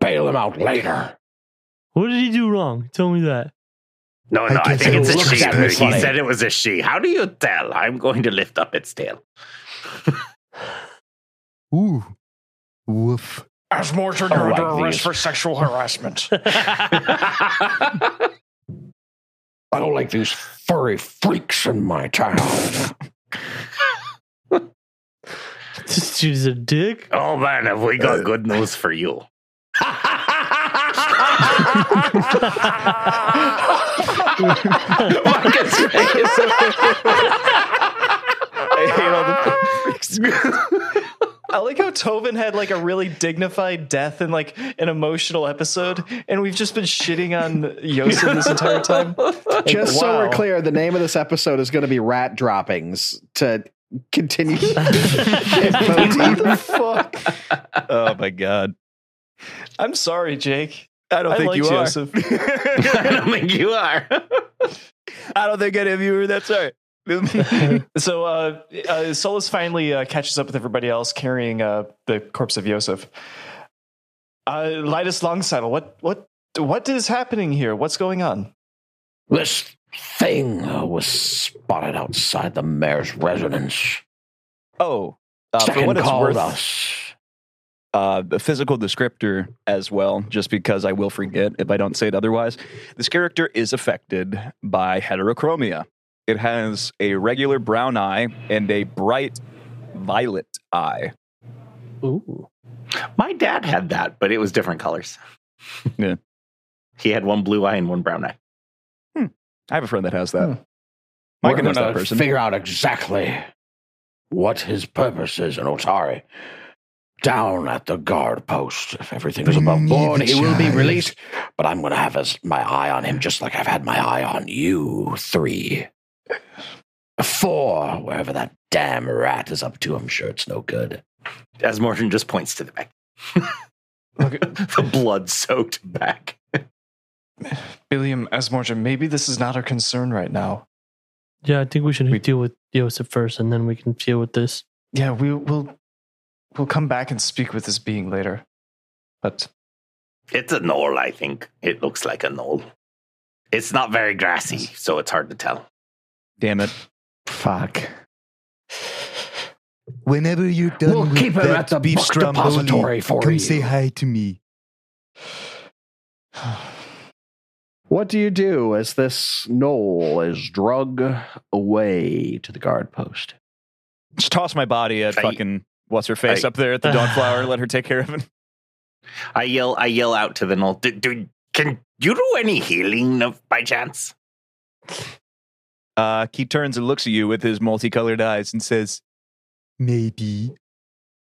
Speaker 11: Bail him out later.
Speaker 9: what did he do wrong? Tell me
Speaker 5: <laughs>
Speaker 9: that.
Speaker 8: no, no, I,
Speaker 7: guess
Speaker 8: think
Speaker 7: it
Speaker 8: it's a
Speaker 11: looks
Speaker 8: she.
Speaker 11: at me
Speaker 8: He
Speaker 11: funny.
Speaker 8: said it was a she. How do you tell? I'm going to lift up its tail.
Speaker 7: Ooh. Woof.
Speaker 4: As more to
Speaker 11: Alright,
Speaker 4: under arrest
Speaker 11: these-
Speaker 4: for sexual harassment.
Speaker 11: I don't like these furry freaks in my town.
Speaker 9: This dude's a dick.
Speaker 8: Oh man, have we got good news for you? <laughs> Marcus face.
Speaker 4: <laughs>
Speaker 3: Ah, <laughs>
Speaker 4: I like how Tovin had like a really dignified death and like an emotional episode, and we've just been shitting on Yosef this entire
Speaker 3: <laughs>
Speaker 4: time. Like,
Speaker 11: Just so we're
Speaker 4: wow.
Speaker 11: clear, the name of this episode is going to be Rat Droppings to continue.
Speaker 4: what the fuck?
Speaker 3: <laughs> oh my god.
Speaker 4: I'm sorry, Jake.
Speaker 3: I don't
Speaker 4: I
Speaker 3: think
Speaker 4: like
Speaker 3: Oh, you are.
Speaker 4: Joseph.
Speaker 3: <laughs>
Speaker 8: I don't think you are.
Speaker 3: I don't think any of you are. That's all right.
Speaker 4: So uh, uh, Solus finally uh, catches up with everybody else carrying uh, the corpse of Yosef. Uh, Lidus Longsaddle, what what what is happening here? What's going on?
Speaker 11: this thing uh, was spotted outside the mayor's residence.
Speaker 3: <laughs> Oh, uh, for
Speaker 11: Second
Speaker 3: what it's
Speaker 11: called
Speaker 3: worth,
Speaker 11: us.
Speaker 3: uh, the physical descriptor as well, just because I will forget if I don't say it otherwise. This character is affected by heterochromia. It has a regular brown eye and a bright violet eye.
Speaker 9: Ooh.
Speaker 8: My dad had that, but it was different colors.
Speaker 3: Yeah.
Speaker 8: He had one blue eye and one brown eye.
Speaker 3: I have a friend that has that.
Speaker 4: Hmm.
Speaker 3: My
Speaker 11: We're
Speaker 3: friend
Speaker 11: going
Speaker 3: has that
Speaker 11: to
Speaker 3: person.
Speaker 11: figure out exactly what his purpose is in Otari. Down at the guard post. If everything is
Speaker 7: Bring
Speaker 11: above
Speaker 7: me
Speaker 11: board,
Speaker 7: the
Speaker 11: he will be
Speaker 7: child.
Speaker 11: released. But I'm going to have his, my eye on him just like I've had my eye on you three. Four, wherever that damn rat is up to, I'm sure it's no good.
Speaker 8: As Morton just points to the back. <laughs>
Speaker 4: Look,
Speaker 8: the blood soaked back.
Speaker 4: Billiam Asmorja, maybe this is not our concern right now.
Speaker 9: Yeah, I think we should deal with Yosef first, and then we can deal with this.
Speaker 4: Yeah, we will we'll come back and speak with this being later. But
Speaker 8: It's a knoll, I think. It looks like a knoll. It's not very grassy, so it's hard to tell.
Speaker 3: Damn it.
Speaker 11: Fuck.
Speaker 7: Whenever you're done
Speaker 11: We'll
Speaker 7: with
Speaker 11: keep him
Speaker 7: that
Speaker 11: at the
Speaker 7: beef
Speaker 11: book
Speaker 7: stromboli,
Speaker 11: depository for
Speaker 7: come
Speaker 11: you.
Speaker 7: say hi to me.
Speaker 11: What do you do as this knoll is drug away to the guard post?
Speaker 3: Just toss my body at
Speaker 8: I-
Speaker 3: fucking what's her face
Speaker 8: I-
Speaker 3: up there at the
Speaker 4: <sighs>
Speaker 3: Dawnflower. Let her take care of it.
Speaker 8: I yell, I yell out to the knoll. "Do- do- can you do any healing of, by chance?
Speaker 3: Uh, he turns and looks at you with his multicolored eyes and says,
Speaker 7: Maybe.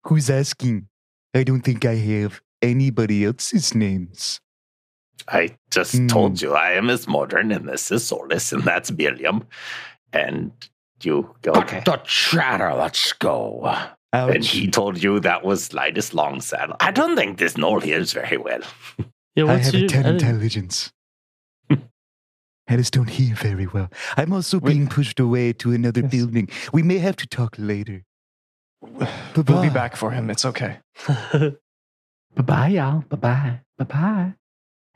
Speaker 7: Who's asking? I don't think I have anybody else's names.
Speaker 8: I just
Speaker 7: Hmm.
Speaker 8: told you I am as modern, and this is Solis, and that's Billiam. And you go, okay.
Speaker 11: Cut the chatter, let's go.
Speaker 7: Ouch.
Speaker 8: And he told you that was lightest long saddle. I don't think this knoll hears very well.
Speaker 9: Yeah,
Speaker 7: I
Speaker 9: what's
Speaker 7: have a <laughs>
Speaker 9: your, I
Speaker 7: 10
Speaker 9: think-
Speaker 7: intelligence. I just don't hear very well. I'm also
Speaker 4: We-
Speaker 7: being pushed away to another
Speaker 4: Yes.
Speaker 7: building. We may have to talk later.
Speaker 4: We'll be
Speaker 7: Bye-bye. <sighs>
Speaker 4: back for him. It's okay.
Speaker 6: Bye bye, y'all. Bye bye. Bye bye.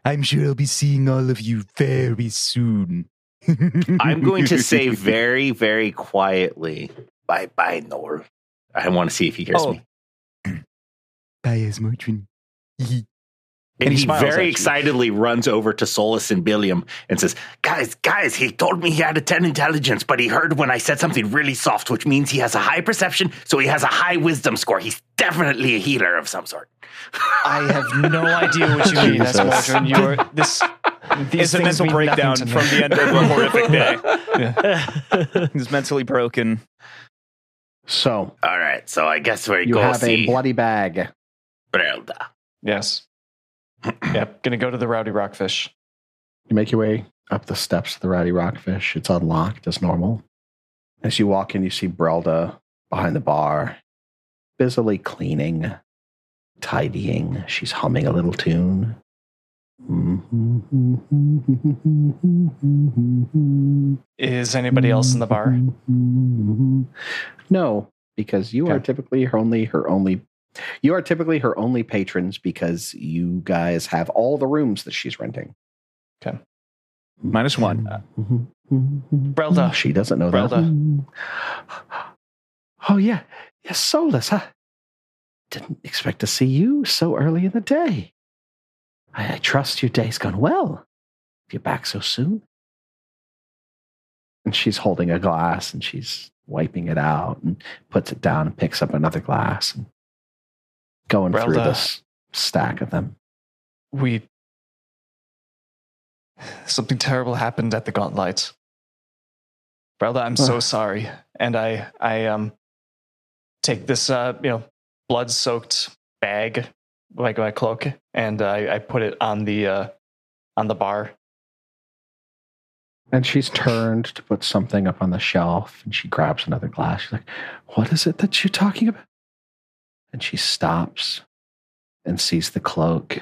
Speaker 7: I'm sure I'll be seeing all of you very soon.
Speaker 6: I'm going to
Speaker 7: <laughs>
Speaker 6: say very, very quietly, bye bye, Nor. I want to see if he hears
Speaker 3: Oh.
Speaker 6: me.
Speaker 7: Bye, Esmotrin.
Speaker 6: And,
Speaker 4: And he
Speaker 6: he,
Speaker 4: smiles at
Speaker 6: very
Speaker 4: you.
Speaker 6: excitedly runs over to Solus and Billiam and says, Guys, guys, he told me he had a 10 intelligence, but he heard when I said something really soft, which means he has a high perception, so he has a high wisdom score. He's definitely a healer of some sort.
Speaker 4: I have no idea what you mean,
Speaker 3: Jesus.
Speaker 4: Esmorgen. You <laughs> are this. These
Speaker 3: It's a
Speaker 4: things
Speaker 3: mental
Speaker 4: mean nothing
Speaker 3: breakdown
Speaker 4: to me.
Speaker 3: from the end of
Speaker 4: <laughs>
Speaker 3: a horrific day.
Speaker 5: All
Speaker 3: He's mentally broken.
Speaker 2: So
Speaker 6: All right, so I guess we
Speaker 2: you
Speaker 6: go
Speaker 2: have
Speaker 6: see
Speaker 2: a bloody bag.
Speaker 6: Brelda.
Speaker 4: Yes. yep. Gonna go to the Rowdy Rockfish.
Speaker 2: You make your way up the steps to the Rowdy Rockfish. It's unlocked as normal. As you walk in, you see Brelda behind the bar, busily cleaning, tidying. She's humming a little <laughs> tune.
Speaker 4: Is anybody else in the bar?
Speaker 2: No, because you are
Speaker 4: Okay.
Speaker 2: typically her only her only you are typically her only patrons because you guys have all the rooms that she's renting.
Speaker 4: Okay.
Speaker 3: Minus one.
Speaker 4: Brelda.
Speaker 2: She doesn't know that. <gasps> Oh yeah. Yes, Solus. I didn't expect to see you so early in the day. I, I trust your day's gone well. If you're back so soon. And she's holding a glass and she's wiping it out and puts it down and picks up another glass and going through
Speaker 4: Brelda.
Speaker 2: this stack of them.
Speaker 4: We. Something terrible happened at the Gauntlet. Brother, I'm so
Speaker 2: Ugh.
Speaker 4: sorry. And I, I um, take this, uh, you know, blood-soaked bag, like my cloak, and I, I put it on the, uh, on the bar.
Speaker 2: And she's turned to put something up on the shelf and she grabs another glass. She's like, What is it that you're talking about? And she stops and sees the cloak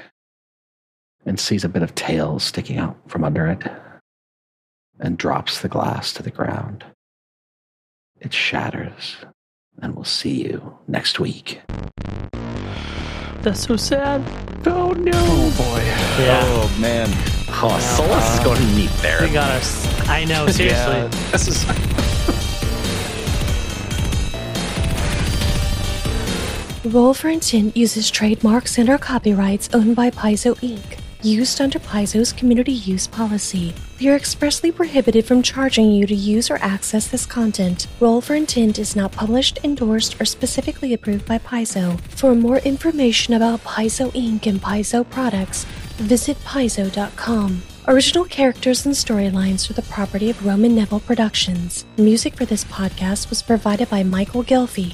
Speaker 2: and sees a bit of tail sticking out from under it and drops the glass to the ground. It shatters, and we'll see you next week.
Speaker 5: That's so sad.
Speaker 4: Oh boy.
Speaker 5: Yeah,
Speaker 3: Oh man.
Speaker 6: Oh, Solus is going to need
Speaker 5: we
Speaker 6: therapy.
Speaker 5: got our. s- I know, seriously.
Speaker 4: <laughs> Yeah, this is.
Speaker 1: Roll for Intent uses trademarks and our copyrights owned by Paizo Inc., used under Paizo's community use policy. We are expressly prohibited from charging you to use or access this content. Roll for Intent is not published, endorsed, or specifically approved by Paizo. For more information about Paizo Inc. and Paizo products, visit paizo.com. Original characters and storylines are the property of Roman Neville Productions. Music for this podcast was provided by Michael Gilfie.